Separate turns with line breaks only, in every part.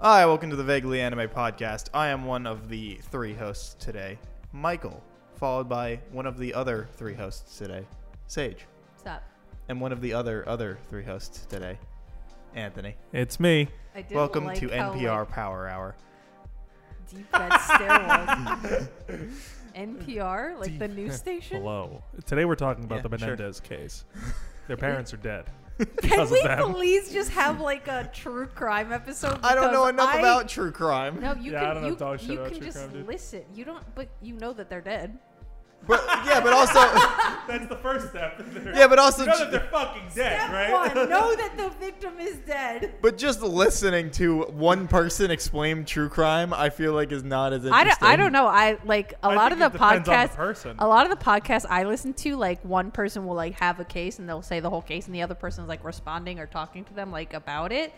Hi, welcome to the Vaguely Anime Podcast. I am one of the three hosts today, Michael, followed by one of the other three hosts today, Sage,
Stop.
and one of the other other three hosts today, Anthony.
It's me.
I did
Welcome
like
to
how,
NPR
Like,
Power Hour.
deep that stare was. NPR, like the news station.
Hello. Today we're talking about
Yeah,
the
sure.
Menendez case. Their parents are dead
Can
because
we
of them.
please just have like a true crime episode?
I don't
Because
know enough
I-
about true crime,
No, you
Yeah, I
can.
don't know
you
dog shit
you
about
can
true
just
crime, dude.
listen. You don't, but you know that they're dead.
but yeah, but also
That's the first step.
yeah, but also
fucking dead,
Step one: know that the victim is dead.
But just listening to one person explain true crime, I feel like is not as
I
interesting.
don't, I don't know. I like a
I
lot of
think
the
it depends on the
podcasts.
person.
A lot of the podcasts I listen to, like one person will like have a case and they'll say the whole case, and the other person's like responding or talking to them like about it,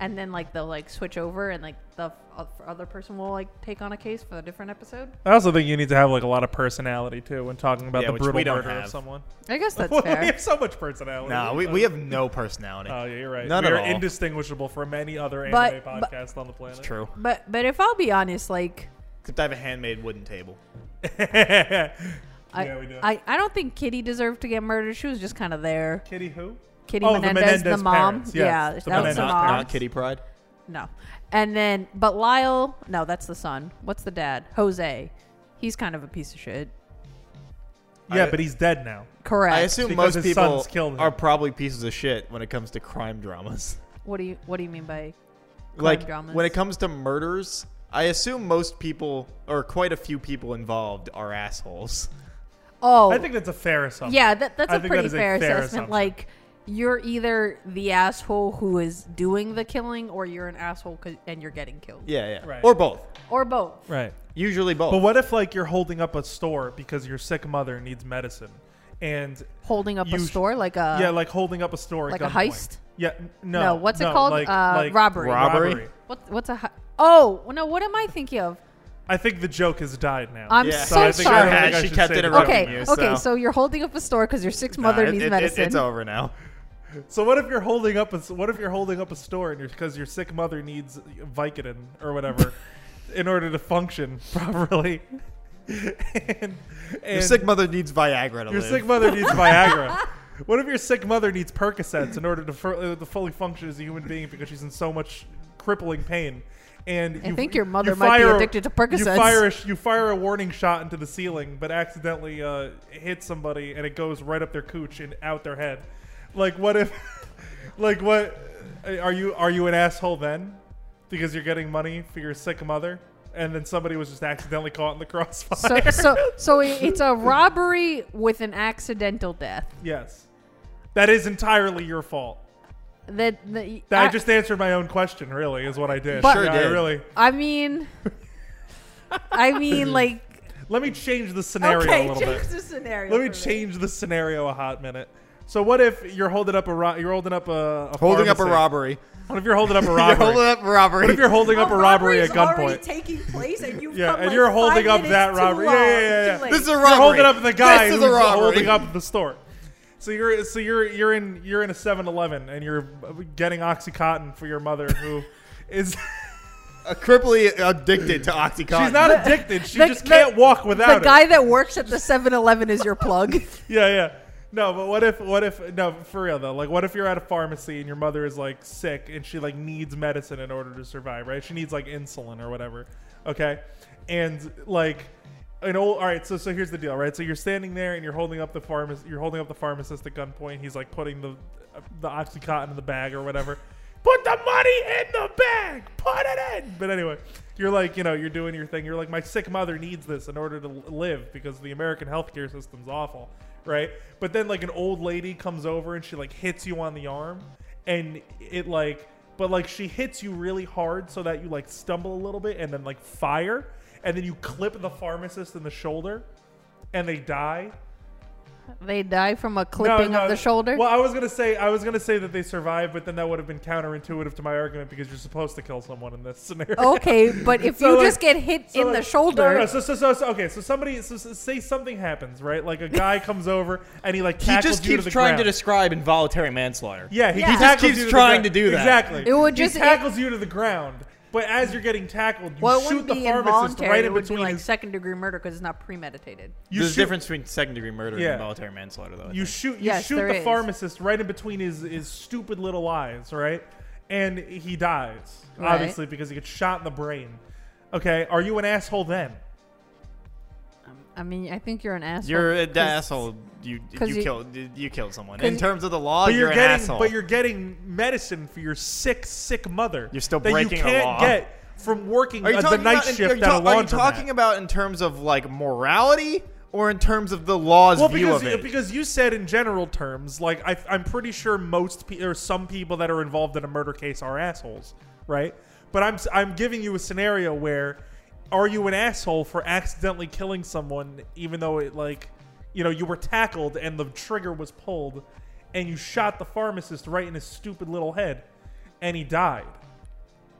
and then like they'll like switch over and like the f- other person will like take on a case for a different episode.
I also think you need to have like a lot of personality too when talking about
Yeah,
the
which
brutal
we don't
murder
have.
of someone.
I guess that's
Well, we
fair.
have so much personality.
No, we, we have no personality.
Oh yeah, you're right.
None
we
at
are
all.
indistinguishable from any other anime
But- but-
podcast on the planet.
it's true.
But but if I'll be honest, like
Except I have a handmade wooden table.
I
Yeah, we do.
I, I don't think Kitty deserved to get murdered. She was just kind of there.
Kitty who?
Kitty
Oh, the
Menendez,
Menendez
mom.
parents, yes.
Yeah,
The
that was the
Menendez
mom.
parents.
Kitty Pride.
No. And then, but Lyle, no, that's the son. What's the dad? Jose. He's kind of a piece of shit.
Yeah,
I-
but he's dead now.
Correct.
I assume most
Because his
people
sons killed him.
are probably pieces of shit when it comes to crime dramas.
what do you What do you mean by? Crime
like
dramas.
when it comes to murders, I assume most people or quite a few people involved are assholes.
Oh,
I think that's a fair assumption.
yeah. That, that's
I
a
think that
pretty
is a
fair,
fair
assessment.
assumption.
Like, you're either the asshole who is doing the killing, or you're an asshole 'cause- and you're getting killed,
Yeah, yeah.
Right.
Or both.
or both.
Right.
Usually both.
But what if like you're holding up a store because your sick mother needs medicine, and
Holding up a
You sh-
store like a
yeah, like holding up a store, at
like a
gunpoint.
heist?
Yeah, n- no,
No, what's it called?
Like,
Uh,
like
robbery.
Robbery?
what, what's a hi- oh no? What am I thinking of?
I think the joke has died now.
I'm
Yeah.
so
So
I think I
sorry.
don't think I
She
should
kept
say the
interrupting
joke.
Okay,
you,
okay.
so-
So. you're holding up a store because your six
Nah,
mother
it-
needs
it- it-
medicine.
it's over now.
So what if you're holding up? A, s- what if you're holding up a store and you're because your sick mother needs Vicodin or whatever in order to function properly? and,
Your
and
sick mother needs Viagra to
your
live.
sick mother needs Viagra. What if your sick mother needs Percocets in order to, fu- uh, to fully function as a human being because she's in so much crippling pain? And
I
you,
think your mother
you
might be
fire-
addicted to Percocets.
You fire, a, sh- you fire a warning shot into the ceiling, but accidentally uh, hits somebody, and it goes right up their cooch and out their head. Like what if? like what? uh, Are you are you an asshole then? Because you're getting money for your sick mother, and then somebody was just accidentally caught in the
so,
crossfire.
so, so i- it's a robbery with an accidental death.
Yes. That is entirely your fault.
That, that
I, just answered my own question, really, is what I did.
But-
Sure
Yeah,
did.
I really.
I mean, I mean, like,
Let me change the scenario
okay,
a little
change
bit.
the scenario.
Let me
for
change the scenario a hot minute. So what if you're holding up a ro- you're holding up a, a
holding up a
pharmacy?
robbery.
What if you're holding up a
You're
robbery?
holding up a robbery.
what if you're holding up a robbery at
robbery's already
gunpoint?
taking place, and you've
Yeah,
come,
and
like,
you're
five
holding up
minutes
that
too
robbery. Yeah,
long,
yeah, yeah,
too
yeah.
late.
This is a robbery.
You're holding up the guy
This is
who's
a robbery.
holding up the store. So you're so you're you're in you're in a 7-Eleven and you're getting OxyContin for your mother who is
a cripply addicted to OxyContin.
She's not addicted. She
the-
just
the-
can't walk without
the guy
it.
that works at the 7-Eleven is your plug.
Yeah, yeah. No, but what if what if no for real though? Like what if you're at a pharmacy and your mother is like sick and she like needs medicine in order to survive, right? She needs like insulin or whatever. Okay? And like an old all right, so so here's the deal, right? So you're standing there and you're holding up the pharmacist you're holding up the pharmacist at gunpoint. He's like putting the the oxycontin in the bag or whatever. Put the money in the bag. Put it in. But anyway, you're like, you know, you're doing your thing. You're like, my sick mother needs this in order to l- live because the American healthcare system's awful, right? But then like an old lady comes over and she like hits you on the arm, and it like, but like she hits you really hard so that you like stumble a little bit and then like fire, and then you clip the pharmacist in the shoulder, and they die.
They die from a
No,
clipping
no,
of the shoulder.
Well, I was gonna say I was gonna say that they survive, but then that would have been counterintuitive to my argument because you're supposed to kill someone in this scenario.
okay, but if
So,
you
like-
just get hit
So,
Oh, in
like-
the shoulder,
No, no, so, so, so, so- okay. So somebody, so, so- say something happens, right? Like a guy comes over and he like
he
tackles
just
you
keeps
to the
trying to
ground.
describe involuntary manslaughter.
Yeah, he,
Yeah. He just
tackles
keeps
you the
trying
ground.
to do that.
Exactly.
It would just-
he tackles you to the ground, But as you're getting tackled, you
Well, it
shoot
wouldn't
the
be
pharmacist
involuntary.
right
it
in
would be
between
like
his.
second degree murder because it's not premeditated.
you
There's
shoot,
a difference between second degree murder
Yeah.
and involuntary manslaughter, though. I
You
think.
shoot. You
Yes,
shoot
there
the
is.
pharmacist right in between his his stupid little eyes, right? And he dies
Right.
obviously because he gets shot in the brain. Okay, are you an asshole then?
I mean, I think you're an asshole.
You're
Oh,
an
'cause-
asshole. You
'cause
you,
you-
killed you killed someone.
'cause
In
you-
terms of the law, Oh,
but
you're,
you're,
an
getting
asshole.
but you're getting medicine for your sick sick mother.
You're still
that
breaking
you
the
can't
law.
get from working
Are you
uh, the
talking
night
about, in-
shift
are you
at
ta-
a
are you
laundromat.
talking about in terms of like morality or in terms of the law's
well,
view
because,
of it?
because you said in general terms, like I, I'm pretty sure most pe- or some people that are involved in a murder case are assholes, right? But I'm s- I'm giving you a scenario where are you an asshole for accidentally killing someone, even though it like you know you were tackled and the trigger was pulled, and you shot the pharmacist right in his stupid little head, and he died.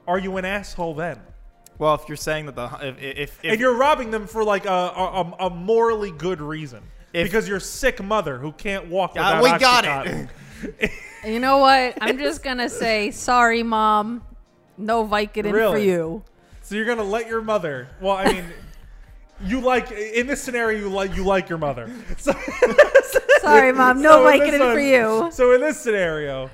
Are you an asshole then?
well, if you're saying that the if if, if
and you're robbing them for like a a, a- a morally good reason
If-
because your sick mother who can't walk
Ah,
without
we got
Oxycontin.
it.
You know what? I'm just gonna say sorry, mom. No Vicodin for
Really?
you.
so you're gonna let your mother well i mean you like in this scenario you like you like your mother so,
Sorry, mom. No
so in this
Vicodin for
one-
you.
so in this scenario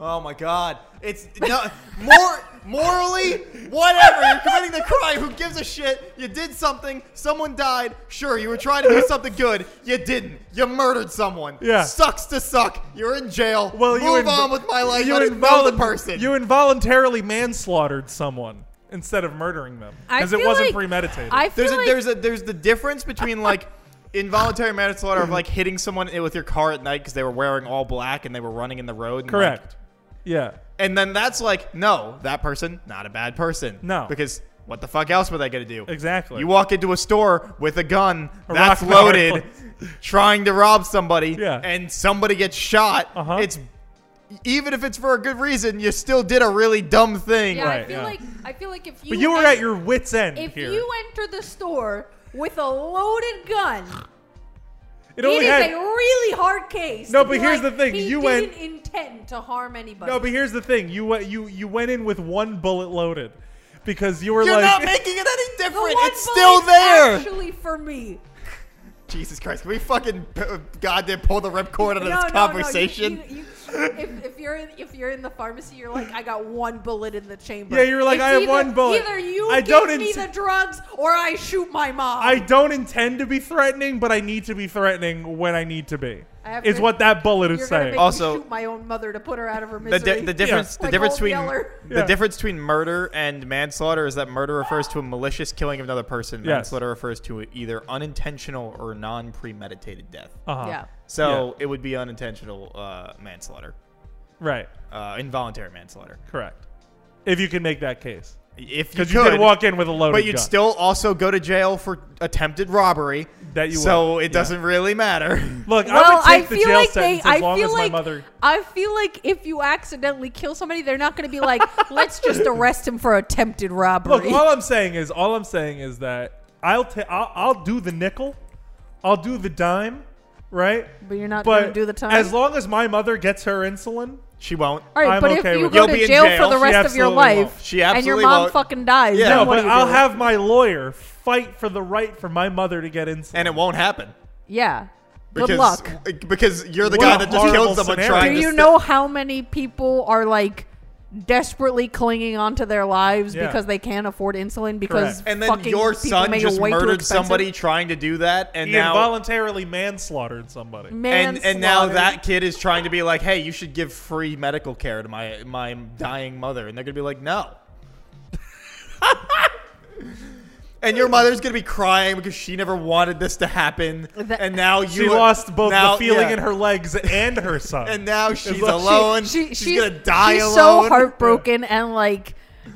Oh my God! It's no, more morally, whatever. You're committing the crime. Who gives a shit? You did something. Someone died. Sure, you were trying to do something good. You didn't. You murdered someone.
Yeah.
Sucks to suck. You're in jail.
well
move
you inv-
on with my life.
you
I didn't know the
involun-
person.
you involuntarily manslaughtered someone instead of murdering them
I
because it
feel
wasn't
like-
premeditated
I feel
there's a,
like
there's a there's the difference between like involuntary manslaughter of like hitting someone with your car at night because they were wearing all black and they were running in the road. And like,
correct yeah
And then that's like, no, that person, not a bad person.
No.
Because what the fuck else were they going to do?
Exactly.
You walk into a store with a gun
A
that's
rock power
loaded, trying to rob somebody,
Yeah.
and somebody gets shot.
Uh-huh.
It's even if it's for a good reason, you still did a really dumb thing.
yeah. I
Right,
feel
yeah.
like I feel like if you
but you were
en-
at your wits end
if
here
you enter the store with a loaded gun, it
it only
is
had
a really hard case.
No,
to
but
be
here's
like,
the thing,
He
you
didn't
went-
intend to harm anybody.
No, but here's the thing. You went you you went in with one bullet loaded because you were
You're
like
not making it any
the
different.
one
It's still
bullet's
there.
Actually, for me.
Jesus Christ! Can we fucking p- goddamn pull the ripcord out of
no,
this
no,
conversation?
No, you, you, you, if, if you're in, if you're in the pharmacy, you're like, I got one bullet in the chamber.
Yeah, you're like,
It's
I have
either-
one bullet.
Either you
I
give
don't
me
ins-
the drugs, or I shoot my mom.
I don't intend to be threatening, but I need to be threatening when I need to be.
I have
Is
to-
what that bullet
you're gonna
is saying.
make
Also-
me shoot my own mother to put her out of her
The,
misery.
di- the difference, the
Like
difference
Old
between
Yeller.
Yeah.
the difference between murder and manslaughter is that murder refers to a malicious killing of another person.
Yes.
Manslaughter refers to either unintentional or non-premeditated death.
Uh-huh.
yeah.
So it would be unintentional uh, manslaughter,
Right.
uh, involuntary manslaughter.
Correct. If you can make that case,
If you
because
could,
you could walk in with a loaded
but you'd
gun.
still also go to jail for attempted robbery.
That you
so
would,
it
yeah.
doesn't really matter.
Look, I
Well,
would
I
take the
feel
jail
like they.
sentence
I
as long
feel
as
like.
my mother.
I feel like if you accidentally kill somebody, they're not going to be like, "Let's just arrest him for attempted
Look,
robbery."
all I'm saying is, all I'm saying is that I'll ta- I'll, I'll do the nickel, I'll do the dime, right?
but you're not going
But
to do the time.
as long as my mother gets her insulin,
she won't.
All right,
I'm
but
okay
if you
with
go
it.
to
You'll be
jail,
in jail.
for the
She
rest of your
absolutely won't.
life,
She
and your
absolutely
mom
won't.
fucking dies,
Yeah.
then
No,
No,
what
but
do you
I'll
do?
have my lawyer fight for the right for my mother to get insulin.
and it won't happen.
Yeah.
Because, uh,
Good luck.
Because you're the
What
guy
a
that just
horrible
killed someone
scenario.
Do
trying to.
you
sti-
know how many people are like desperately clinging onto their lives
Yeah.
because they can't afford insulin because
Correct.
and then
fucking
your
people
son
make it
just
way too
murdered
expensive?
somebody trying to do that, and
He
now
involuntarily manslaughtered somebody.
and and now
Manslaughter.
that kid is trying to be like, hey, you should give free medical care to my my dying mother, and they're gonna be like, no. and your mother's gonna be crying because she never wanted this to happen,
That-
and now you
She lost both
now-
the feeling
yeah.
in her legs and her son.
and now she's
like- She-
alone. she's, gonna die
she's
alone.
so heartbroken and like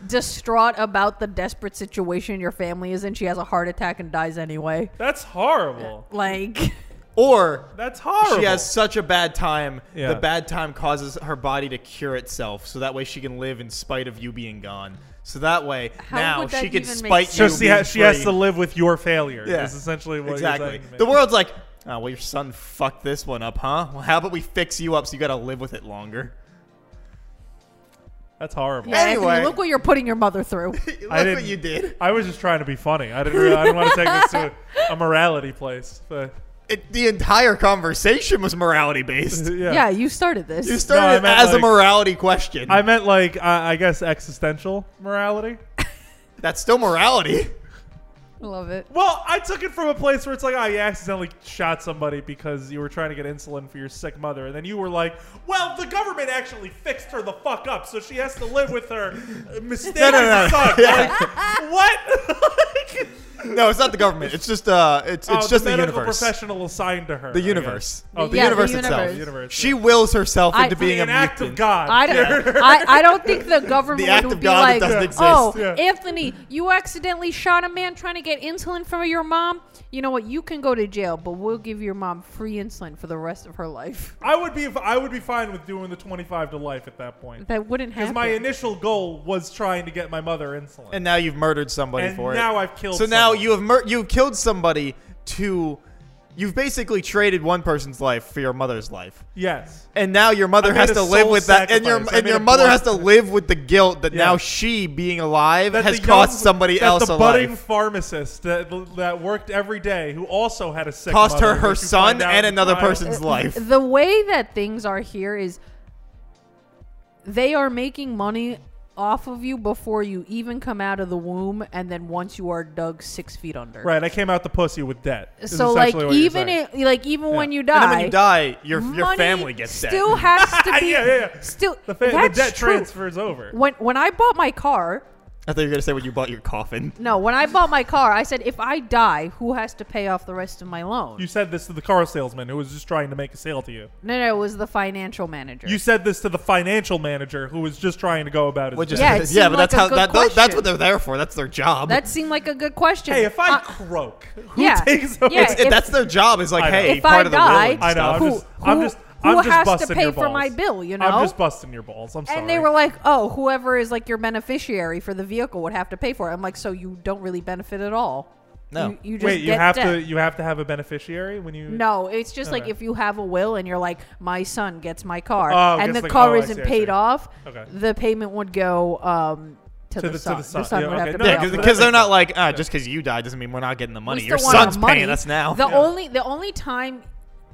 distraught about the desperate situation your family is in. She has a heart attack and dies anyway.
That's horrible.
Like.
or
That's horrible.
She has such a bad time.
Yeah.
The bad time causes her body to cure itself, so that way she can live in spite of you being gone. So that way,
How
now
would that
she can
even make
spite
sense?
you.
so she has, she
being
has
free.
to live with your failure.
Yeah.
Is essentially what
exactly.
You're saying,
The world's like, oh, well, your son fucked this one up, huh? Well, how about we fix you up so you got to live with it longer?
That's horrible.
Yeah, Anthony,
Anyway.
look what you're putting your mother through.
Look
I
what
didn't-
you did.
I was just trying to be funny. I didn't. Really, I didn't want to take this to a, a morality place. But
It, the entire conversation was morality based.
yeah,
yeah. you started this.
You started
I
it
meant,
as a
like-
morality question.
I meant like I I guess existential morality.
That's still morality.
I love it.
Well, I took it from a place where it's like, oh, you accidentally shot somebody because you were trying to get insulin for your sick mother, and then you were like, well, the government actually fixed her the fuck up, so she has to live with her mistake.
No, no, no.
Suck.
Yeah.
Like, what?
No, it's not the government. It's just uh, it's
Oh,
it's just the,
medical
universe.
professional assigned to her.
The
I guess.
universe.
Oh, the
Yeah,
universe.
universe
the
itself.
universe.
The universe.
She wills herself
I-
into being
an
a
act of
mutant.
God.
I don't. I, I don't think the government
The act
would
of
be
God that
like,
doesn't exist.
"Oh,
Yeah.
Anthony, you accidentally shot a man trying to get insulin from your mom. You know what? You can go to jail, but we'll give your mom free insulin for the rest of her life."
I would be. I would be fine with doing the twenty-five to life at that point
That wouldn't
because
happen.
my initial goal was trying to get my mother insulin.
And now you've murdered somebody
And
for it.
now I've killed
So now
someone.
you have mur- you've killed somebody to, you've basically traded one person's life for your mother's life.
yes.
and now your mother
I made
has
a
to live
soul
with that, and your
sacrifice. I
and
made
your
a
mother
blood-
has to live with the guilt that
Yeah.
now she being alive
That
has
the
cost
young-
somebody
that
else
the
a
budding
life,
pharmacist that, that worked every day who also had a sick
cost
mother,
her her
which you
son
find out
and
in
another
trial.
person's
Uh,
life.
the way that things are here is they are making money off of you before you even come out of the womb, and then once you are dug six feet under.
right I came out the pussy with debt is
So like
essentially what you're
even
saying.
it, like even when you die,
And then when you die, your your
money
family gets sick.
still has to be
Yeah, yeah, yeah.
still
the, fa- the
that's
debt
true.
transfer's over
When when I bought my car,
I thought you were gonna say when you bought your coffin.
no, when I bought my car, I said if I die, who has to pay off the rest of my loan?
you said this to the car salesman who was just trying to make a sale to you
no, no, it was the financial manager.
you said this to the financial manager who was just trying to go about his
Which is
Yeah,
business.
it
yeah,
seemed
but
like
that's
a
how
good
that, that- that's
question.
what they're there for. That's their job.
that seemed like a good question.
hey if I
Uh,
croak who
yeah.
takes over
Yeah,
It's- it-
if-
that's their job. Is like,
I know.
hey,
if
part
I
of the will
die,
and
I know
stuff.
I'm
Who-
just I'm
who-
just
who
I'm just
has to
busting
pay
your
for my
balls.
bill, you
I'm
know?
just busting your balls I'm sorry
and they were like, "Oh, whoever is like your beneficiary for the vehicle would have to pay for it." I'm like, "So you don't really benefit at all."
No.
you, you just
wait you
get
have
debt.
to you have to have a beneficiary when you
No, it's just like
Okay.
if you have a will and you're like, my son gets my car,
Oh,
and
gets
the
the-
car
oh, I see,
isn't
I see.
paid off,
Okay.
the payment would go um, to, the, son. The son,
Yeah,
would
okay.
have
No,
to pay
Yeah,
off.
because
but
the rest.
that
because they're
makes
not
sense.
like ah, just because you die doesn't mean we're not getting the money.
We
Your
still want our
son's
money.
paying us now.
The
Yeah.
only the only time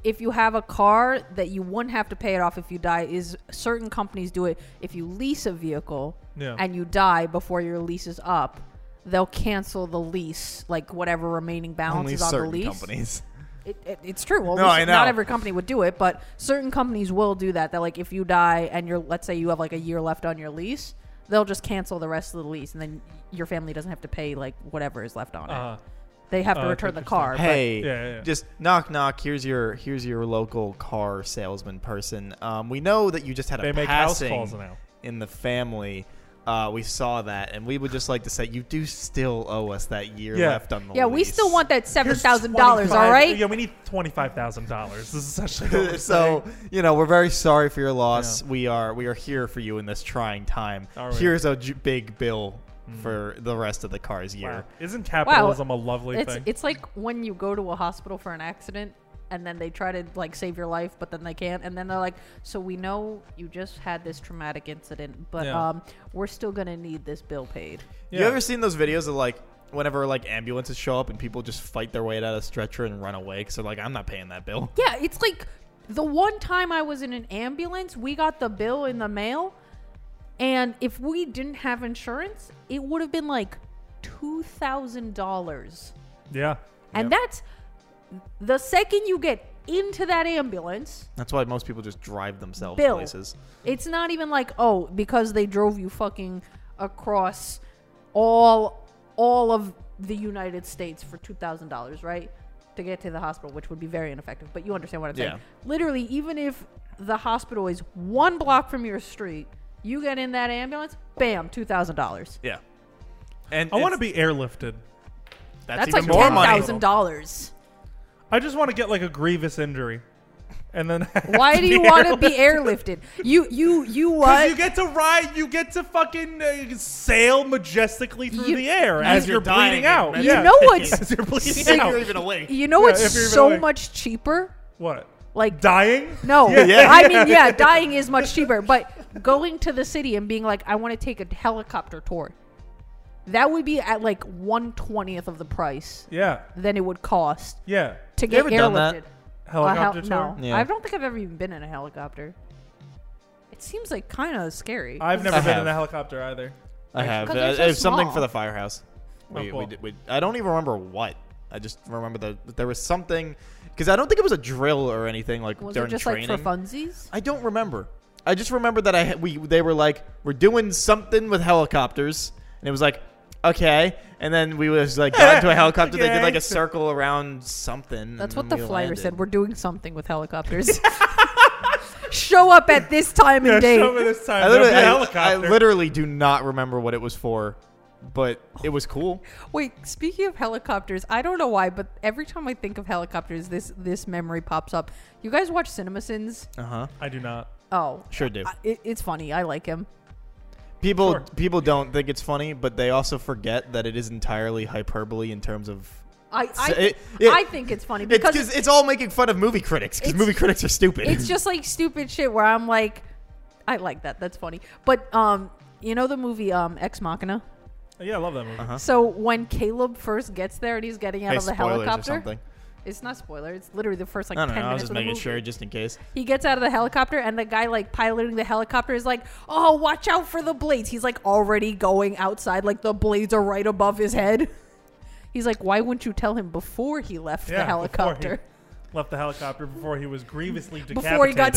if you have a car that you wouldn't have to pay it off if you die is certain companies do it. If you lease a vehicle
Yeah.
and you die before your lease is up, they'll cancel the lease, like whatever remaining balance
Only
is on the
certain
lease.
companies.
It, it, it's true. Well,
No,
we should-
I know.
not every company would do it, but certain companies will do that. That like if you die and you're let's say you have like a year left on your lease, they'll just cancel the rest of the lease, and then your family doesn't have to pay like whatever is left on
Uh-huh.
it. They have
Oh,
to
that's
return the
interesting.
car. but-
hey
Yeah, yeah, yeah.
just knock knock here's your here's your local car salesman person um, we know that you just had a
They make house
passing
calls now.
in the family uh, we saw that and we would just like to say you do still owe us that year
Yeah.
left on the
yeah, we
lease.
still want that seven
Here's
thousand dollars. All
25
right.
Yeah, we need twenty-five thousand dollars. This is essentially what we're
so
saying.
you know we're very sorry for your loss
Yeah.
we are we are here for you in this trying time
All right. Hmm.
here's a j- big bill for the rest of the car's year
Wow. isn't capitalism a lovely
It's
thing?
it's like when you go to a hospital for an accident and then they try to like save your life but then they can't and then they're like so we know you just had this traumatic incident but
Yeah.
um we're still going to need this bill paid.
You
Yeah.
ever seen those videos of like whenever like ambulances show up and people just fight their way out of a stretcher and run away because they're like, I'm not paying that bill.
Yeah, it's like the one time I was in an ambulance, we got the bill in the mail, and if we didn't have insurance, it would have been like two thousand dollars.
yeah,
And that's the second you get into that ambulance,
That's why most people just drive themselves
bill.
places.
It's not even like oh because they drove you fucking across all all of the United States for two thousand dollars, right? To get to the hospital, which would be very ineffective. But you understand what I'm saying.
Yeah.
Literally, even if the hospital is one block from your street, you get in that ambulance, bam, two thousand dollars.
Yeah. And
I want to
it's-
be airlifted.
That's,
That's
even
like
more
ten
money.
thousand dollars.
I just want to get like a grievous injury, and then
Why do you want to be airlifted? You you you what?
Because you get to ride, you get to fucking uh, sail majestically through
You-
the air
you-
as
you're
you're,
dying,
bleeding out.
man.
You
Yeah.
know what's-
as you're bleeding
Think
out.
you're even awake.
you know
Yeah,
it's
if you're even
so
awake.
much cheaper
What?
Like
Dying?
no,
yeah,
I mean yeah, dying is much cheaper, but going to the city and being like, I want to take a helicopter tour, that would be at like one twentieth of the price
Yeah.
than it would cost
Yeah.
to
You
get
ever done that?
airlifted. A hel-
Helicopter tour?
No,
Yeah.
I don't think I've ever even been in a helicopter. It seems like kind of scary.
I've never
I
been
have.
in a helicopter either.
I have.
'Cause they're
Uh,
so
it was something
small.
for the firehouse.
Oh,
We,
cool.
we, did- we, I don't even remember what. I just remember that there was something because I don't think it was a drill or anything like
was
during
it just
training.
like for funsies?
I don't remember. I just remember that I ha- we they were like we're doing something with helicopters, and it was like okay, and then we was like got into a helicopter. They did like
Okay.
a circle around something.
That's
and
what the
then
flyer
we
said.
Mm, landed.
We're doing something with helicopters. show up at this time
Yeah,
and date.
show me this time.
I
There'll
literally,
be a
I, I
helicopter.
literally do not remember what it was for, but it was cool.
Wait, speaking of helicopters, I don't know why, but every time I think of helicopters, this this memory pops up. You guys watch CinemaSins?
Uh huh.
I do not.
Oh,
Sure do.
I, it, it's funny. I like him.
People
Sure.
people don't think it's funny, but they also forget that it is entirely hyperbole in terms of
I I,
So it- it-
I think it's funny
it's
because
because it's all making fun of movie critics because
It's-
movie critics are stupid.
it's just like stupid shit where I'm like, I like that. That's funny. But um, you know the movie um Ex Machina.
Uh, Yeah, I love that movie.
Uh-huh.
So when Caleb first gets there and he's getting out
Hey,
of the
spoilers or
helicopter,
something.
it's not spoiler. It's literally the first like
I don't
ten
know. I was
minutes
just
of the
making
movie.
sure, just in case.
He gets out of the helicopter, and the guy like piloting the helicopter is like, "Oh, watch out for the blades." He's like already going outside, like the blades are right above his head. He's like, "Why wouldn't you tell him before he left
Yeah,
the
before
helicopter?
he left the helicopter before he was grievously decapitated.
Before, he got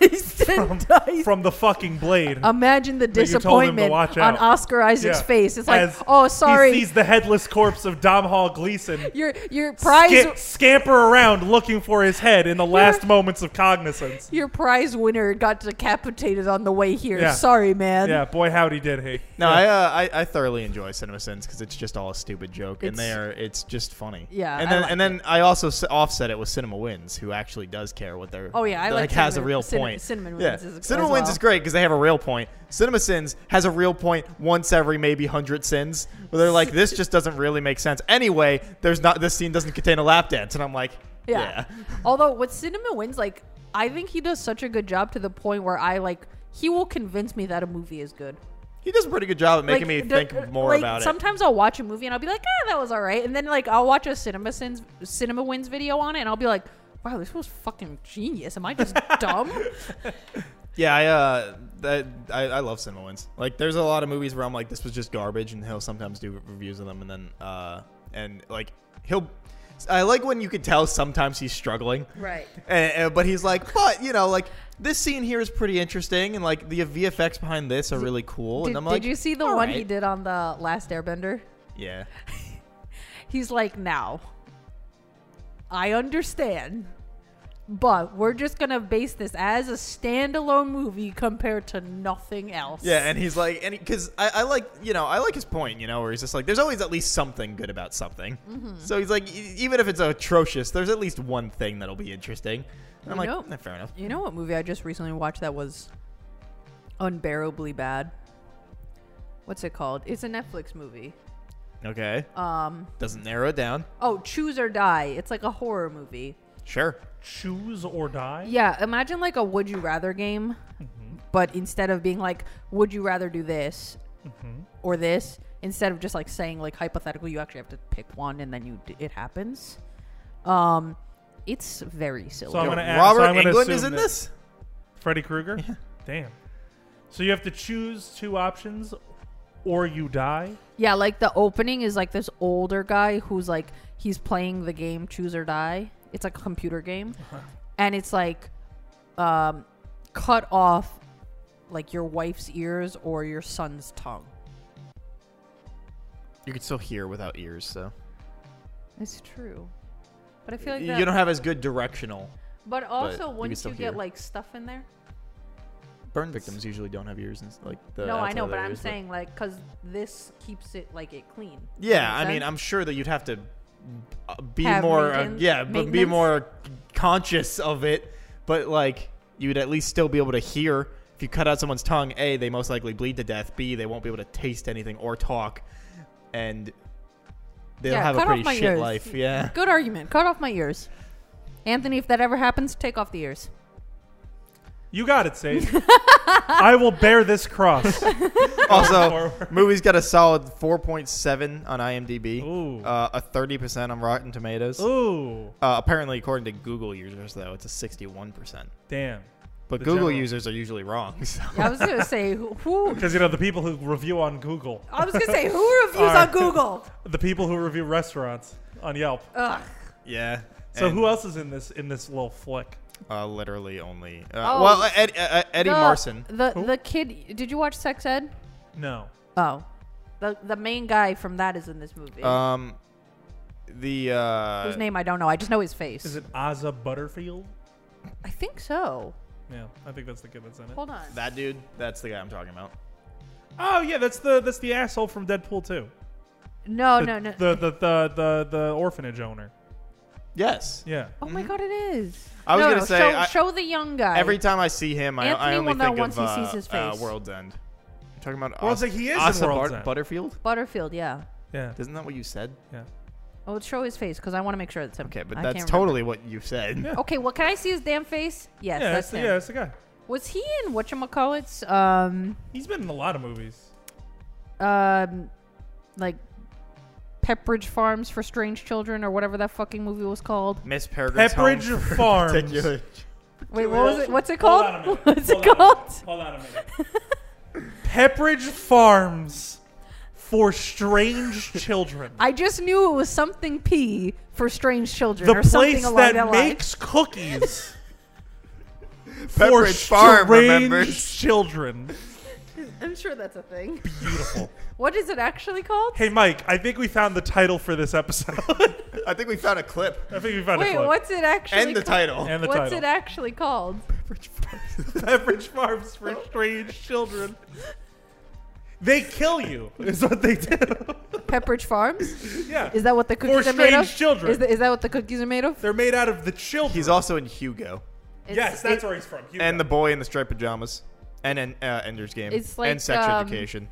sliced
from,
and diced."
from the fucking blade.
Imagine the
you told him to
disappointment
watch
on
out.
Oscar Isaac's
Yeah.
face. It's like,
As
"Oh,
He
sorry,
sees the headless corpse of Dom Hall Gleason.
your your prize."
sca- scamper around looking for his head in the last moments of cognizance.
your prize winner got decapitated on the way here.
Yeah.
Sorry, man.
Yeah, boy, howdy did he.
No,
yeah.
I, uh, I I thoroughly enjoy CinemaSins because it's just all a stupid joke, and they
It's-
are it's just funny.
Yeah,
and
I
then
like
and then I also s- offset it with Cinema Wins, who actually does care what they're.
Oh, yeah, I
that,
like
has a
Cinema-
real
Cin-
point.
Cinnamon
yeah.
Wins is- as
Cinema Wins
well.
is great because they have a real point. CinemaSins has a real point once every maybe hundred sins where they're like, this just doesn't really make sense. Anyway, there's not this scene doesn't contain a lap dance, and I'm like,
Yeah. Although with Cinema Wins, like I think he does such a good job to the point where I like he will convince me that a movie is good.
He does a pretty good job at making
Like,
me
the- uh,
think more
like,
about it.
Sometimes I'll watch a movie and I'll be like, ah, that was all right, and then like I'll watch a Cinema Sins, Cinema Wins video on it, and I'll be like. Wow, this was fucking genius. Am I just dumb?
Yeah, I uh, that, I, I love cinema wins. Like, there's a lot of movies where I'm like, this was just garbage, and he'll sometimes do reviews of them, and then uh, and like he'll, I like when you can tell sometimes he's struggling,
Right.
and, and- but he's like, but you know, like this scene here is pretty interesting, and like the VFX behind this are really cool,
Did,
and I'm
did
like,
you see the
"All
one he
right."
did on the Last Airbender?
Yeah,
He's like, now, I understand, but we're just gonna base this as a standalone movie compared to nothing else.
yeah, and he's like, and because I, I like, you know, I like his point, you know, where he's just like, there's always at least something good about something.
Mm-hmm.
So he's like, e- even if it's atrocious, there's at least one thing that'll be interesting. And I'm
You
like,
know-
"Eh, fair enough.
you know what movie I just recently watched that was unbearably bad? What's it called? It's a Netflix movie.
Okay.
Um,
Doesn't narrow it down.
oh, Choose or Die. It's like a horror movie.
Sure.
Choose or die?
Yeah, imagine like a would you rather game,
Mm-hmm.
but instead of being like, would you rather do this
Mm-hmm.
or this, instead of just like saying like hypothetical, you actually have to pick one and then you d- it happens. Um, it's very silly.
So I'm gonna add,
Robert
so I'm gonna
England is
assume
in
that-
this.
Freddy Krueger? Damn. So you have to choose two options or you die?
yeah, like the opening is like this older guy who's like he's playing the game Choose or Die. It's like a computer game,
Uh-huh.
and it's like, um, cut off like your wife's ears or your son's tongue.
You can still hear without ears, so
It's true. But I feel like that.
you don't have as good directional.
but also,
you can
once you
still
get
hear.
like stuff in there.
Burn victims usually don't have ears, and s- like the.
no, I
outside
know,
of
but
their
I'm
ears,
saying like because this keeps it like it clean.
Yeah,
Does that
I
make
mean,
sense?
I'm sure that you'd have to uh, be
Have
more. Uh,
maintain-
yeah, but be
maintenance?
more conscious of it. But like, you'd at least still be able to hear. If you cut out someone's tongue, a they most likely bleed to death. B they won't be able to taste anything or talk, and they'll
Yeah,
have a
cut off
pretty
my
shit
ears.
life. Yeah.
Good argument. Cut off my ears. Anthony, if that ever happens, take off the ears.
You got it, Sage. I will bear this cross.
Also,
Forward.
movie's got a solid 4.7 on IMDb,
Ooh.
Uh, a 30% on Rotten Tomatoes.
Ooh,
Uh, apparently, according to Google users, though, it's a 61%.
damn.
But
The
Google
general-
users are usually wrong. So.
I was gonna say who. who
Because you know the people who review on Google,
I was gonna say who reviews
Alright.
on Google.
the people who review restaurants on Yelp.
Ugh.
Yeah.
So
And,
who else is in this in this little flick?
Uh, literally only. Uh,
Oh.
Well, Ed, uh, Eddie
The-
Marson.
The
Who?
the kid. Did you watch Sex Ed?
No.
Oh, the the main guy from that is in this movie.
Um, the uh,
Whose name I don't know. I just know his face.
Is it Ozza Butterfield?
I think so.
Yeah, I think that's the kid that's in it.
Hold on.
That dude. That's the guy I'm talking about.
Oh yeah, that's the that's the asshole from Deadpool 2.
no,
the,
Oh, no, no.
The the, the the the orphanage owner.
Yes.
Yeah.
oh my god, it is.
Mm-hmm. I was
No,
gonna
no,
say,
show,
I-
show the young guy.
Every time I see him, I, I
Anthony
only
will know
think
once
of
he sees
uh,
his
uh,
face.
World's End. You're talking about
Well, it's
Os-
like he is in
Asa
World's
Bart-
End.
Butterfield.
Butterfield, yeah.
Yeah.
Isn't that what you said?
Yeah.
Oh, show his face because I want to make sure it's him.
Okay, but
I
that's
can't remember.
totally what you said.
Yeah.
Okay, well, can I see his damn face? Yes,
yeah,
that's
it's the,
him.
yeah, it's the guy.
Was he in whatchamacallit's um
He's been in a lot of movies.
um like Pepperidge Farms for Strange Children or whatever that fucking movie was called?
Miss Peregrine's
Pepperidge
Home for
Farms.
Particular.
Wait, what was it? What's it
Hold
called?
on a minute.
What's it
Hold on a minute.
called?
Hold on a minute. Pepperidge Farms for strange children.
I just knew it was something P for Strange Children
the
or something
place
along
that,
line.
makes cookies for
Pepperidge Farm. Remember?
strange children.
I'm sure that's a thing.
Beautiful.
What is it actually called?
Hey, Mike, I think we found the title for this episode.
I think we found a clip
I think we found a
Wait,
clip.
what's it actually?
and the
ca-
title.
And the
What's
title.
it actually called?
Pepperidge Farms for strange children. They kill you, is what they do.
Pepperidge Farms?
yeah.
Is that what the cookies are made
strange
of?
children.
Is, tha- is that what the cookies are made of?
They're made out of the children.
He's also in Hugo
It's-
yes, that's
it-
where he's from. Hugo.
and the boy in the striped pajamas and an uh, Ender's Game
It's like,
and Sex
um,
Education.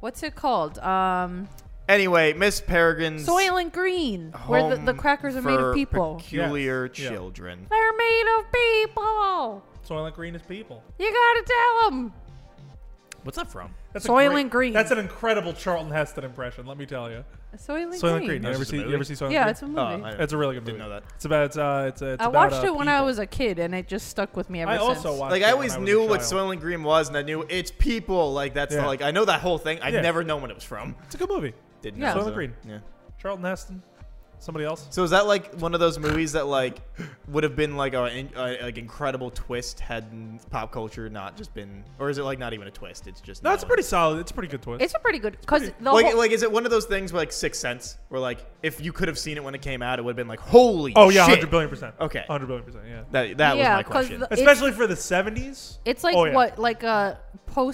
What's it called? Um,
Anyway, Miss Peregrine's
Soylent Green, where the, the
Home
crackers are made
for
of people.
Peculiar
Yes. Yeah.
children.
They're made of people.
Soylent Green is people.
You gotta tell them.
What's that from?
That's a
Soylent
great-
Green.
That's an incredible Charlton Heston impression. Let me tell you.
Soylent,
Soylent Green. Oh,
Green.
You
That's
ever
just a
see? You
movie?
ever see Soylent
Yeah,
Green?
it's a movie.
I-
That's a really good movie.
Didn't know that.
It's about. It's, uh, it's, it's
I
about,
watched
uh,
it when I
people.
was a kid, and it just stuck with me ever
I
since.
also watched.
Like
it
I
when
always
was a
knew what
child.
Soylent Green was, and I knew it's people. Like that's
Yeah.
like I know that whole thing. I
Yeah.
never know when it was from.
It's a good movie.
Didn't
Yeah.
know.
Soylent
so-
Green.
Yeah.
Charlton Heston. Somebody else.
So is that like one of those movies that like would have been like a, in- a like incredible twist had n- pop culture not just been, or is it like not even a twist? It's just
No, it's a
known?
pretty solid. It's a pretty good twist.
It's a pretty good because the
like
whole,
like is it one of those things where like Sixth Sense, where like if you could have seen it when it came out, it would have been like holy.
oh yeah,
shit.
hundred billion percent.
Okay.
hundred billion percent. Yeah.
That that was
Yeah,
my
'cause
question.
the-
Especially for the seventies.
it's like
Oh, yeah.
what like a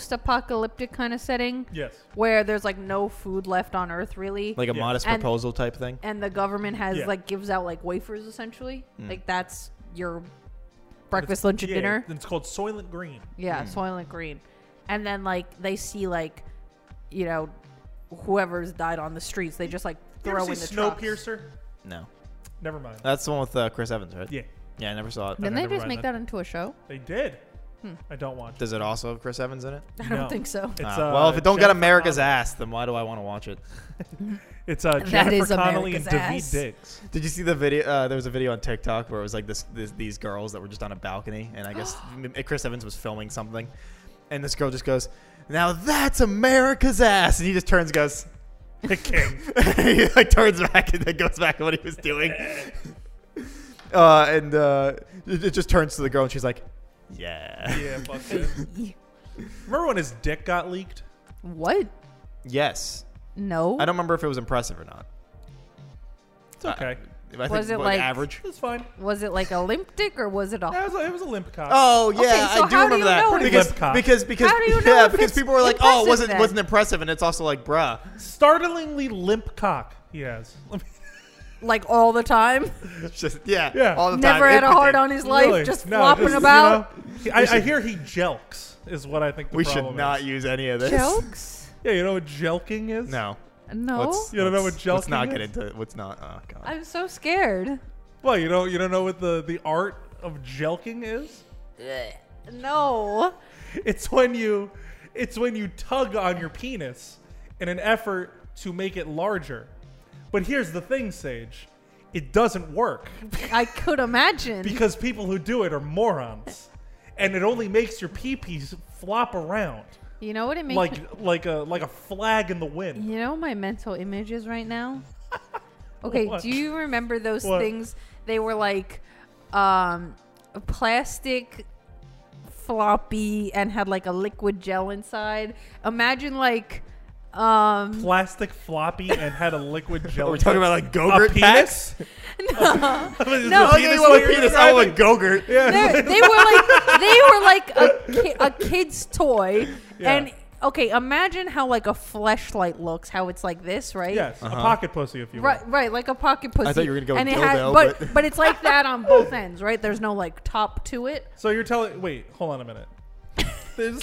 post-apocalyptic kind of setting
Yes.
where there's like no food left on Earth really,
like a
Yeah.
modest
And-
proposal type thing.
and the government has
Yeah. Mm.
like gives out like wafers essentially. Like that's your breakfast, lunch, and
Yeah, Mm.
dinner.
It's called Soylent Green.
Yeah, Soylent Green. And then like they see like, you know, whoever's died on the streets, they just like
You
throw
ever
in the
see
trucks.
Snowpiercer?
No,
Never mind.
that's the one with uh, Chris Evans, right?
Yeah,
yeah, I never saw it.
Didn't they
never
just
mind
make
then.
that into a show?
they did.
Hmm.
I don't watch. it.
Does it also have Chris Evans in it?
I don't
No.
think so.
It's,
Ah,
uh,
well, if it don't get
Jennifer
America's
Connelly.
ass, then why do I want to watch it?
It's uh, Jennifer
is
Connelly
America's
and David
ass.
Diggs.
Did you see the video? Uh, there was a video on TikTok where it was like this, this these girls that were just on a balcony, and I guess m- Chris Evans was filming something, and this girl just goes, "Now that's America's ass," and he just turns and goes,
The king.
he like turns back and then goes back to what he was doing. Uh, and uh, it, it just turns to the girl and she's like, "Yeah,
yeah, fuck it. Remember when his dick got leaked?
what?
yes."
No.
I don't remember if it was impressive or not.
It's okay.
I
Was it
what,
like-
average?
It's fine.
Was it like a limp dick or was it a
That was, it was a limp cock.
Oh yeah,
so
I do
how do
remember
you
that
know if
because
it's- Lipcock.
because because
How do you know
yeah
if
because
it's
people were like, "Oh,
impressive
wasn't
then?
wasn't impressive," and it's also like, "Bruh."
Startlingly limp cock. He has. Let me-
like all the time?
It's just yeah,
Yeah.
all the
Never
time.
had
It-
a hard on his life,
Really?
just
No,
flopping
you
about.
know, he- I, I hear he jelks is what I think the
We
problem
should not
is.
use any of this.
Jokes?
Yeah, you know what jelking is?
No.
No.
Let's,
You don't know
let's-
what
Let's not
jelking
get
is?
into what's not. Oh god.
I'm so scared.
Well, you don't you don't know what the the art of jelking is?
No.
It's when you it's when you tug on your penis in an effort to make it larger. But here's the thing, Sage. It doesn't work
I could imagine.
because people who do it are morons. And it only makes your pee-pees flop around
you know what it makes
like
me-
like a like a flag in the wind.
You know my mental image is right now? Okay,
What?
do you remember those
What?
things? They were like um plastic floppy and had like a liquid gel inside. Imagine like um
Plastic floppy and had a liquid gel.
We're talking about like Gogurt
a penis?
no,
no,
I
penis
want
what
a
you're
penis. I want
describing?
a Gogurt.
They're- they were like they were like a, ki- a kid's toy
Yeah.
and okay imagine how like a fleshlight looks how it's like this right
Yes, a pocket pussy if you will.
Right, right, like a pocket pussy.
thought you were gonna go
and it
dildo,
had-
but-
but but it's like that on both ends, right? There's no like top to it.
So you're telling wait, hold on a minute. There's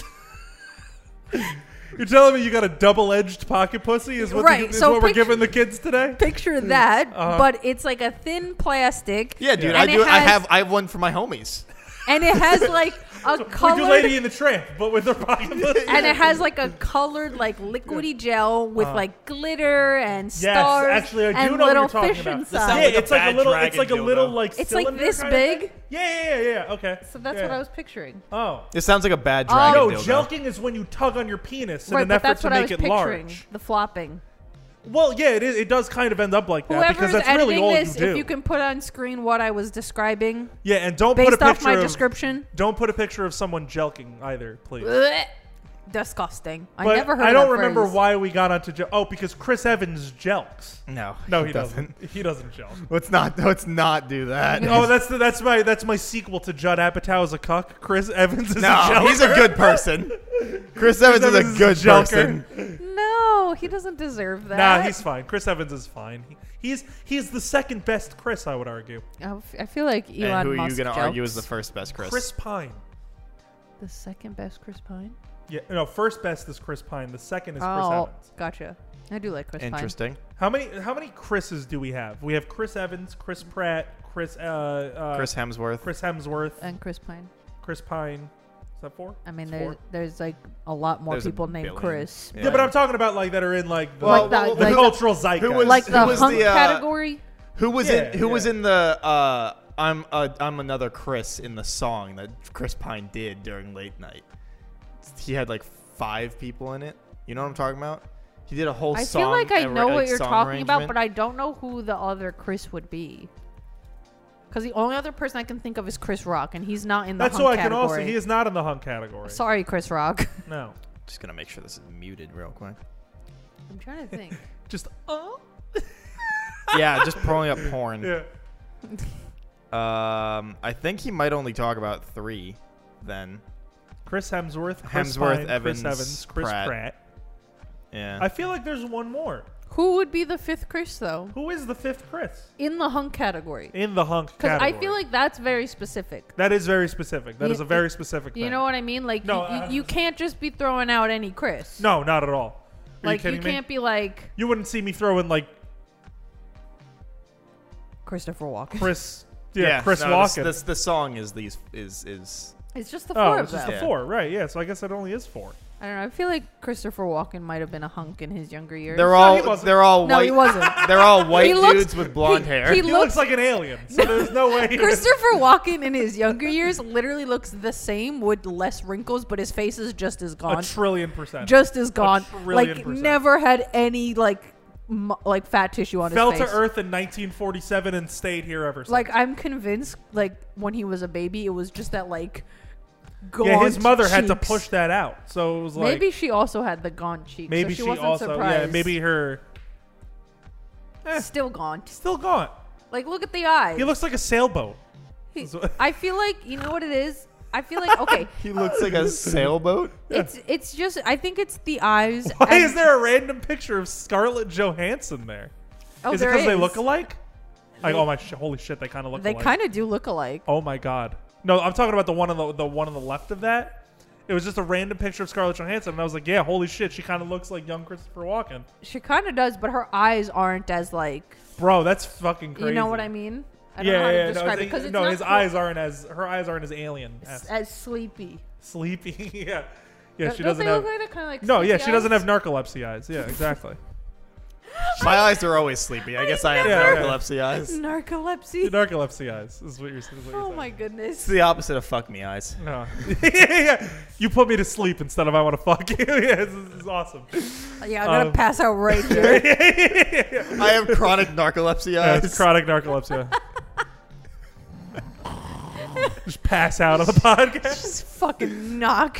You're telling me you got a double-edged pocket pussy is what, the-
Right,
is
so
what we're
picture-
giving the kids today?
Picture that,
Uh-huh.
but it's like a thin plastic.
Yeah, dude.
and
I
it
do. I
has-
have. I have one for my homies.
and it has like a
Like a lady
colored.
in the tramp, but with her pocket pussy.
And it has like a colored, like liquidy gel with like glitter and
Uh-huh. yes,
stars
actually I do
and
know
little
what you're talking
fish
about.
inside.
Yeah,
like a
it's like
bad
a little
dragon
it's like a
dildo.
little like
It's like
cylinder
this
kind of thing?
big.
Yeah, yeah, yeah, yeah. Okay.
so that's what I was picturing.
Oh.
This sounds like a bad
Oh,
dragon
No,
dildo.
jelking is when you tug on your penis in
right,
an
but
effort
that's
to
what I was
make it
picturing.
large.
The flopping.
Well, yeah, it is. It does kind of end up like that because
Whoever's
that's
editing
really all
this,
you do.
if you can put on screen what I was describing
yeah, and don't put a
based
picture
off my
of,
description.
Don't put a picture of someone jelking either, please.
Blech. Disgusting. I
But
never heard.
I
of
don't
that
remember
phrase.
why we got onto jelk. Oh, because Chris Evans jelks.
No,
No, he, doesn't. He doesn't jelk.
Let's not. Let's not do that.
oh, that's the, that's my that's my sequel to Judd Apatow as a cuck. Chris Evans is a
no,
jelker.
he's a good person. Chris Evans is
Evans is
a
a
good
jelker.
person.
No, he doesn't deserve that.
Nah, he's fine. Chris Evans is fine. He, he's he's the second best Chris, I would argue.
I f- I feel like Elon
and who are you
Musk
gonna
jokes.
argue is the first best Chris?
Chris Pine.
the second best Chris Pine?
Yeah, no. First best is Chris Pine. The second is Chris
oh,
Evans.
gotcha. I do like Chris
Interesting.
How many how many Chris's do we have? We have Chris Evans, Chris Pratt, Chris uh, uh
Chris Hemsworth.
Chris Hemsworth,
Pine. And Chris Pine.
Chris Pine. Is that four?
I mean,
It's
there's
four.
there's like a lot more
There's a
people named
billion.
Chris.
Yeah.
Yeah, but I'm talking about like that are in like the,
Well,
Like
well,
the-
the
like-
cultural zeitgeist.
was-
Like
Who
the
was
hunk
the, uh,
category.
Who was
Yeah,
in? Who was
yeah.
in the? Uh, I'm uh, I'm another Chris in the song that Chris Pine did during late night. He had like five people in it. You know what I'm talking about? He did a whole
I
song.
feel like I
and
know
like,
what you're
song
talking about,
arrangement.
but I don't know who the other Chris would be. Because the only other person I can think of is Chris Rock, and he's not in the
That's
hunk
why I can
category.
also. He is not in the hunk category.
Sorry, Chris Rock.
No.
just gonna make sure this is muted real quick.
I'm trying to think.
Just
uh?
oh.
yeah, just pulling up porn.
Yeah.
Um, I think he might only talk about three. Then,
Chris Hemsworth, Chris
Hemsworth,
Pine,
Evans,
Chris Evans, Chris
Pratt.
Pratt.
yeah.
I feel like there's one more.
Who would be the fifth Chris though?
Who is the fifth Chris
In the hunk category.
in the hunk
Because
category?
I feel like that's very specific.
that is very specific. That is
You-
a very specific.
You
thing.
know what I mean? Like
No,
you, you,
I-
you can't just be throwing out any Chris.
No, not at all. Are
like
you
you,
kidding me?
can't be like
You wouldn't see me throwing like
Christopher Walken.
Chris. Yeah, Chris
no,
Walken.
This, this, the song is these is is
It's just the
oh,
four
it's
of
just
them.
the
Yeah.
four, right? Yeah. So I guess it only is four.
I don't know. I feel like Christopher Walken might have been a hunk in his younger years.
They're
he
all
wasn't.
they're all
no,
white.
he wasn't.
They're all white
He looks-
dudes with blonde
he-
hair.
he
He
looks-
looks like an alien, so there's no way. he was-
Christopher Walken in his younger years literally looks the same with less wrinkles, but his face is just as
a
gaunt.
trillion percent.
just as gone.
trillion
Like
percent.
never had any like m- like fat tissue on
fell
his
to
face.
Earth in 1947 and stayed here ever since.
Like I'm convinced, like when he was a baby, it was just that like gaunt.
yeah, his mother had to
cheeks.
push that out, so it was like
maybe she also had the gaunt cheeks.
maybe
so she,
she,
wasn't
also
surprised.
yeah maybe her
still gaunt.
still gone.
Like look at the eyes.
He looks like a sailboat.
He- I feel like you know what it is. I feel like okay,
He looks like a sailboat.
it's it's just I think it's the eyes.
Why
and-
is there a random picture of Scarlett Johansson there?
Oh,
is it
there
because they
is.
look alike? Like oh my sh- holy shit, they kind of look.
They
alike.
kind of do look alike.
Oh my god. No, I'm talking about the one on the the one on the left of that. It was just a random picture of Scarlett Johansson, and I was like, yeah, holy shit, she kind of looks like young Christopher Walken.
She kind of does, but her eyes aren't as like
Bro, that's fucking crazy.
you know what I mean. I don't know how to describe
no,
it because it's
no,
not
his
cool.
eyes aren't as her eyes aren't as alien.
S-
as
as sleepy.
Sleepy, yeah, yeah.
Don't-
She
don't
doesn't
they
have.
look like that kind of like
No, yeah,
sleepy
she doesn't have
eyes?
narcolepsy eyes. Yeah, exactly.
My eyes are always sleepy. I guess I have
Yeah, yeah.
narcolepsy eyes. It's
narcolepsy.
narcolepsy eyes is what you're, is what you're
Oh
saying.
my goodness.
the opposite of fuck me eyes.
No. yeah, you put me to sleep instead of I want to fuck you. yeah, this is this is awesome.
Yeah, I'm gonna
Um,
pass out right here.
I have chronic narcolepsy
Yeah,
eyes.
it's chronic narcolepsy. Just pass out on the podcast.
Just fucking knock.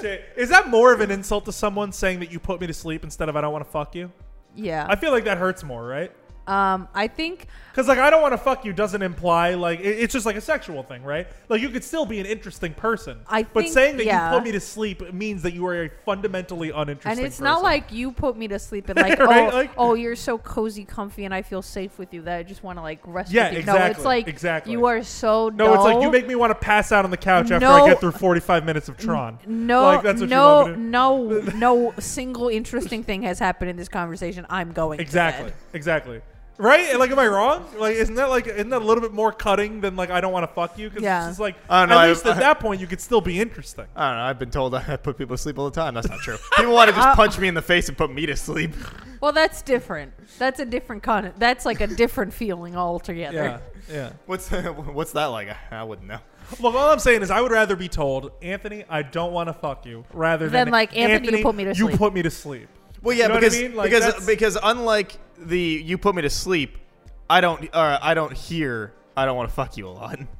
Shit. Is that more of an insult to someone saying that you put me to sleep instead of I don't want to fuck you? I
Yeah.
feel like that hurts more, right?
Um, I think
Because like I don't want to fuck you doesn't imply like it- it's just like a sexual thing, right? Like you could still be an interesting person,
I
but
think-
saying that
yeah.
you put me to sleep means that you are a fundamentally uninteresting.
and it's not
person.
like you put me to sleep and like,
Right?
oh,
Like-
oh, you're so cozy, comfy, and I feel safe with you that I just want to like rest.
Yeah,
with you. No,
exactly,
it's like
exactly.
you are so
no, it's like you make me want to pass out on the couch after I
No.
get through forty-five minutes of Tron.
no,
like that's what you
no,
want me to do.
no, no single interesting thing has happened in this conversation. I'm going to
Exactly,
bed.
exactly. Right? And, Like, am I wrong? Like, isn't that like isn't that a little bit more cutting than like I don't want to fuck you? Because
Yeah.
it's just like
I don't know,
at
I-
least at
I-
that point you could still be interesting.
I don't know. I've been told I put people to sleep all the time. That's not true. People want to
Uh,
just punch me in the face and put me to sleep.
Well, that's different. That's a different con. That's like a different feeling altogether.
Yeah, yeah.
What's what's that like? I- I wouldn't know.
Look, all I'm saying is I would rather be told, Anthony, I don't want to fuck you, rather
Than,
than,
like, Anthony, you put me to
you
sleep."
put me to sleep.
Well, yeah,
You know what I
because
mean? Like,
because uh,
that's-
because unlike the you put me to sleep, I don't uh, I don't hear I don't want to fuck you a lot.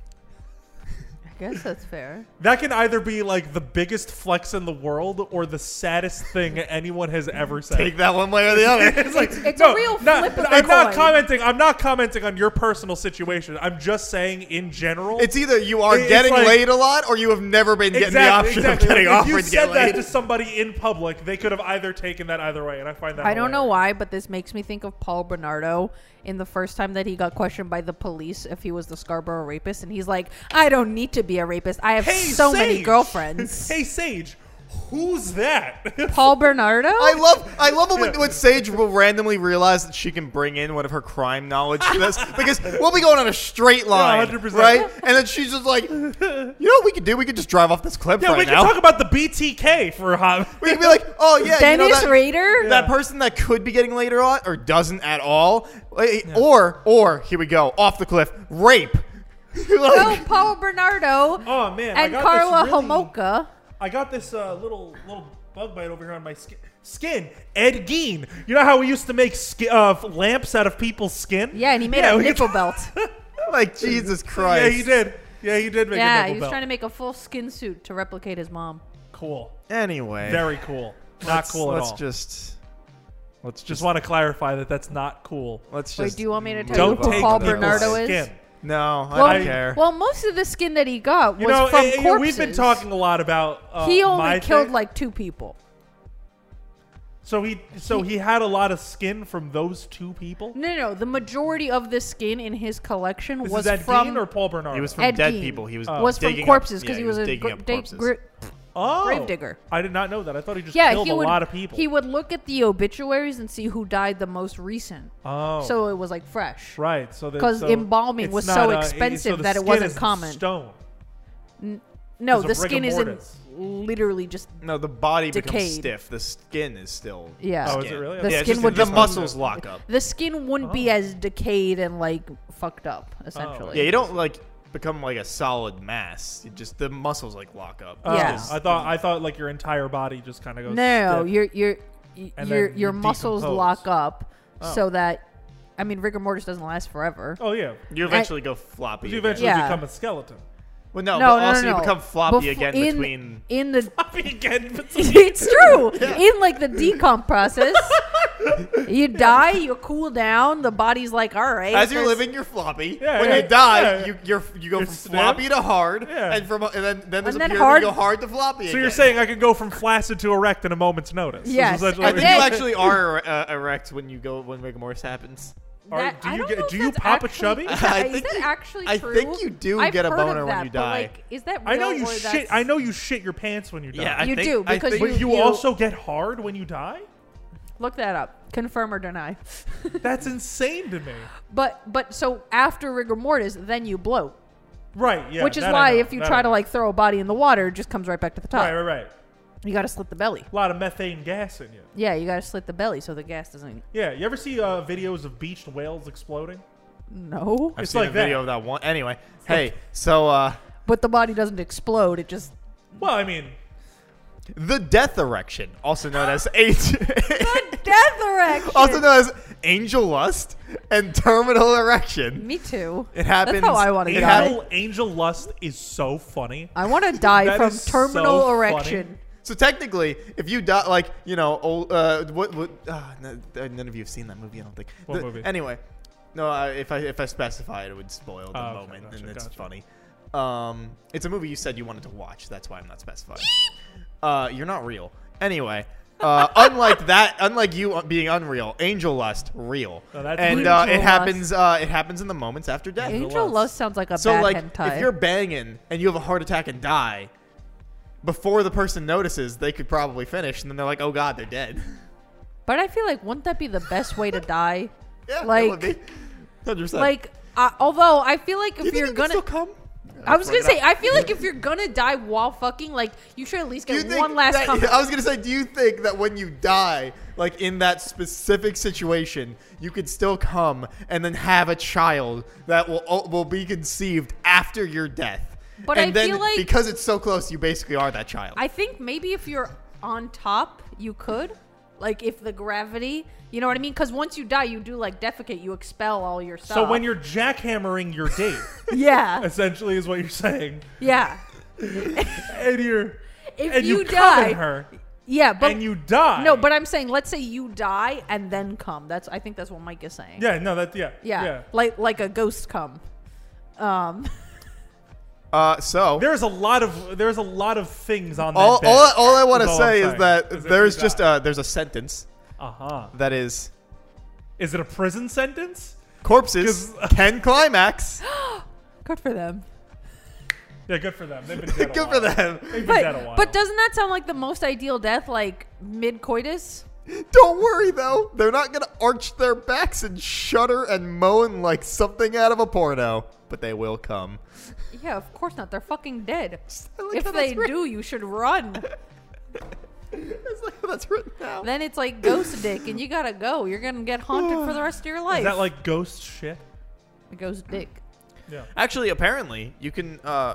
I guess that's fair.
That can either be like the biggest flex in the world or the saddest thing anyone has ever said.
Take that one way or the other.
it's like
It's
no,
a real
not-
flip of the
I'm not
coin.
commenting. I'm not commenting on your personal situation. I'm just saying in general.
It's either you are
It's
getting
like-
laid a lot, or you have never been getting the option
exactly.
of getting
Like, if you
offered to
said
get
that
laid.
to somebody in public, they could have either taken that either way, and I find that
I don't know
hilarious.
why, but this makes me think of Paul Bernardo in the first time that he got questioned by the police if he was the Scarborough rapist, and he's like, "I don't need to be a rapist. I have
Hey,
so many
Sage.
girlfriends."
Hey, Sage, who's that?
Paul Bernardo.
I love I love when, when Sage will randomly realize that she can bring in one of her crime knowledge to this because we'll be going on a straight line,
100%.
right? And then she's just like, you know what we could do? We could just drive off this cliff
Yeah,
right
we can
now.
talk about the BTK for a hot.
we could be like, oh yeah, you know
Dennis
that,
Rader.
that person that could be getting laid a lot or doesn't at all, Like, or or here we go off the cliff, rape.
No,
Like,
Oh, Paul Bernardo.
Oh, man, I
And
got
Carla
this really-
Homoka.
I got this uh, little little bug bite over here on my skin. Skin, Ed Gein. You know how we used to make ski- uh, lamps out of people's skin?
Yeah, and he made a
we could-
nipple belt.
like Jesus
Yeah,
Christ.
he did. Yeah, he did make a
yeah,
nipple
he was
belt.
trying to make a full skin suit to replicate his mom.
cool.
Anyway,
Very cool. Not
let's-
cool at
Let's
all. Just,
just let's just
want to clarify that that's not cool.
let's
Wait,
just.
do you want me to tell
Don't
who
move
take
Paul
on.
people's
Bernardo is?
skin.
No, I
Well,
don't care.
well, most of the skin that he got was
You know,
from
eh, eh,
corpses.
we've been talking a lot about. Uh,
He only
my
killed
thing.
like two people.
So he, so he had a lot of skin from those two people.
No, no, no. The majority of the skin in his collection
This
was
is Ed
from
Gein or Paul Bernardo?
He was from
Ed
dead
Gein.
people. He was
was from
digging up-
corpses because
yeah,
he was, a
digging
gr-
up
dig-
corpses.
gr-
Oh.
Gravedigger.
I did not know that. I thought he just
yeah.
killed
He
a
would
lot of people.
he would look at the obituaries and see who died the most recent.
oh,
So it was like fresh.
right. So that-
'Cause
so
embalming
it's
was
not,
so
uh, it-
expensive
so the
that it
skin
wasn't
isn't
common.
Stone.
No,
It
the
was a
skin
rigor
isn't
mortis.
literally just.
No, the body becomes
Decayed.
stiff. The skin is still.
Yeah. Oh,
is it
skin.
really?
The
yeah, it's
skin
just-
would
the
just-
muscles lock up.
The skin wouldn't be
Oh.
as decayed and like fucked up, essentially.
Yeah, you don't like become like a solid mass. It just the muscles like lock up.
Oh,
Yeah.
I thought I thought like your entire body just kind of goes.
No,
stiff.
your your y-
And
your
then Oh.
your
you
muscles
decompose.
lock up so that I mean rigor mortis doesn't last forever.
Oh yeah,
You eventually go floppy.
you
again.
eventually
Yeah.
become a skeleton.
Well, no,
no,
Oh, but
no,
also
no,
you
no.
become floppy
Befo-
again
in,
between.
in the
again, but
it's true. In like the decomp process, you die, you cool down, the body's like, all right.
As you're
there's-
living, you're floppy.
Yeah,
when
yeah,
you die,
yeah.
you you're, you go
You're
from
stiff.
floppy to hard,
Yeah.
and from and then then there's
And
a
then
period
hard-
where you go hard to floppy.
so
again.
you're saying I could go from flaccid to erect in a moment's notice? is
Yes,
essentially
And
and
what
then
you're
you
then-
saying.
actually are uh, erect when you go when rigor mortis happens.
Are-
that-
do
I
you
don't
get-
know if
do you
that's
pop a
actually-
chubby?
Yeah,
I
is
think
that
you-
actually
I
true?
think you do
I've
get a
heard of
boner when
that,
you
but,
die.
Like, is that
I know
real
you
or
shit.
that's-
I know you shit your pants when you die.
You do, because
I think
but you,
you-
also get hard when you die.
Look that up. Confirm or deny.
That's insane to me.
But but so after rigor mortis, then you bloat,
Right. Yeah.
which is
that I
why
know,
if you
that
try
I
to
know.
like throw a body in the water, it just comes right back to the top.
Right. Right. Right.
You got to slit the belly.
A lot of methane gas in you.
Yeah, you got to slit the belly so the gas doesn't.
Yeah. You ever see uh, videos of beached whales exploding?
No,
I've
It's
seen
like
a
that.
video of that one. Anyway, hey, so uh,
but the body doesn't explode. It just
Well, I mean,
the death erection, also known as H,
death erection.
also known as angel lust and terminal erection.
Me too.
It happens.
That's how I want to
it
die.
happens-
angel, angel lust is so funny.
I want to die
That
from
is so
terminal
funny.
erection.
So technically, if you die, like you know, old, uh, what, what uh, none of you have seen that movie, I don't think.
What
The-
movie?
Anyway, no, I, if I if I specify it, it would spoil the
Oh, okay,
moment,
gotcha,
and it's
gotcha.
funny. Um, it's a movie you said you wanted to watch. That's why I'm not specifying. uh, you're not real. Anyway, uh, unlike that, unlike you uh, being unreal, Angel Lust real,
No, Oh, that's
and
real.
uh, it
Angel
happens. Uh, it happens in the moments after death.
Angel
lust.
lust sounds like a
So
bad
like,
hentai.
if you're banging and you have a heart attack and die, before the person notices, they could probably finish, and then they're like, "Oh God, they're dead."
but I feel like wouldn't that be the best way to die?
yeah,
Like-
hundred percent.
like, uh, although I feel like if
you think
you're
it could
gonna,
still come?
I was
Fuck
gonna
it
say,
up.
I feel like if you're gonna die while fucking, like you should at least
Do you
get
think
one last
that-
come.
I was gonna say, do you think that when you die, like in that specific situation, you could still come and then have a child that will will be conceived after your death?
But
and
I
then
feel like-
because it's so close, you basically are that child.
I think maybe if you're on top, you could. Like if the gravity, you know what I mean? Because once you die, you do like defecate, you expel all your stuff.
So when you're jackhammering your date,
yeah,
essentially, is what you're saying,
yeah.
and you're
If
and you,
you
come
die-
in her
Yeah, but
and you die.
no, but I'm saying let's say you die and then come. That's I think that's what Mike is saying.
yeah, no, that yeah,
yeah. Like like a ghost come. Um
uh, so
There's a lot of there's a lot of things on that.
all,
bed.
all, all I want
Is
to
all
say is
I'm saying,
that
is if
there's
you
just
die.
a, there's a sentence
uh huh.
that is
Is it a prison sentence?
corpses can climax.
good for them.
Yeah, good for them. They've been dead a
Good
while.
for them.
They've been dead a
But
while.
but doesn't that sound like the most ideal death like mid coitus?
Don't worry though, they're not gonna arch their backs and shudder and moan like something out of a porno, but they will come.
Yeah, of course not. They're fucking dead.
I like how
If
that's
they
writ-
do, you should run.
That's like how that's written now.
then it's like ghost dick and you gotta go. You're gonna get haunted for the rest of your life.
is that like ghost shit?
ghost dick?
Yeah.
Actually, apparently, you can. Uh,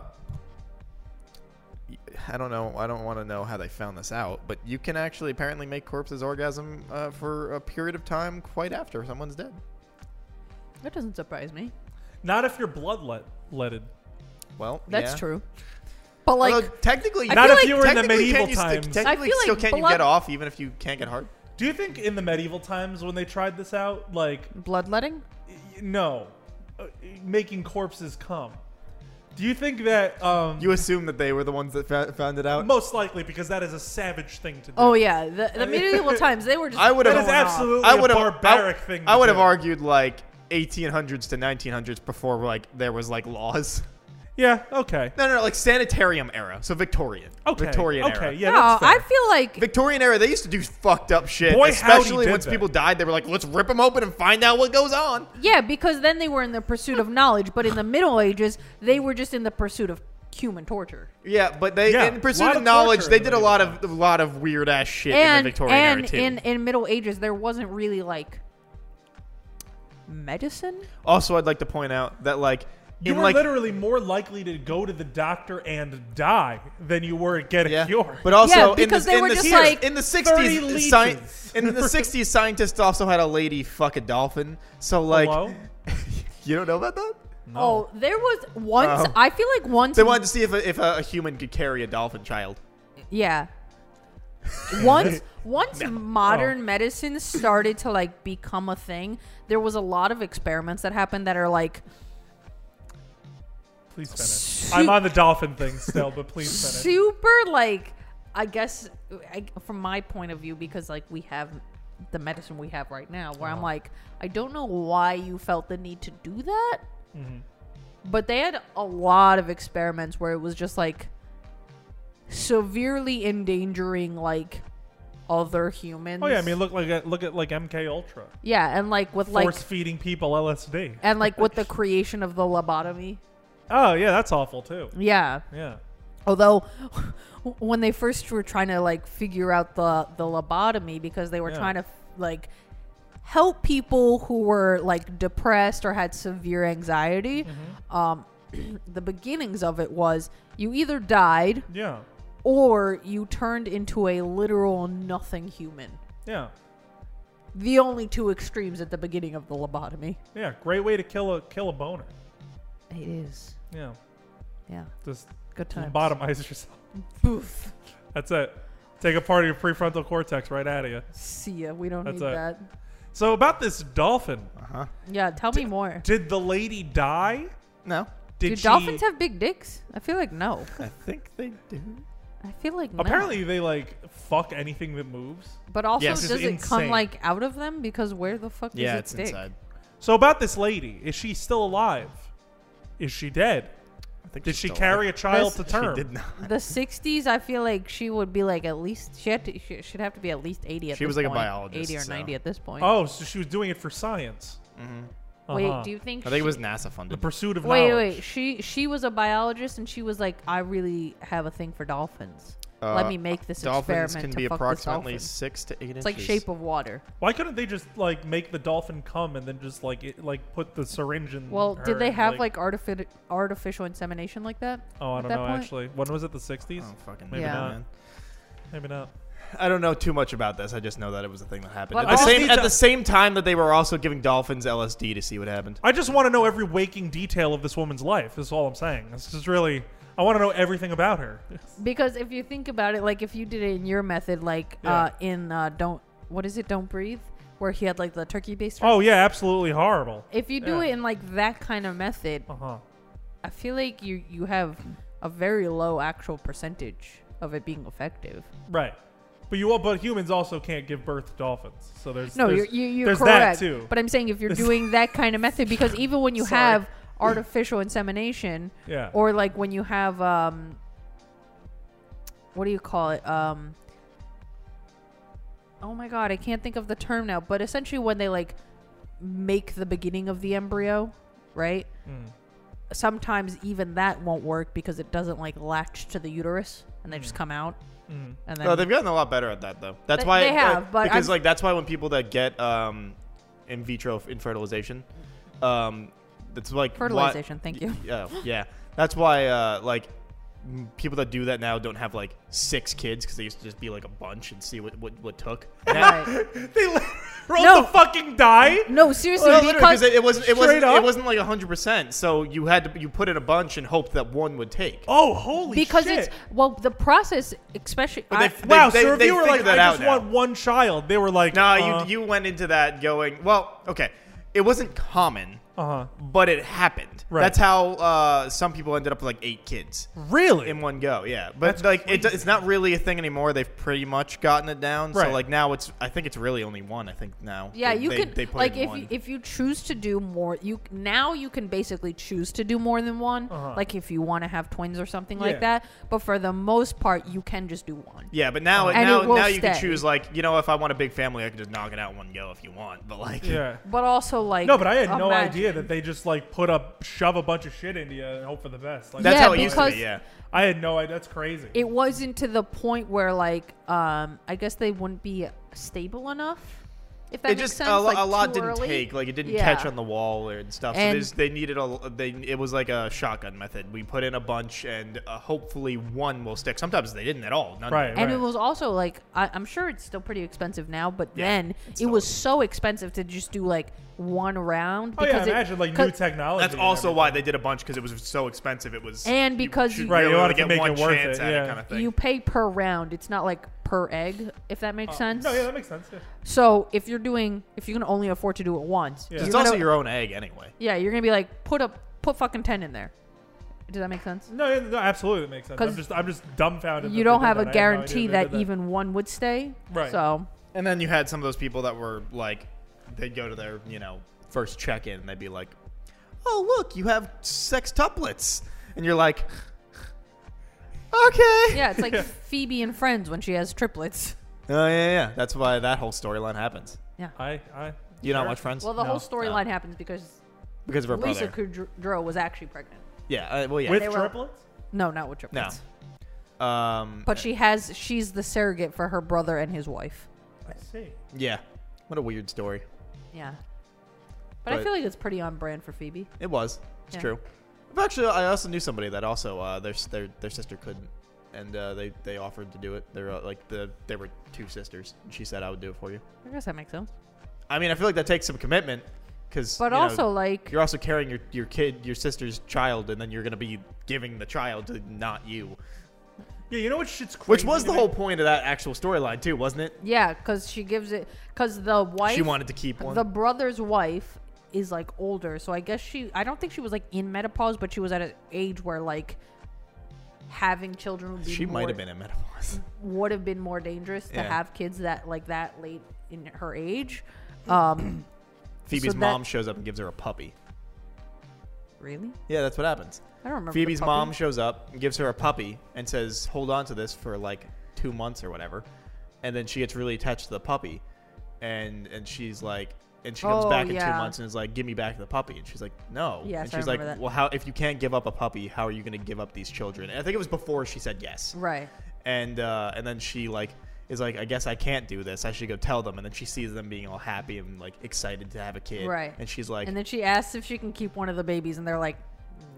I don't know. I don't want to know how they found this out, but you can actually apparently make corpses orgasm uh, for a period of time quite after someone's dead.
That doesn't surprise me.
Not if you're bloodlet letted.
Well,
That's
yeah.
true. But like
Although technically,
I
Not
feel
if
like-
you were in the
technically,
medieval
can't you still-
times.
technically,
I feel
still
like
can't you
blood-
get off even if you can't get hard?
Do you think in the medieval times when they tried this out, like
bloodletting?
y- no, uh, making corpses come? Do you think that um,
You uh, assume that they were the ones that fa- found it out.
most likely because that is a savage thing to do?
Oh yeah, the, the medieval times they were just.
I would
that
have
is
going off.
absolutely
I
a
would have
barbaric
I,
thing.
I
to
would have
do.
argued like 1800s to 1900s before like there was like laws.
Yeah. Okay.
No, no, no like sanitarium era. So Victorian.
Okay.
Victorian
Okay.
era.
Yeah.
No,
That's fair.
I feel like
Victorian era, they used to do fucked up shit.
Boy, howdy
especially
did
once
they.
people died, they were like, let's rip them open and find out what goes on.
yeah, because then they were in the pursuit of knowledge, but in the Middle Ages they were just in the pursuit of human torture.
Yeah, but they
Yeah,
in
lot
pursuit
of
of knowledge,
torture
they
in the
did a lot
medieval
of a lot of weird ass shit in
and
the Victorian
and
era too.
in in Middle Ages there wasn't really like medicine.
also, I'd like to point out that like
You
in
were
like
literally more likely to go to the doctor and die than you were at getting
Yeah.
cured.
But also,
Yeah,
in the-
because they
in
were
the,
just
here-
like-
in the
30
sixties, sci-
leeches.
in the sixties, scientists also had a lady fuck a dolphin. So like,
Hello?
you don't know about that?
Oh, there was once.
Oh.
I feel like once.
They wanted to see if a, if a, a human could carry a dolphin child.
Yeah. once once
Oh.
modern medicine started to like become a thing, there was a lot of experiments that happened that are like
please finish. I'm on the dolphin thing still, but please finish.
super like I guess I, from my point of view because like we have the medicine we have right now
Uh-huh.
where I'm like I don't know why you felt the need to do that.
Mm-hmm.
But they had a lot of experiments where it was just like severely endangering like other humans.
Oh yeah, I mean look like look at like MK Ultra
yeah, and like with like
force feeding people LSD.
and like with the creation of the lobotomy.
Oh yeah, that's awful too.
Yeah.
Yeah.
Although, when they first were trying to like figure out the the lobotomy because they were
Yeah.
trying to like help people who were like depressed or had severe anxiety, um, the beginnings of it was you either died
Yeah.
or you turned into a literal nothing human.
Yeah.
The only two extremes at the beginning of the lobotomy.
Yeah. Great way to kill a kill a boner.
It is,
Yeah.
yeah,
Just
good times.
lobotomize yourself.
Boof.
That's it. Take a part of your prefrontal cortex right out of you.
See ya. We don't
That's
need
it.
that.
So about this dolphin,
Yeah, tell me more.
did the lady die?
No.
Did
Do
she-
dolphins have big dicks? I feel like no.
I think they do.
I feel like no.
Apparently, they like fuck anything that moves.
but also
Yes.
does
This
it
is
come
insane.
like out of them? Because where the fuck
Yeah,
is
it's
its dick?
inside.
So about this lady, is she still alive? Is she dead?
I think
Did
she's
she
still
carry a child
This-
to term?
alive. She did not.
The '60s, I feel like she would be like at least she had to, she should have to be at least 80 at
She
this
was like a
point.
biologist,
80 or
so.
90 at this point.
Oh, so she was doing it for science. Mm-hmm.
Wait, do you think?
uh-huh. I think it
she-
was NASA
the
funded.
pursuit of
Wait,
knowledge?
wait. She she was a biologist, and she was like, "I really have a thing for dolphins. Let
Uh,
me make this
Dolphins
experiment
can
to
be
fuck this
approximately
dolphin."
six to eight inches.
It's like Shape of Water.
Why couldn't they just like make the dolphin come and then just like it, like put the syringe in?
Well,
her
did they
and,
have like, artifici- artificial insemination like that?
Oh, I
at
don't
that
know.
point?
Actually, when was it? The '60s?
I don't fucking
Maybe
Yeah.
know,
not.
man.
Maybe not.
I don't know too much about this. I just know that it was a thing that happened.
But
at the
I
same
need
at
to-
the same time that they were also giving dolphins LSD to see what happened.
I just want to know every waking detail of this woman's life. That's all I'm saying. This is really. I want to know everything about her.
Because if you think about it, like if you did it in your method, like
Yeah.
uh, in uh, don't what is it? Don't breathe, where he had like the turkey baster.
Oh yeah, absolutely horrible.
If you do it
yeah.
in like that kind of method,
Uh huh.
I feel like you you have a very low actual percentage of it being effective.
Right. But you all, but humans also can't give birth to dolphins. So there's
No,
there's,
you're, you, you're
there's
correct.
that too.
But I'm saying if you're
There's-
doing that kind of method, because even when you
Sorry.
have artificial insemination,
yeah.
or like when you have um, what do you call it? Um, oh my god, I can't think of the term now. But essentially, when they like make the beginning of the embryo, right?
Hmm.
Mm.
Sometimes even that won't work because it doesn't like latch to the uterus, and they just
Hmm.
come out.
Mm.
And then
No, they've gotten a lot better at that though. That's
They-
why
they
uh,
have, but
because
I'm-
like that's why when people that get um, in vitro infertilization, um, that's like why-
Fertilization, thank you.
Yeah, yeah. That's why uh, like m- people that do that now don't have like six kids because they used to just be like a bunch and see what what, what took. Now-
Right.
They rolled
No.
the fucking die.
no, seriously,
Well, literally, because
because
it, it wasn't it wasn't
Straight up?
it wasn't like hundred percent. So you had to you put in a bunch and hope that one would take.
Oh holy
because
shit.
it's well the process, especially.
they
I-
f-
wow.
they-
so if
they
you were like,
figured that
I
out
just
now.
want one child, they were like,
No,
uh,
you you went into that going well. Okay, it wasn't common,
Uh-huh.
but it happened.
Right.
That's how uh, some people ended up with like eight kids
Really?
in one go. Yeah, but
That's
like it, it's not really a thing anymore. They've pretty much gotten it down.
Right.
So like now it's I think it's really only one. I think now.
Yeah,
They-
you
they,
can
they put
like
in
if
one.
you, if you choose to do more, you now you can basically choose to do more than one.
Uh-huh.
Like if you want to have twins or something
Yeah.
like that, but for the most part, you can just do one.
yeah, but now
And
now
it will
now you can
stay.
choose like you know if I want a big family I can just knock it out in one go if you want. But like
yeah.
But also like
No, but I had no
imagine-
idea that they just like put up, shove a bunch of shit into you and hope for the best. Like
that's
Yeah,
how it used to
because-
be. Yeah.
I had no idea. That's crazy.
it wasn't to the point where like um I guess they wouldn't be stable enough. If that
it
makes
just
sense,
a, lo-
like,
a lot
too
didn't
early.
take like it didn't
Yeah.
catch on the wall and stuff so
And-
they, just, they needed a they it was like a shotgun method we put in a bunch and uh, hopefully one will stick sometimes they didn't at all none
Right.
And it was also like I, I'm sure it's still pretty expensive now, but
Yeah,
then
it's
it was so expensive to just do like one round.
oh yeah,
because it-
imagine like new
'cause-
technology.
that's
and
also
everything.
why they did a bunch because it was so expensive it was
And because
should
you-
Right,
really
you wanted
only get
to make
one
it worth
chance
it,
at
yeah.
kind of thing
You pay per round. It's not like per egg, if that makes sense.
Uh, No, yeah, that makes sense. Yeah.
So if you're doing, if you can only afford to do it once,
Yeah.
you're
it's
gonna-
also your own egg anyway
yeah, you're gonna be like, put a put fucking ten in there. Does that make sense?
No, yeah, no, absolutely, that makes sense. I'm
'Cause
just, I'm just dumbfounded.
You
that they
don't
did
have
that. I
a
had no
guarantee
idea they
that,
did that
even one would stay.
Right.
So
and then you had some of those people that were like they'd go to their you know first check in and they'd be like oh look you have sextuplets and you're like okay
yeah, it's like Phoebe and Friends when she has triplets.
Oh, yeah, yeah. That's why that whole storyline happens.
Yeah.
I, I.
You don't
sure.
watch Friends
Well, the whole
No.
storyline happens because
because of her
Lisa
brother.
Kudrow was actually pregnant.
yeah. Uh, well, yeah.
With
They were-
triplets?
No, not with
no.
triplets.
Um.
But she has. She's the surrogate for her brother and his wife.
I see.
yeah. What a weird story.
Yeah. But, I
But-
feel like it's pretty on brand for Phoebe.
It was. It's
Yeah.
true. But actually, I also knew somebody that also uh, their their their sister couldn't, and uh, they they offered to do it. They're uh, like the they were two sisters. and She said I would do it for you.
I guess that makes sense.
I mean, I feel like that takes some commitment, because
But also, like,
you're also carrying your your kid, your sister's child, and then you're gonna be giving the child to not you,
Yeah, you know what shit's crazy?
which was the
to me?
whole point of that actual storyline too, wasn't it?
yeah, because she gives it. Because the wife.
She wanted to keep one.
The brother's wife is like older, so I guess she. I don't think she was like in menopause, but she was at an age where like having children would be
she might
more-
have been in menopause.
would have been more dangerous
Yeah.
to have kids that like that late in her age. Um,
Phoebe's
that-
mom shows up and gives her a puppy.
really?
Yeah, that's what happens.
I don't remember. the
Phoebe's
puppy.
mom shows up and gives her a puppy and says, "Hold on to this for like two months or whatever," and then she gets really attached to the puppy, and and she's like, and she comes
Oh,
back in two
yeah.
months and is like, "Give me back the puppy," and she's like, "No,"
Yes,
and
I
she's like,
remember that.
"Well, how if you can't give up a puppy, how are you going to give up these children?" And I think it was before she said yes,
Right.
and uh, and then she like is like, "I guess I can't do this. I should go tell them," and then she sees them being all happy and like excited to have a kid,
Right.
And she's like,
and then she asks if she can keep one of the babies, and they're like,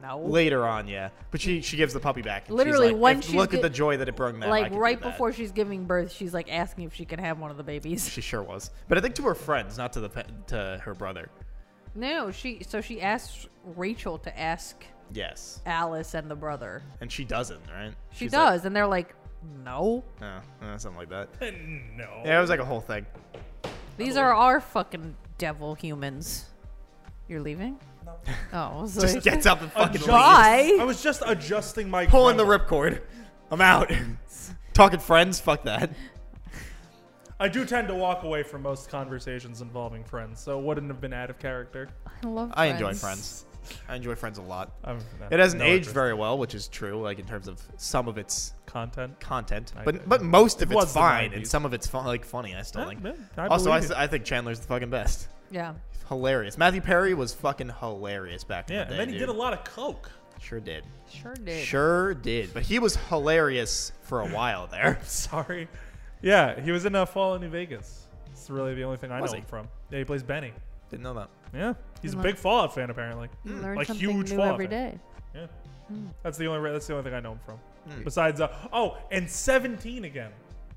"No."
Later on, yeah, but she she gives the puppy back. and she's
Literally,
like,
when
"If-
she's
look at
gi-
the joy that it brought them. I
like
could do
right
that."
before she's giving birth, she's like asking if she can have one of the babies.
she sure was, but I think to her friends, not to the pe- to her brother.
No, she. So she asks Rachel to ask
Yes,
Alice and the brother.
and she doesn't, right?
She
She's
does, and they're like, "No,
Like, oh, uh, something like that.
No.
Yeah, it was like a whole thing.
these are our fucking devil humans." You're leaving?
No.
Oh, I was
Just
like,
gets up and fucking leaves.
I
why?
was just adjusting my.
Pulling the
camera.
ripcord. I'm out. Talking friends, fuck that.
I do tend to walk away from most conversations involving friends, so it wouldn't have been out of character.
I love.
I enjoy friends. I enjoy friends a lot.
I'm, uh, no-
It hasn't
no
aged
interest.
very well, which is true, like in terms of some of its
content.
content,
I-
but but most of
It
it's
was the
fine, and
90s.
some of it's fun, like funny. I still
Yeah,
think.
yeah, I
also, I,
believe
s- I think Chandler's the fucking best.
Yeah.
Hilarious. Matthew Perry was fucking hilarious back in
Yeah,
the day.
and then he
dude.
did a lot of coke.
Sure did.
Sure did.
Sure did. But he was hilarious for a while there.
Sorry. Yeah, he was in uh, Fallout New Vegas. It's really the only thing I
Was
know
he?
him from. Yeah, he plays Benny.
Didn't know that.
Yeah, he's a
Wow.
big Fallout fan apparently.
You learn
Like
something
huge
new
father.
every day.
Yeah, that's the only re- that's the only thing I know him from. Besides, uh, oh, and Seventeen again.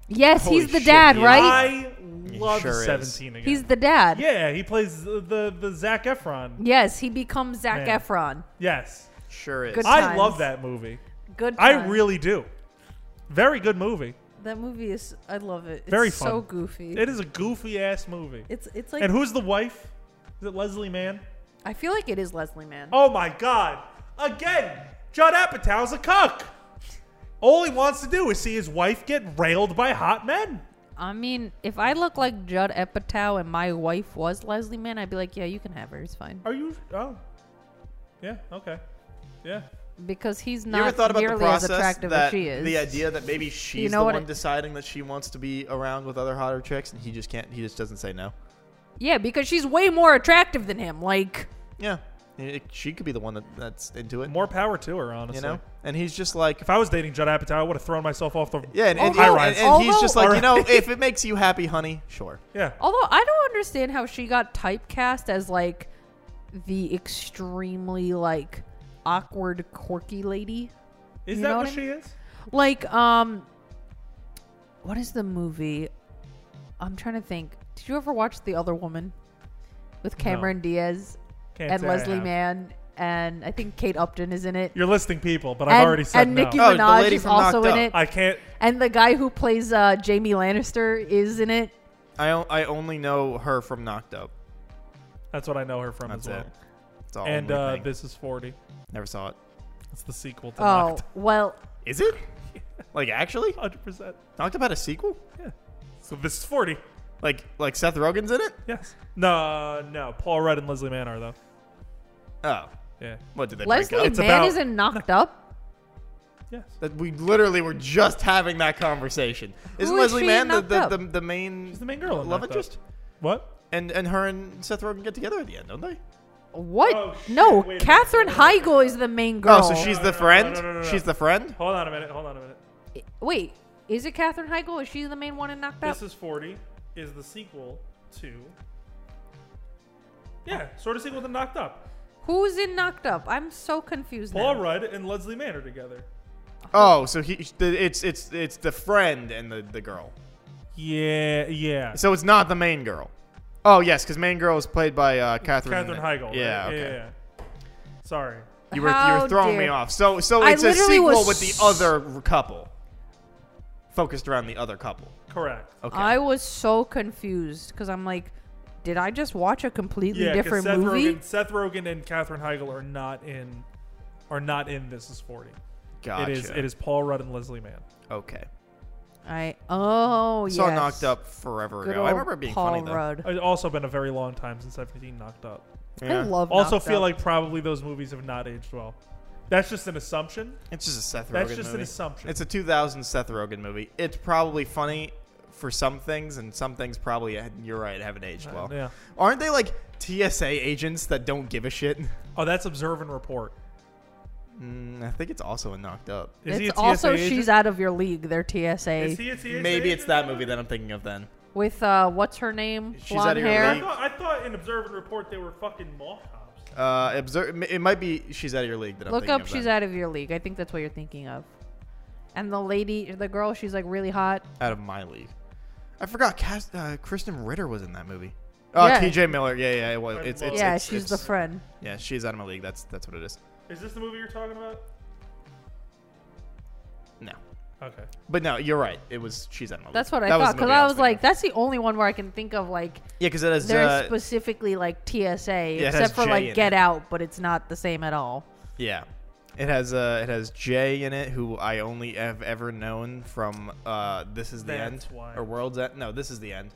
Yes,
Holy
he's the
shit,
dad,
he is.
right?
I love
sure is.
Seventeen again.
He's the dad.
yeah, he plays the the, the Zac Efron.
Yes, he becomes Zach
Man.
Efron.
Yes,
Sure is.
Good-
I
times.
love that movie.
Good.
I
times.
really do. Very good movie.
that movie is. I love it. It's
Very
so
fun.
goofy.
It is a goofy ass movie.
it's it's like
And who's the wife? Is it Leslie Mann?
I feel like it is Leslie Mann.
Oh my god! Again, Judd Apatow's a cuck. All he wants to do is see his wife get railed by hot men.
I mean, if I look like Judd Apatow and my wife was Leslie Mann, I'd be like, yeah, you can have her. It's fine
Are you? Oh, yeah. Okay. Yeah.
because he's
you ever
not
thought about the
nearly as
process
attractive as
that
she is.
the idea that maybe she's
know
the
what
one
it-
deciding that she wants to be around with other hotter chicks, and he just can't. He just doesn't say no.
yeah, because she's way more attractive than him. Like,
Yeah, It- it- she could be the one that, that's into it.
More power to her, honestly.
you know, and he's just like,
If I was dating Judd Apatow, I would have thrown myself off the
yeah, and, and,
high
and-
rise.
and he's just like,
Although-
you know, if it makes you happy, honey, sure.
yeah.
although I don't understand how she got typecast as like the extremely like awkward, quirky lady.
Is
you
that
know
what
what I
she is?
Like, um, what is the movie? I'm trying to think. Did you ever watch The Other Woman with Cameron Diaz
Can't
and
say I
Leslie
have.
Mann? And I think Kate Upton is in it.
You're listing people, but I've
and,
already said
and
no.
Nicki
Oh, the
Minaj
lady
is
from
also
Knocked
in
Up.
it.
I can't.
and the guy who plays uh, Jamie Lannister is in it.
I, o- I only know her from Knocked Up.
That's what I know her from
That's
as well.
it. That's all.
And
only
uh,
thing.
this is forty.
never saw it.
It's the sequel to
Oh,
Knocked.
well,
Is it? Like actually,
Hundred percent.
Knocked Up had a sequel?
Yeah. So this is forty.
Like like Seth Rogen's in it?
Yes. No, no. Paul Rudd and Leslie Mann are though.
Oh,
Yeah.
what did they
Leslie
break up?
Mann
about-
is in Knocked Up.
Yes.
That we literally were just having that conversation. Isn't
Who is
Leslie
she
Mann the,
knocked
the,
up?
the, the main
She's the main girl in
love
that, though.
interest?
What?
And and her and Seth Rogen get together at the end, don't they?
What?
Oh, shit,
no,
wait a minute.
Katherine Heigl is the main girl.
Oh, so she's
No,
the
no, no,
friend.
no, no, no, no.
She's the friend.
Hold on a minute. Hold on a minute.
Wait, is it Katherine Heigl? Is she the main one in Knocked Out?
This is 40 is the sequel to Yeah, sort of sequel to Knocked Up.
Who's in Knocked Up? I'm so confused.
Paul
now.
Rudd and Leslie Mann are together.
Oh, so he it's it's it's the friend and the, the girl.
Yeah, yeah.
So it's not the main girl. Oh yes, because main girl is played by uh, Catherine.
Catherine Heigl.
Yeah,
right?
okay.
yeah, yeah. Sorry.
You were you
How
were throwing
dare-
me off. So so
I
it's a
literally
sequel
was
with the
s-
other couple, focused around the other couple.
Correct.
Okay.
I was so confused because I'm like, did I just watch a completely
Yeah, 'cause
different
Seth
movie?
Rogen, Seth Rogen and Catherine Heigl are not in are not in This Is 40.
gotcha.
It is it is Paul Rudd and Leslie Mann.
Okay.
I oh
Saw
yes.
knocked up forever
Good
ago. I
old
remember it being
Paul
funny though.
Rudd.
It's also been a very long time since I've seen Knocked Up.
Yeah.
I love.
Also
Knocked
feel
Up.
like probably those movies have not aged well. That's just an assumption.
It's just a Seth Rogen
That's just an
movie.
assumption.
It's a 2000 Seth Rogen movie. It's probably funny for some things, and some things probably uh, you're right haven't aged well.
Uh, yeah.
Aren't they like TSA agents that don't give a shit?
Oh, that's observe and report.
Mm, I think it's also a knocked up.
Is he a
it's
TSA
also
agent?
she's out of your league. They're TSA
Is he a TSA
Maybe it's
agent?
that movie that I'm thinking of then.
with uh, what's her name?
She's
Blonde
out of your
hair.
I
league.
thought, I thought in observe and report they were fucking mall cops.
Uh, observe. It might be she's out of your league. That I'm
Look
thinking
up.
of
She's
then.
out of your league. I think that's what you're thinking of. And the lady, the girl, she's like really hot.
out of my league. I forgot. Cas- uh, Kristen Ritter was in that movie. Oh,
Yeah.
T.J. Miller. Yeah, yeah, it was. It's, it's,
yeah,
it's-
she's
it's-
the friend.
Yeah, she's out of my league. That's that's what it is.
Is this the movie you're talking about?
No,
Okay.
but no, you're right. It was she's out of my league.
That's what I
That was
thought
the
because
movie
I was
thinking
like,
of.
that's the only one where I can think of like
Yeah, because it has.
they're
uh,
specifically like TSA,
it has
except for
J in
like Get
it.
Out, but it's not the same at all.
yeah, it has. Uh, it has Jay in it, who I only have ever known from. Uh, this is the
That's
end
why.
or World's End. No, this is the end.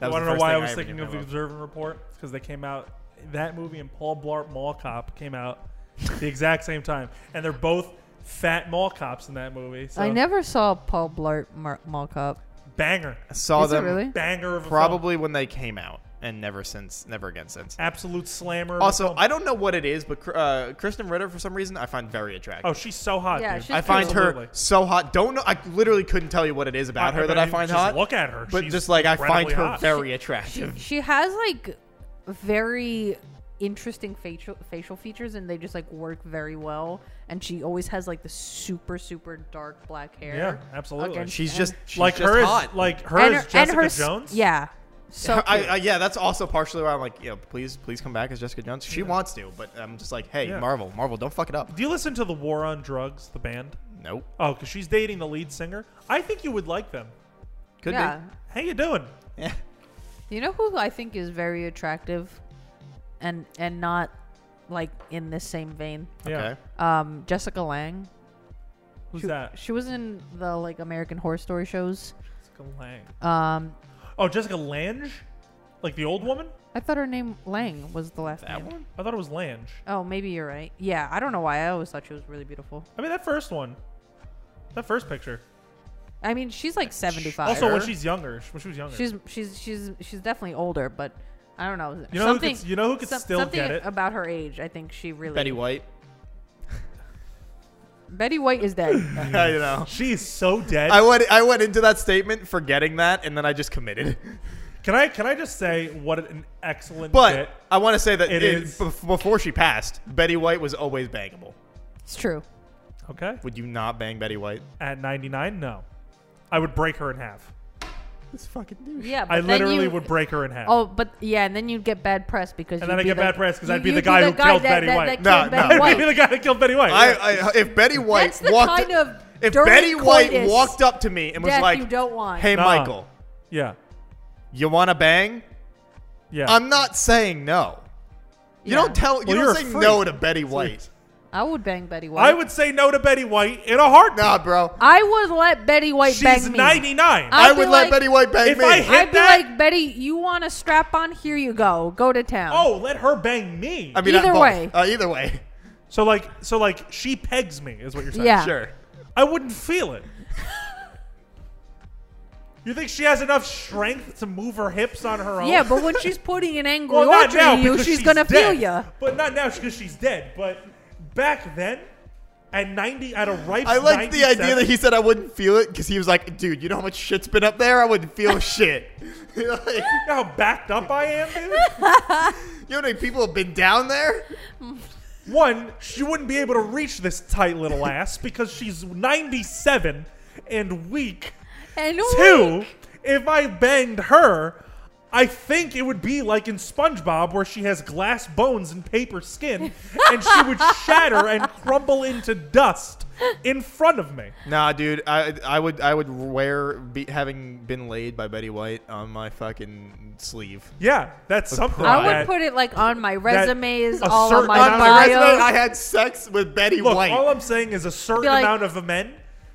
I
That
want
the
to know
first
why I
thing
was
ever
thinking
knew
of the
him
observe and report because they came out that movie and Paul Blart Mall Cop came out the exact same time, and they're both fat mall cops in that movie. So
I never saw Paul Blart Mar- Mall Cop.
banger,
I saw
Is it
them
really?
banger of a film.
probably when they came out, and never since, never again since.
absolute slammer. Oh, of a
Also,
film.
I don't know what it is, but uh, Kristen Ritter, for some reason, I find very attractive.
oh she's so hot.
Yeah,
dude.
she's
I find her
Absolutely.
so hot. Don't know. I literally couldn't tell you what it is about her that I
mean,
find
just
hot.
Look at her,
but
She's
just like I find
incredibly
her
hot.
very
She,
attractive.
she has like very interesting facial facial features, and they just like work very well. And she always has like the super super dark black hair.
Yeah, absolutely.
against-
She's
and-
just she's
like
just
her
hot.
is like her
and
is
her- and
Jessica
her s-
Jones.
Yeah. So
I,
cute.
I, yeah, that's also partially why I'm like, you know, please, please come back as Jessica Jones. She wants to, but I'm just like, hey,
Yeah.
Marvel, Marvel, don't fuck it up.
Do you listen to the War on Drugs, the band?
Nope,
Oh, because she's dating the lead singer. I think you would like them.
could
yeah.
How you doing?
be. Yeah.
You know who I think is very attractive, and and not like in this same vein.
Yeah.
Okay.
Um, Jessica Lang.
Who's
She-
that?
She was in the like American Horror Story shows.
Jessica Lang.
Um,
Oh, Jessica Lange, like the old woman.
I thought her name Lang was the last
That
name.
one.
I thought it was Lange.
Oh, maybe you're right. Yeah, I don't know why. I always thought she was really beautiful.
I mean, that first one, that first picture.
I mean, she's like 75.
Also, when
Her?
she's younger, when she was younger.
she's she's she's she's definitely older, but I don't know.
you know who
something
could, you know who could
some-
still
something
get it.
about her age. I think she really
Betty White.
Betty White is dead.
Mm.
I don't know.
She's so dead.
I went, I went into that statement forgetting that, and then I just committed.
can I can I just say what an excellent
But
bit?
I want to say that
It
in-
is-
bef- before she passed, Betty White was always bangable.
it's true.
Okay.
Would you not bang Betty White?
At 99, no, I would break her in half.
This fucking dude.
Yeah, but
I
then
literally
you-
would break her in half.
Oh, but yeah, and then you'd get bad press because
And
you'd
then I'd
be
get
the-
bad press 'cause I'd
you-
be the
you'd
guy who
that-
killed Betty
that-
White.
No,
that killed
no.
Betty
I'd be
White.
the guy that killed Betty White.
I,
yeah.
I, if Betty White
That's the
walked,
kind of
if
dirty
Betty White
coitus
walked up to me and was
death
like,
you don't want.
"Hey,
Nuh-uh.
Michael,
yeah.
you want to bang?"
Yeah.
I'm not saying no. You
Yeah.
don't tell. You
Well,
don't
you're
say
a freak.
no to Betty White.
I would bang Betty White.
I would say no to Betty White in a heartbeat.
Nah, bro.
I would let Betty White
She's
bang me.
99.
I'd
I
be
would
like-
let Betty White bang
If
me.
I hit-
I'd be
that-
like, Betty, you want a strap on? Here you go. Go to town.
oh, let her bang me.
I mean, not
Either
both.
way.
Uh, either way.
So like so like she pegs me is what you're saying.
Yeah.
Sure.
I wouldn't feel it. you think she has enough strength to move her hips on her own?
Yeah, but when she's putting an angry
well, not
order
now
at you,
because
she's, gonna feel
dead.
you.
But not now because she's dead. But back then, at ninety, at a ripe.
I like the
97
idea that he said I wouldn't feel it because he was like, dude, you know how much shit's been up there? I wouldn't feel shit. like,
You know how backed up I am, dude.
you know how many people have been down there?
One, she wouldn't be able to reach this tight little ass because she's 97 and weak.
And
Two, if I banged her, I think it would be like in SpongeBob where she has glass bones and paper skin and she would shatter and crumble into dust in front of me.
Nah, dude, I I would I would wear be, having been laid by Betty White on my fucking sleeve.
Yeah, that's something.
I would
that-
put it like on my resumes,
a
all
certain
of my
on
amount of-
my
bios.
resume, I had sex with Betty
Look,
White.
all I'm saying is a certain
Be like-
amount of men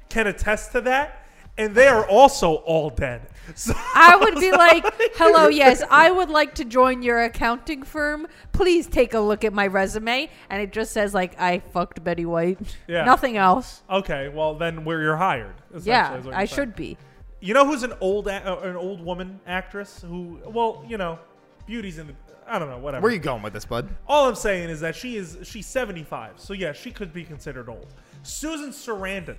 can attest to that, and they are also all dead. So
I would be like, "Hello, yes, I would like to join your accounting firm. Please take a look at my resume." And it just says like, "I fucked Betty White."
Yeah.
Nothing else.
Okay, well then where you're hired. essentially,
Yeah,
is what you're
I
saying.
should be.
You know who's an old a- uh, an old woman actress who well, you know, beauty's in the I don't know, whatever.
Where are you going with this, bud?
All I'm saying is that she is she's 75. So yeah, she could be considered old. Susan Sarandon.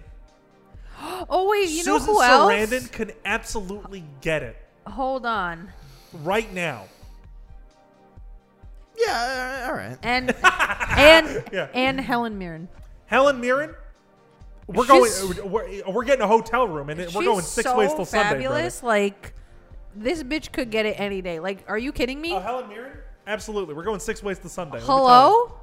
Oh wait, you
Susan
know who
Sarandon
else?
could absolutely get it
Hold on.
right now. uh,
Yeah, all right.
And and
Yeah.
and Helen Mirren.
Helen Mirren we're
She's-
going. We're, we're getting a hotel room, and it- we're
She's
going six
so
ways till Sunday. brother.
fabulous. Like this bitch could get it any day. Like, are you kidding me?
Oh, Helen Mirren? Absolutely, we're going six ways to Sunday. let me tell you.
Hello?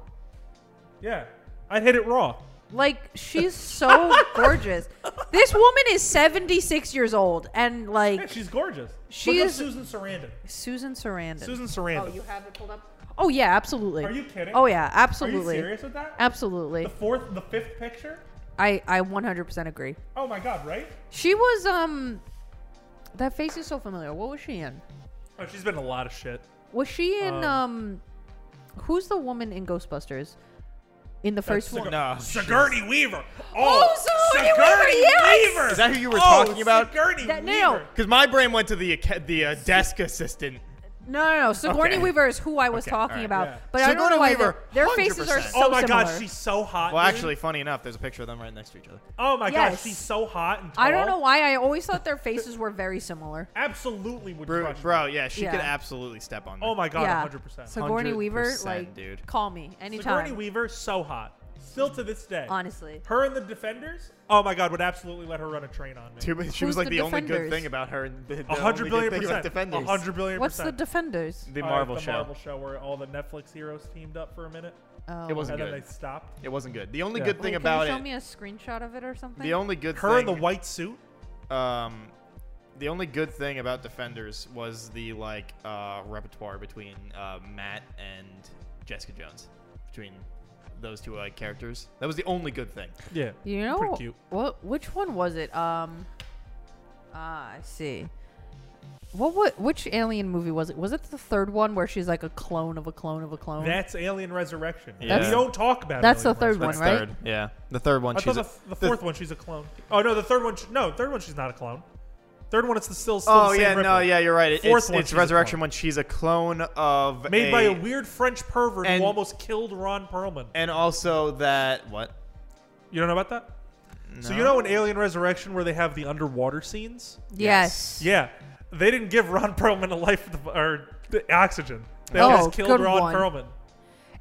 Yeah, I'd hit it raw.
Like she's so gorgeous. This woman is 76 years old and
Yeah,
like
she's gorgeous.
She
Look up
is- Oh,
Susan Sarandon.
Susan Sarandon.
Susan Sarandon.
have it pulled up? Oh yeah, absolutely.
Are you kidding?
Oh yeah,
Are you
absolutely.
serious with that?
Absolutely.
The fourth, the fifth picture.
I I 100% agree.
Oh my god! Right?
She was um that face is so familiar. What was she in?
Oh, she's been in a lot of shit.
Was she in
Um,
um, who's the woman in Ghostbusters? In
Uh,
the first one.
No.
Sigourney Weaver.
Oh, Sigourney Weaver, yes!
Is that who you were talking about?
Oh, Sigourney
That- no.
Weaver.
Because my brain went to the aca- the uh, desk assistant.
No, no, no. Sigourney
Okay.
Weaver is who I was
Okay,
talking
alright.
about.
Yeah.
But I don't know
Sigourney
why
Weaver,
their, their faces are
100%.
so
Oh my
similar.
god, she's so hot.
Well,
dude.
actually, funny enough, there's a picture of them right next to each other.
Oh my gosh,
Yes.
she's so hot and tall.
I don't know why I always thought their faces were very similar.
Absolutely would
Bro,
crush me.
bro yeah, she
Yeah.
could absolutely step on.
Oh my god,
yeah,
100%.
Sigourney Weaver,
100%,
like,
dude.
call me anytime.
Sigourney Weaver, so hot. Still to this day.
Honestly.
Her and the Defenders, oh my god, would absolutely let her run a train on me.
Too bad she
Who's
was like
the
the, only good
Defenders?
thing about her. and The, the
A hundred
only
billion
good thing about
percent.
Defenders.
A hundred billion
What's the
percent.
Defenders?
The
Uh,
Marvel
the
show.
Marvel show where all the Netflix heroes teamed up for a minute
Oh.
It wasn't
and then
good.
they stopped.
It wasn't good. The only
Yeah.
good
Wait,
thing
can
about
you show
it.
me a screenshot of it or something?
The only good
Her in
thing.
the white suit.
um, the only good thing about Defenders was the like uh, repertoire between uh, Matt and Jessica Jones, between those two like characters. That was the only good thing.
Yeah.
You know
Pretty cute.
what? Which one was it? Um, ah, I see. What, what? Which alien movie was it? Was it the third one where she's like a clone of a clone of a clone?
That's Alien Resurrection.
That's-
We don't talk about
that's
Alien
the third
Resurrection.
One, right?
third. Yeah, the third one.
I
she's
thought the,
a-
f- the fourth one she's a clone. Oh no, the third one. She, no, third one she's not a clone. Third one it's the still. still
Oh
the same
yeah, no,
Ripley.
yeah, you're right. It,
Fourth
it's,
one,
it's
she's a
Resurrection
clone.
when she's a clone of
Made
a,
by a weird French pervert
and-
who almost killed Ron Perlman.
and also that what?
You don't know about that? So you know in Alien Resurrection where they have the underwater scenes?
yes.
Yeah, they didn't give Ron Perlman a life or the oxygen. They
Oh,
just killed
good
Ron
one.
Perlman.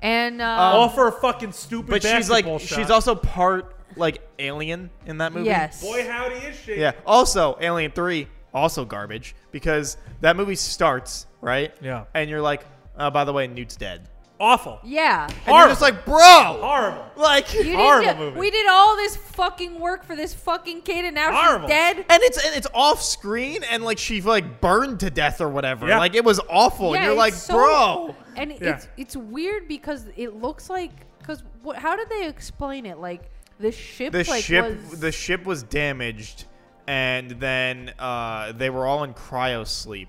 And uh,
All for a fucking
Um,
stupid.
But she's like
basketball shot.
she's also part like alien in that movie.
yes.
boy. Howdy is she?
Yeah. Also, Alien 3 also garbage because that movie starts, right?
Yeah.
And you're like, oh, by the way, Newt's dead.
Awful.
yeah.
And you're just like, bro.
Horrible.
Like
You
horrible
didn't,
movie.
We did all this fucking work for this fucking kid, and now
Horrible.
she's dead.
and it's and it's off screen and like she like burned to death or whatever.
Yeah.
Like it was awful.
Yeah,
and you're like,
it's so-
bro.
And it's it's weird because it looks like because wh- how did they explain it? Like the ship,
The
like
ship
was,
the ship was damaged and then uh, they were all in cryo sleep.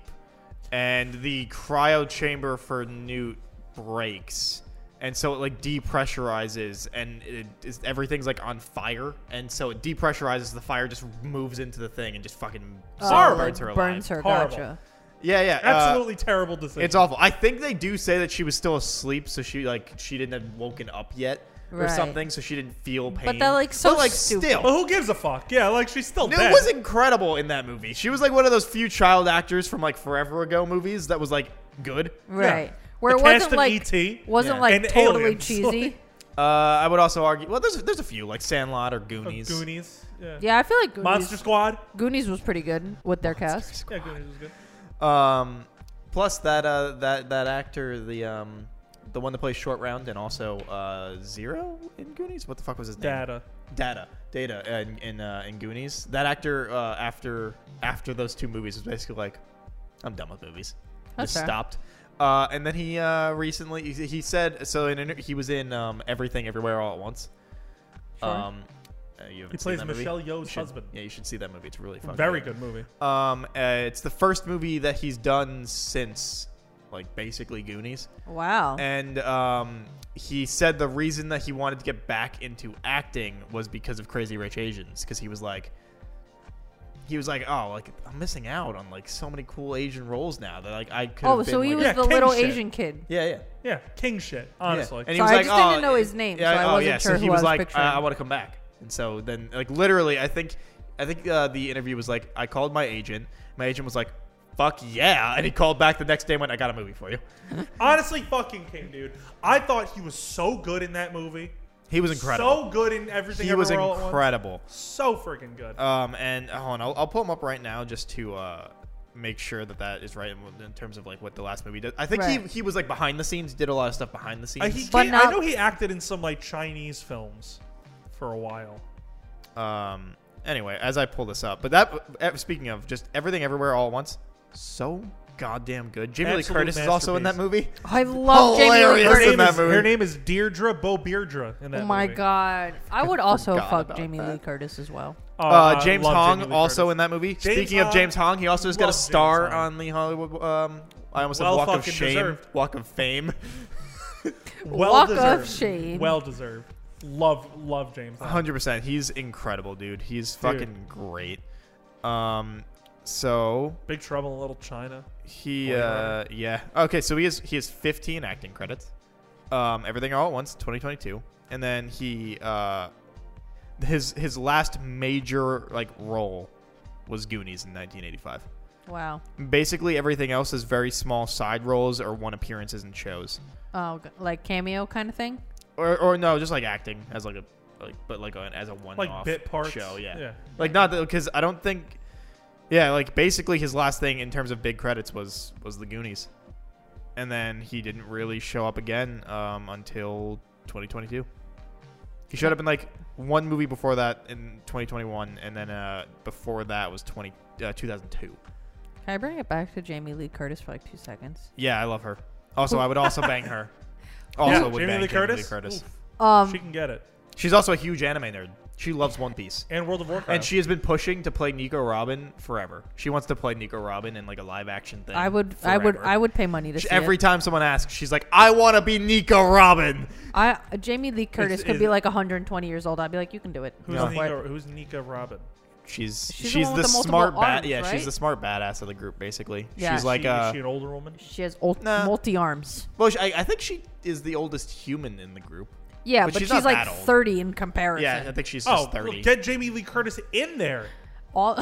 And the cryo chamber for Newt breaks. and so it like depressurizes and it is, everything's like on fire and so it depressurizes the fire just moves into the thing and just fucking
Oh,
burns her alive.
burns her,
Horrible.
gotcha.
yeah yeah uh,
Absolutely terrible decision.
it's awful. I think they do say that she was still asleep, so she like she didn't have woken up yet or
Right.
something, so she didn't feel pain.
But they're like so
But, like
stupid.
still.
Well, who gives a fuck? Yeah, like she's still dead.
It was incredible in that movie. She was like one of those few child actors from like forever ago movies that was like good.
Right.
Yeah.
Where
The
it
cast
wasn't
of E
like
E.T.
wasn't
Yeah.
like
and
totally
Aliens.
cheesy.
Like-
Uh, I would also argue. Well, there's there's a few like Sandlot or Goonies.
Goonies. Yeah.
yeah, I feel like Goonies,
Monster Squad.
Goonies was pretty good with their cast.
Yeah, Goonies was good.
Um, plus that uh that that actor the um the one that plays Short Round and also uh Zero in Goonies. What the fuck was his name?
Data.
Data, Data, and in uh, in Goonies. That actor uh, after after those two movies was basically like, I'm done with movies.
That's
Just
fair.
stopped. Uh, and then he uh, recently he, he said so. In an inter- he was in um, Everything Everywhere All at Once.
Sure.
Um, uh, you haven't seen
He plays
that
Michelle
movie? You
Yeoh's
should-
husband.
Yeah, you should see that movie. It's really fun.
Very good movie.
Um, uh, it's the first movie that he's done since like basically Goonies
Wow.
and um, he said the reason that he wanted to get back into acting was because of Crazy Rich Asians, because he was like, he was like, oh, like I'm missing out on like so many cool Asian roles now that like I could.
oh, so he was
Yeah,
the
kid
little
shit.
Asian kid.
Yeah, yeah.
Yeah, king shit.
yeah.
Honestly.
And
So I just didn't know his name, so I
oh,
wasn't
yeah.
sure
so he
who I
was,
was
like,
picturing.
I, I want to come back. And so then, like, literally, I think, I think uh, the interview was like, I called my agent. My agent was like, fuck yeah, and he called back the next day and went, I got a movie for you.
Honestly, fucking king, dude. I thought he was so good in that movie.
He was incredible.
So good in everything.
he was
Everywhere All at Once.
incredible.
So freaking good.
Um, and hold on, I'll, I'll pull him up right now just to uh, make sure that that is right in, in terms of like what the last movie did. I think he,
Right.
he was like behind the scenes, did a lot of stuff behind the
Uh,
scenes.
he
But
can't-
now-
I know he acted in some like Chinese films for a while.
um, anyway, as I pull this up, but that eh, speaking of just everything everywhere all at once, so goddamn good. Jamie Lee
Absolute
Curtis is also in that movie.
I love Jamie Lee
Hilarious.
Her
Curtis
Curtis.
in
name,
that
is,
movie.
her name is Deirdre Bo Beardra in that
Oh my
movie.
god. I would also
forgot
fuck
about
Jamie
that.
Lee Curtis as well.
Uh,
Uh,
I
James
love
Hong
Jamie Lee
also
Curtis.
in that movie.
James
Speaking
Hong-
of James Hong, he also just got a
Love James
star
Hong.
on the Hollywood. Um, I almost
Well
said Walk of
fucking
Shame,
deserved.
Walk of Fame.
well
Walk of
deserved.
Shame.
Well deserved. Love, love James. Hong.
hundred percent. He's incredible, dude. He's fucking great. Um, so
Big Trouble in Little China.
he,
Boy,
uh, yeah. Okay, so he has he has fifteen acting credits. Um, everything all at once, twenty twenty two, and then he, uh, his his last major like role was Goonies in nineteen eighty five.
Wow.
Basically, everything else is very small side roles or one appearances in shows,
Oh, g- like cameo kind of thing.
or or no, just like acting as like a like but like a, as a one
Like bit parts.
show. Yeah.
yeah.
like not because I don't think. Yeah, like basically his last thing in terms of big credits was was the Goonies, and then he didn't really show up again um, until 2022. He showed up in like one movie before that in 2021, and then uh, before that was 20 uh, 2002.
Can I bring it back to Jamie Lee Curtis for like two seconds?
Yeah, I love her. Also, I would also bang her. Also,
Yeah,
would
Jamie
bang
Lee
Jamie
Curtis? Oof.
Um,
She can get it.
She's also a huge anime nerd. She loves One Piece.
And World of Warcraft.
And she has been pushing to play Nico Robin forever. She wants to play Nico Robin in like a live action thing.
I would, I would,
forever.
I would pay money to see
She- every
it.
time someone asks, she's like, "I want to be Nico Robin."
I Jamie Lee Curtis could
is-
be like 120 years old. I'd be like, you can do it.
who's,
No.
Nika, who's Nika Robin?
She's
She's the
she's,
one
the,
with the multiple
smart bat.
arms,
Yeah,
right?
she's the smart badass of the group, basically.
Yeah.
She's like,
she,
uh,
is she an older woman?
She has old,
Nah.
multi arms.
well, she, I, I think she is the oldest human in the group.
Yeah, but,
But she's
she's,
not
like
that old.
30 in comparison.
Yeah, I think she's
Oh,
just thirty.
get Jamie Lee Curtis in there.
All,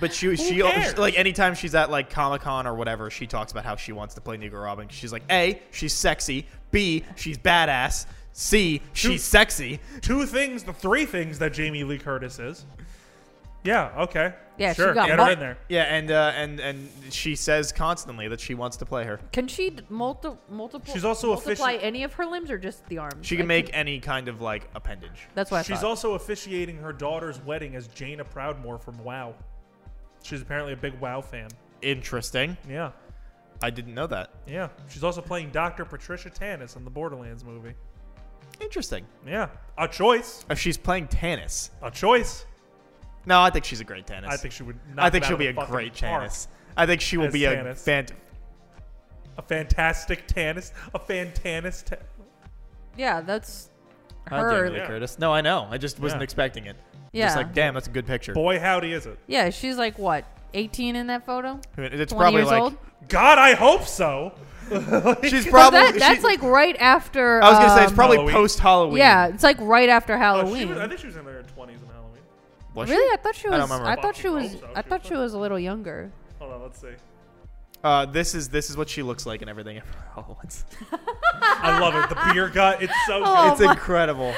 But she she
cares?
like anytime she's at like Comic Con or whatever, she talks about how she wants to play Nico Robin. She's like, A, she's sexy. B, she's badass. C,
Dude.
she's sexy.
Two things, the three things that Jamie Lee Curtis is. Yeah, okay.
Yeah, she
sure.
got
get
mu-
her in there.
Yeah, and uh, and and she says constantly that she wants to play her.
can she d- multi, multiple?
She's also
multiply
efficient-
any of her limbs or just the arms.
She can
Like,
make any kind of like appendage.
That's why
She's
I thought.
also officiating her daughter's wedding as Jana Proudmore from WoW. She's apparently a big WoW fan.
Interesting.
Yeah,
I didn't know that.
yeah. She's also playing Dr. Patricia Tanis in the Borderlands movie.
Interesting.
Yeah, a choice.
If she's playing Tannis,
A choice.
no, I think she's a great Tannis.
I think she would. Knock
I think
it out
she'll
of
be
the
a
fucking
great
park.
Tannis. I think she will
As
be a
Tannis.
fant.
A fantastic Tanis. A fantanis. Ta-
Yeah, that's
How dare
her.
you,
Yeah.
Curtis? No, I know. I just wasn't
Yeah.
expecting it.
Yeah.
Just like, damn, that's a good picture.
Boy, howdy is it.
yeah, she's like what, 18 in that photo?
I mean, It's
20
probably
years
like
old?
God, I hope so.
she's
But
probably.
that, that's
she-
like right after.
I was gonna say it's
um,
probably
Halloween.
post Halloween.
Yeah, it's like right after
Oh, she
Halloween.
was, I think she was in her 20s in Halloween.
really, I thought she
I don't
was.
remember.
I, thought she
Fucking
was.
hope so.
I
She
thought
was
she was a little younger.
Hold on, let's see.
Uh, this is this is what she looks like and everything. Oh, it's
I love it. The beer gut, it's so
Oh.
it's incredible.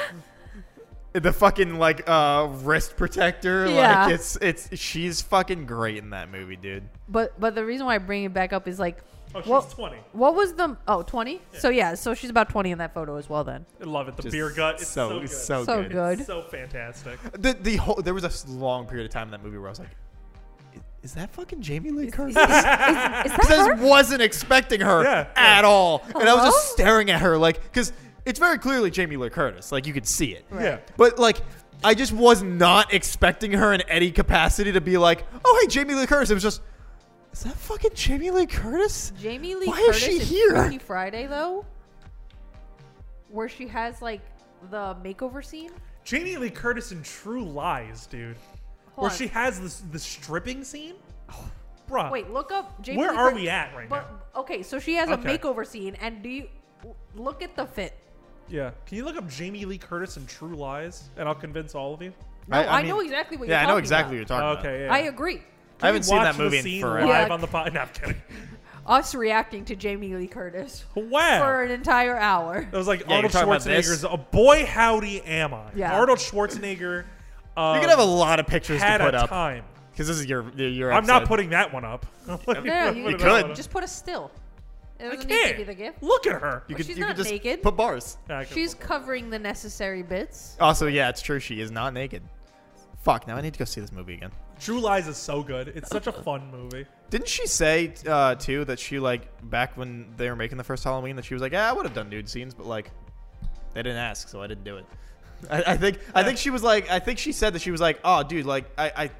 The fucking like uh wrist protector,
Yeah.
like it's it's she's fucking great in that movie, dude.
But but the reason why I bring it back up is like,
good. Oh, she's
Well-
20.
what was the? Oh, 20? So yeah, so she's about 20 in that photo as well. Then
I love it. The
Just
beer gut, it's so,
so
good.
so,
So
good.
good.
It's so fantastic.
The the whole there was a s- long period of time in that movie where I was like, "I- is that fucking Jamie Lee Curtis?
is that
Because I
her?
just wasn't expecting her
Yeah,
at all, and I was just
Hello?
staring at her like because it's very clearly Jamie Lee Curtis, like you could see it.
Yeah.
But like, I just was not expecting her in any capacity to be like, oh hey, Jamie Lee Curtis. It was just, is that fucking Jamie Lee Curtis?
Jamie Lee
Why is
Curtis
she
in
here?
Freaky Friday though, where she has like the makeover scene.
Jamie Lee Curtis in True Lies,
Hold
dude. where
on. Oh.
she has this the stripping scene? Bruh.
Wait, look up. Jamie
where
Lee
are
Curtis-
we at right
But
now?
okay, so she has
Okay.
a makeover scene, and do you look at the fit?
Yeah. Can you look up Jamie Lee Curtis in True Lies? And I'll convince all of you.
No, I, know exactly what
Yeah,
you're
I know
talking
exactly
about.
what you're talking about.
Okay, yeah.
I agree.
I haven't seen
Watch
that movie
the scene
in forever.
live
Yeah.
on the pod. No, I'm kidding.
Us reacting to Jamie Lee Curtis
Wow.
for an entire hour.
It was like
Yeah,
Arnold
you're talking about this?
Schwarzenegger's. A boy, howdy, am I?
Yeah.
Arnold Schwarzenegger. Um,
You're gonna have a lot of pictures to
had
put
a
up
time.
because this is your your.
I'm not
episode.
putting that one up. I'm not
No, no,
putting
you
that
could.
one up.
Just put a still. It
I
doesn't need to be the
can't.
gift.
Look at her.
You
Well,
could,
she's
you
not
could just
naked.
put bars.
Yeah, I could-
She's covering the necessary bits.
Also, yeah, it's true. She is not naked. Fuck. Now I need to go see this movie again.
True Lies is so good. It's such a fun movie.
Didn't she say uh, too that she like back when they were making the first Halloween that she was like, yeah, I would have done nude scenes, but like they didn't ask, so I didn't do it. I, I think I think she was like I think she said that she was like, oh, dude, like I I,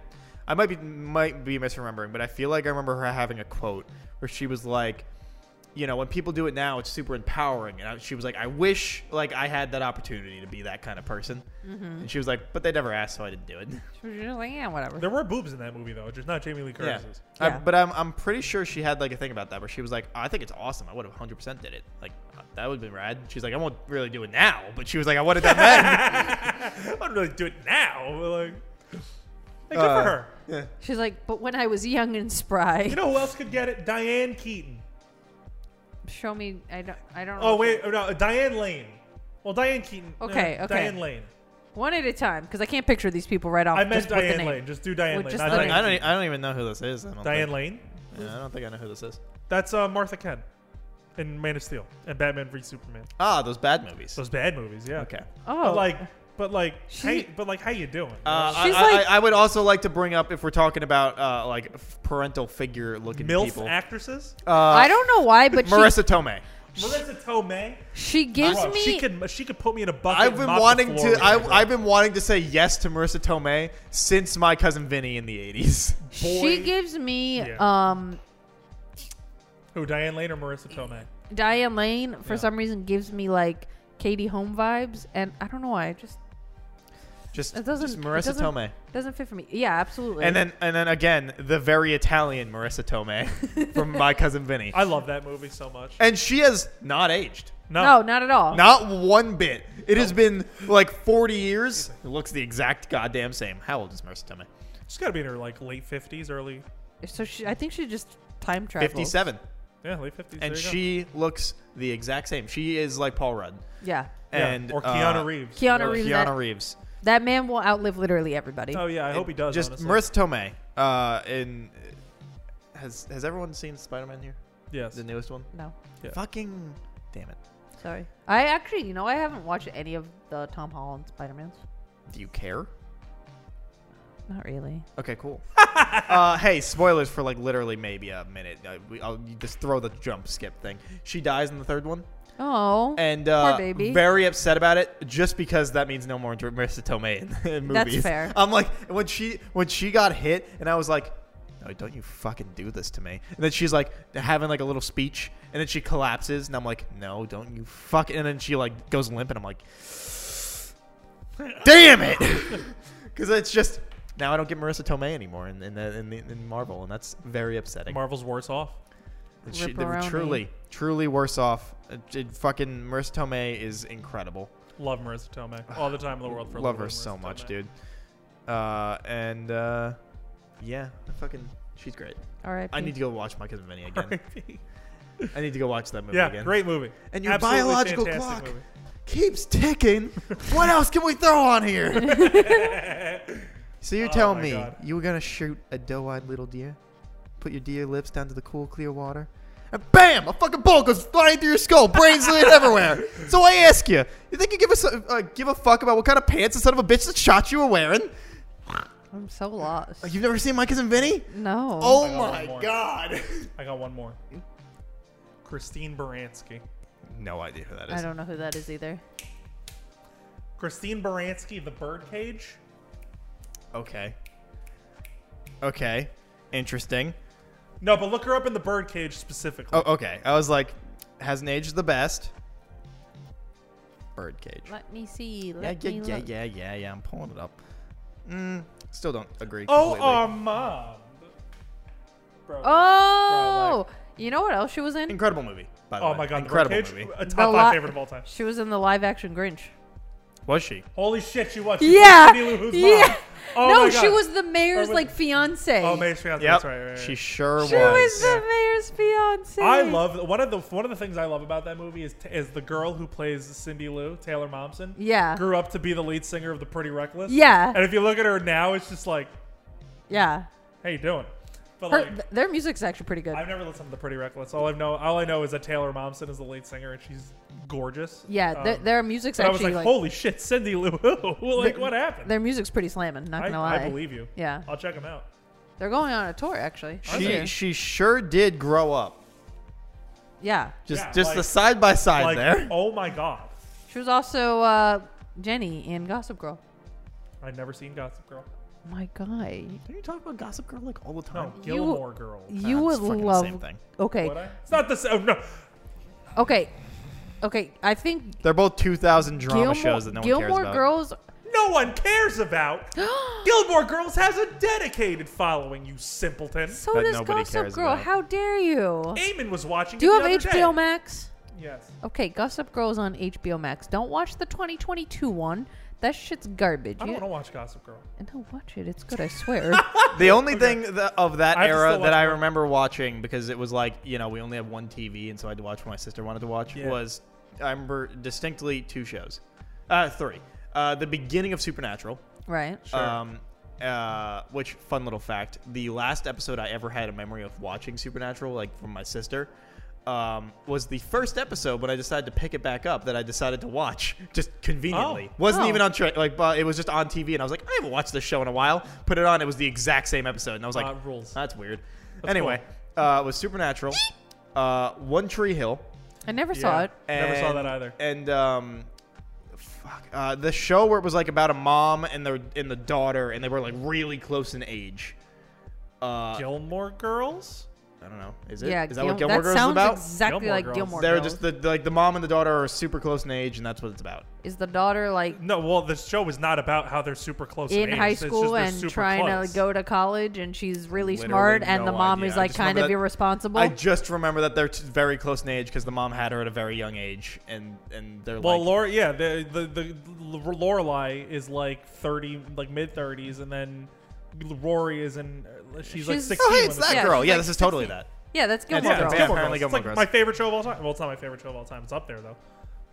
I might be might be misremembering, but I feel like I remember her having a quote where she was like. You know, when people do it now, it's super empowering. And I, she was like, "I wish, like, I had that opportunity to be that kind of person." And she was like, "But they never asked, so I didn't do it."
She was just like, yeah, whatever.
There were boobs in that movie though, just not Jamie Lee
Yeah.
Curtis's.
I-
Yeah.
but I'm, I'm pretty sure she had like a thing about that where she was like, "Oh, I think it's awesome. I would have 100% did it. Like, uh, that would have been rad. She's like, I won't really do it now. But she was like, I would have done that.
I wouldn't really do it now. But like, hey, good
Uh,
for her.
She's like, but when I was young and spry,
You know who else could get it? Diane Keaton.
show me. I don't. I don't.
Oh
know.
wait, oh, no, Diane Lane. Well, Diane Keaton. no,
Okay,
no,
okay.
Diane Lane.
One at a time, because I can't picture these people right off.
I meant
just with the
Diane
name.
Lane. Just do Diane
With
Lane.
just
not
the
I,
Diane
name.
I,
Keaton.
don't, e, I don't even know who this is. I don't
Diane
think.
Lane.
Yeah, I don't think I know who this is.
That's uh, Martha Kent in Man of Steel and Batman v Superman.
Ah, those bad movies.
Those bad movies, yeah.
okay.
Oh,
But like, but like,
She-
hey, but like, how you doing?
Uh, I,
She's
I-
like-
I, I would also like to bring up if we're talking about uh, like f- parental figure looking
MILF
people.
actresses.
uh,
I don't know why, but
Marissa Tomei.
Marissa Tomei.
she she gives
Bro,
me.
she could she could put me in a bucket.
I've
and
been
mop the
wanting
floor
to.
with her, bro.
I, I've been wanting to say yes to Marissa Tomei since my cousin Vinny in the '80s.
she
boy-
gives me
Yeah.
um
Who Diane Lane or Marissa Tomei?
Diane Lane for
Yeah.
some reason gives me like Katie Home vibes, and I don't know why. It just
Just,
it doesn't.
just
it
Marissa
doesn't-
Tomei.
doesn't fit for me. Yeah, absolutely.
And then and then again, the very Italian Marissa Tomei from My Cousin Vinny.
I love that movie so much.
And she has not aged.
No,
no, not at all.
Not one bit. It has been like 40 years. It looks the exact goddamn same. How old is Marissa Tomei?
she's got to be in her like late fifties, early
So she, I think she just time travels.
57.
yeah, late fifties.
And she looks the exact same. She is like Paul Rudd.
Yeah,
And
or
uh,
Keanu Reeves.
Keanu
or
Reeves.
Keanu
that,
Reeves.
that man will outlive literally everybody.
Oh yeah, I hope he does.
Just
honestly.
Marissa Tomei. Uh, in has has everyone seen Spider-Man here?
Yes.
The newest one?
No,
Yeah.
Fucking damn it.
sorry. I actually, you know, I haven't watched any of the Tom Holland Spider Mans.
Do you care?
Not really.
Okay, cool. uh, hey, spoilers for like literally maybe a minute. Uh, we, I'll you just throw the jump skip thing. She dies in the third one,
Oh,
Eh,
and uh,
baby.
very upset about it, just because that means no more Marissa Tomei in, in
That's
movies.
fair.
I'm like when she when she got hit, and I was like, no, don't you fucking do this to me. And then she's like having like a little speech, and then she collapses, and I'm like, no, don't you fuck. And then she like goes limp, and I'm like, damn it, because it's just now I don't get Marissa Tomei anymore in in, the, in, the, in Marvel, and that's very upsetting.
Marvel's worse off.
And she-
Ripperoni.
truly, truly worse off. Uh, it- fucking Marissa Tomei is incredible.
Love Marissa Tomei. All the time in the world for
Love her
loving
so
Marissa
much,
Tomei.
dude. Uh, and uh, yeah, I fucking she's great.
All right.
I need to go watch My Cousin Vinny again.
R.I.P.
I need to go watch that movie
yeah,
again.
great movie.
And your
Absolutely
biological
fantastic
clock keeps ticking. what else can we throw on here?
movie.
So you're
Oh
telling
my
me
God.
you were gonna shoot a doe-eyed little deer, put your deer lips down to the cool, clear water, and bam, a fucking bullet goes flying through your skull, brains lit everywhere. So I ask you, you think you give us a, uh, give a fuck about what kind of pants the son of a bitch that shot you were wearing?
I'm so lost.
Like, you've never seen My Cousin Vinny?
no.
Oh,
I got one
my
more.
god.
I got one more. Christine Baranski.
No idea who that
I don't know who that is either.
Christine Baranski, The Birdcage.
Okay. Okay. Interesting.
No, but look her up in The Birdcage specifically.
Oh, okay. I was like, hasn't aged the best. Birdcage.
Let me see.
Yeah,
Let
yeah,
me
yeah,
look.
yeah, yeah, yeah. I'm pulling it up. Mm, still don't agree.
Oh,
completely.
Armand. Bro,
Oh, you know what else she was in?
incredible movie. By the
oh
way.
my god,
incredible
The Birdcage,
movie.
a
The
top
li-
five favorite of all time.
She was in the live action Grinch.
Was she?
Holy shit, she watched.
Yeah.
Cindy Lou Who's
yeah.
Mom. Oh
no,
my God.
she was the mayor's
was-
like fiance.
Oh, Mace Fiance.
Yep.
That's right, right, right.
She sure
She was the mayor's fiance.
I love one of the one of the things I love about that movie is is the girl who plays Cindy Lou Taylor Momsen.
Yeah.
grew up to be the lead singer of the Pretty Reckless.
Yeah.
and if you look at her now, it's just like,
Yeah.
how you doing? But
Her,
like,
th- their music's actually pretty good.
I've never listened to the Pretty Reckless. All I know, all I know is that Taylor Momsen is the lead singer, and she's gorgeous.
yeah, their,
Um,
their music's
but I was
actually
like,
like,
holy shit, Cindy Lou Who? like, what happened?
their music's pretty slamming. Not
I,
gonna lie.
I believe you.
Yeah,
I'll check them out.
they're going on a tour actually.
She
Yeah.
she sure did grow up.
yeah,
Just
Yeah,
just
like-
the side by side
Like,
there.
oh my god,
she was also uh, Jenny in Gossip Girl.
I've never seen Gossip Girl.
My guy,
Don't you talk about Gossip Girl like all the
No,
time?
Gilmore Girl.
you
Ah,
would
it's fucking the
love.
same thing.
Okay,
Would I? It's not the same. Oh, no,
okay, okay. I think
They're both 2000 drama
Gilmore,
shows that no
Gilmore
one cares about.
Girls.
no one cares about. Gilmore Girls has a dedicated following. You simpleton.
So
That
does
nobody
Gossip
cares
Girl.
about.
How dare you?
Eamon was watching.
Do you
it
have
the
HBO
other day.
Max?
Yes.
Okay, Gossip Girl's on HBO Max. Don't watch the 2022 one. That shit's garbage.
I don't
You-
want to watch Gossip Girl.
And no, watch it. It's good. I swear.
The only thing that, of that
I have to
era
still
that
watch
I
one.
remember watching because it was like you know we only have one TV and so I had to watch what my sister wanted to watch
Yeah.
was I remember distinctly two shows, uh, three. Uh, the beginning of Supernatural,
right.
Sure.
um, uh, which fun little fact, the last episode I ever had a memory of watching Supernatural, like from my sister, um, was the first episode when I decided to pick it back up that I decided to watch just conveniently.
Oh.
Wasn't
Oh.
even on tra- like, but it was just on TV, and I was like, I haven't watched this show in a while. Put it on, it was the exact same episode, and I was like,
Uh, rules.
That's weird. anyway, uh, it was Supernatural, uh, One Tree Hill.
I never saw
Yeah.
it.
Never saw
and-
that either.
And um, fuck, uh, the show where it was like about a mom and their and the daughter, and they were like really close in age. Uh,
Gilmore Girls.
I don't know. Is it?
yeah,
is that what
Gil-
Gilmore
that
Girls is
sounds
about?
exactly
Gilmore
like
Girls.
Gilmore
They're
Girls.
just the like the mom and the daughter are super close in age, and that's what it's about.
Is the daughter like
No, well, the show is not about how they're super close
in
age.
high
It's just
school
they're
and
super
trying
close.
to go to college, and she's really
Literally
smart, and the
no
mom
idea. I
is like
just
kind
remember
of
that-
irresponsible?
I just remember that they're t- very close in age because the mom had her at a very young age, and and they're
Well,
like
Laura, yeah, the the the Lorelai is like thirty, like mid thirties, and then Rory is in. uh, She's, like
She's-
sixteen.
oh hey,
when
it's
the
that
Yeah,
show-
girl.
she's
Yeah,
like
this is totally
16.
that.
yeah, that's
Yeah,
Gilmore
it's
Girls.
Gilmore
Yeah,
Girls.
apparently
It's
Gilmore
like
Girls.
my favorite show of all time. Well, it's not my favorite show of all time. It's up there though.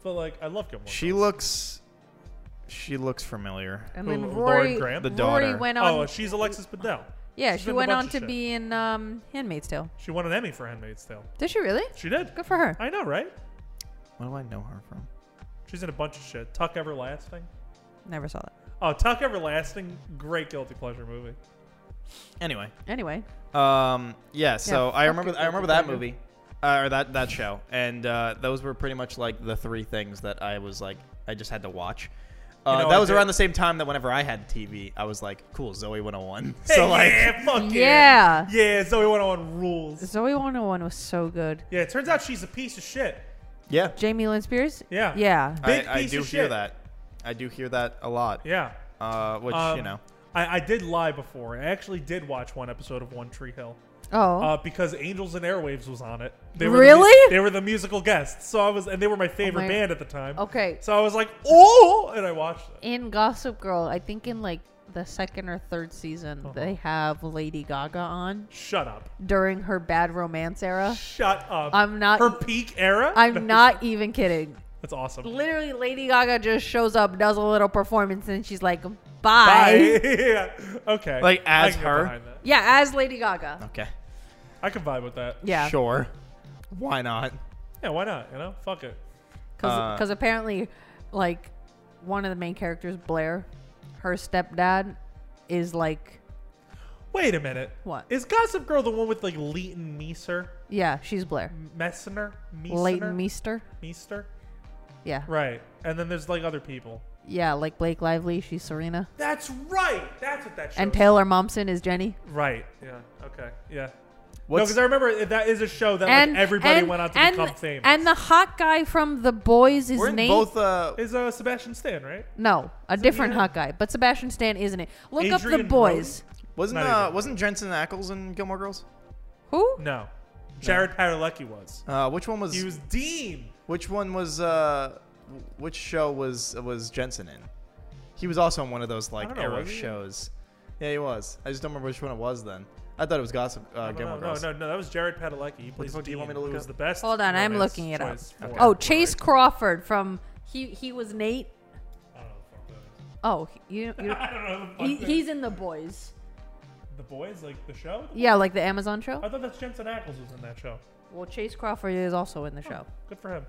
But like, I love Gilmore.
She looks, she looks familiar.
And
Who-
then
Lauren
Rory,
Graham?
The
Rory
daughter.
went on.
Girls. Oh, she's Alexis Bledel.
yeah,
she's
she
been in a
went
bunch
on
of
to
shit.
be in um, *Handmaid's Tale*.
She won an Emmy for *Handmaid's Tale*.
Did she really?
She did.
Good for her.
I know, right?
What do I know her from?
She's in a bunch of shit. Tuck Everlasting.
Never saw that.
Oh, Tuck Everlasting, great guilty pleasure movie.
Anyway,
Anyway,
Um, yeah, so I
fuck
remember
it,
I remember
that's
that
a good
movie uh, or that that show, and uh, those were pretty much like the three things that I was like I just had to watch.
Uh,
know,
that
I
was
did-
around the same time that whenever I had TV, I was like, cool, Zoe 101.
Hey,
so like,
yeah, fuck
Yeah.
yeah, yeah. Zoe 101 rules.
Zoe 101 was so good.
Yeah, it turns out she's a piece of shit.
yeah,
Jamie Lynn Spears?
Yeah.
Yeah.
Big
I, I
piece
do
of
hear
shit.
that. I do hear that a lot.
Yeah,
Uh, which
Um,
you know,
I, I did lie before. I actually did watch one episode of One Tree Hill.
Oh.
uh, because Angels and Airwaves was on it. They The,
Really?
mu- they were the musical guests. So I was, and they were my favorite
my-
band at the time.
okay.
So I was like, oh, and I watched it.
in Gossip Girl, I think in like the second or third season,
Uh-huh.
they have Lady Gaga on
Shut up.
during her bad romance era.
Shut up.
I'm not-
her peak era.
I'm not even kidding.
That's awesome.
Literally, Lady Gaga just shows up, does a little performance, and she's like, "Bye."
Bye. yeah. Okay.
Like,
I
as
can get
her?
behind that.
Yeah, as Lady
Uh,
Gaga.
okay,
I can vibe with that.
Yeah,
sure, why not?
Yeah. Why not? You know, fuck it. Uh,
because apparently, like, one of the main characters, Blair, her stepdad, is like,
Wait a minute.
What?
is Gossip Girl the one with like Leighton Meester?
yeah, she's Blair.
Messner? Meester?
Leighton Meester.
Meester?
Yeah,
Right. And then there's like other people.
yeah, like Blake Lively. She's Serena.
That's right. That's what that show
And Taylor Momsen is Jenny.
Right. Yeah. Okay. Yeah. no,
What's-
because I remember that is a show that like everybody went on to become famous.
And the hot guy from The Boys is
We're in
named
both. Uh,
is uh, Sebastian Stan right?
no, a different
yeah.
hot guy, but Sebastian Stan isn't it? Look up The
Adrian
Boys.
wasn't
Not
uh,
even.
wasn't Jensen Ackles in Gilmore Girls?
Who?
No, Jared Padalecki was.
Uh, which one was?
He was Dean.
which one was? Uh, which show was was Jensen in? He was also in one of those
I
like
don't know,
arrow
was he?
shows. Yeah, he was. I just don't remember which one it was then. I thought it was Gossip uh,
No,
Gilmore
no, no,
Girls.
no, no, that was Jared Padalecki. He plays
fuck do you want me to
Dean,
look
who was
up?
the best.
Hold on, I'm
romance
looking it up.
choice for-
Oh, Chase Crawford from he he was Nate.
I don't know who the fuck that is.
Oh, you, you
I don't know who the fuck
he,
that-
he's in The Boys.
the boys like the show.
Yeah, like the Amazon show.
I thought that's Jensen Ackles was in that show.
Well, Chase Crawford is also in the show.
Good for him.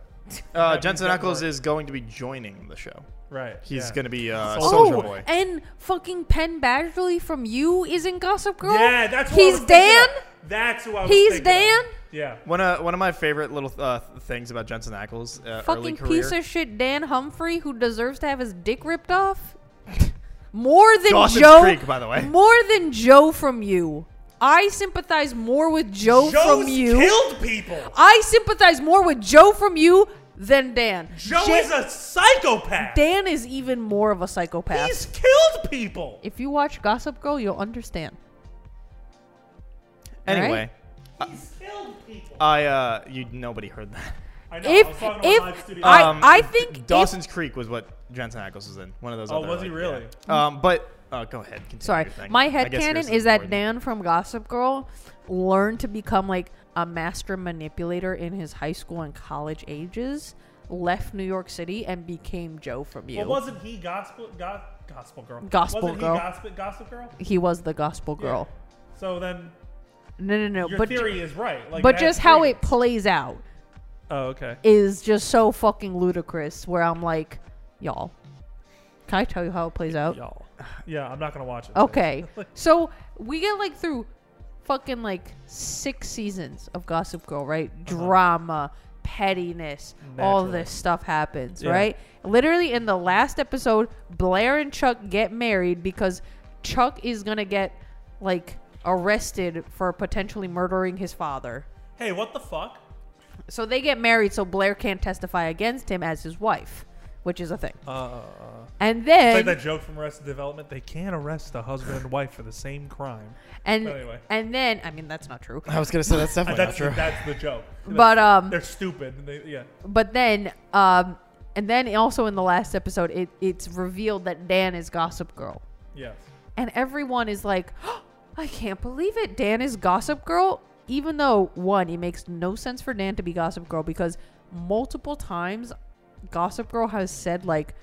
Uh,
Happy
Jensen
Gilmore.
Ackles is going to be joining the show.
Right.
He's
yeah.
gonna be uh,
Soulja
Soldier
Boy.
Boy.
Oh! and fucking Penn Badgley from You is in Gossip Girl.
Yeah, that's who I
he's
was thinking
Dan.
of. That's who I was
He's
thinking of.
Dan.
Yeah.
One of one of my favorite little uh, things about Jensen Ackles' uh, early
fucking
career.
piece of shit Dan Humphrey who deserves to have his dick ripped off? More than
Dawson's
Joe.
Creek, by the way.
More than Joe from you. I sympathize more with Joe
Joe's
from you.
killed people.
I sympathize more with Joe from you than Dan.
Joe
Ja-
is a psychopath.
Dan is even more of a psychopath.
He's killed people.
if you watch Gossip Girl, you'll understand.
anyway,
Alright.
He's killed people.
I uh, you nobody heard that.
I know.
If
I was talking to my live
if
studio.
I,
Um,
I think if-
Dawson's Creek was what Jensen Ackles was in. One of those.
Oh,
other,
was he
like,
really?
yeah. Um, but uh, go ahead. Continue
Sorry,
your thing.
my
I
head
guess yours
headcanon is that
important.
Dan from Gossip Girl learned to become like a master manipulator in his high school and college ages, left New York City, and became Joe from you.
well, wasn't he gospel go, gospel girl?
Gospel
wasn't
girl.
He gospel, gospel girl.
he was the Gospel Girl.
Yeah. So then
No, no, no.
your
but
theory is right. Like,
but
that
just how
theory-
it plays out
Oh, okay.
is just so fucking ludicrous. Where I'm like, y'all, can I tell you how it plays out?
Y'all. Yeah, I'm not gonna watch it.
Okay. so we get like through fucking like six seasons of Gossip Girl, right? Drama, pettiness, all
Uh-huh. Naturally.
this stuff happens,
Yeah.
right? Literally in the last episode, Blair and Chuck get married because Chuck is going to get like arrested for potentially murdering his father.
Hey, what the fuck?
So they get married so Blair can't testify against him as his wife, which is a thing.
Uh,
And
it's
then
like that joke from Arrested Development. They can't arrest a husband and wife for the same crime.
and
anyway.
and then I mean that's not true.
I was gonna say that's definitely
that's
not true.
that's the joke.
But um
They're stupid. and they- yeah.
but then um and then also in the last episode it it's revealed that Dan is Gossip Girl.
Yes.
And everyone is like, I can't believe it. Dan is Gossip Girl. Even though one, it makes no sense for Dan to be Gossip Girl because multiple times Gossip Girl has said like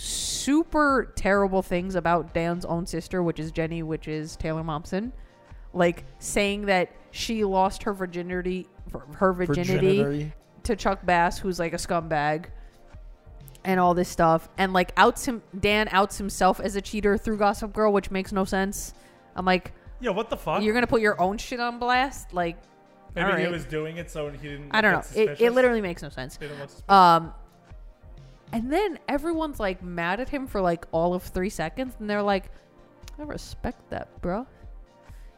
super terrible things about Dan's own sister, which is Jenny, which is Taylor Momsen. Like saying that she lost her virginity her virginity to Chuck Bass, who's like a scumbag, and all this stuff, and like outs him. Dan outs himself as a cheater through Gossip Girl, which makes no sense. I'm like,
Yeah. What the fuck?
you're gonna put your own shit on blast, like.
Maybe
all
he
right.
was doing it so he didn't.
I don't
get
know. It, it
suspicious?
literally makes no sense.
They don't look suspicious.
Um, And then everyone's like mad at him for like all of three seconds, and they're like, "I respect that, bro.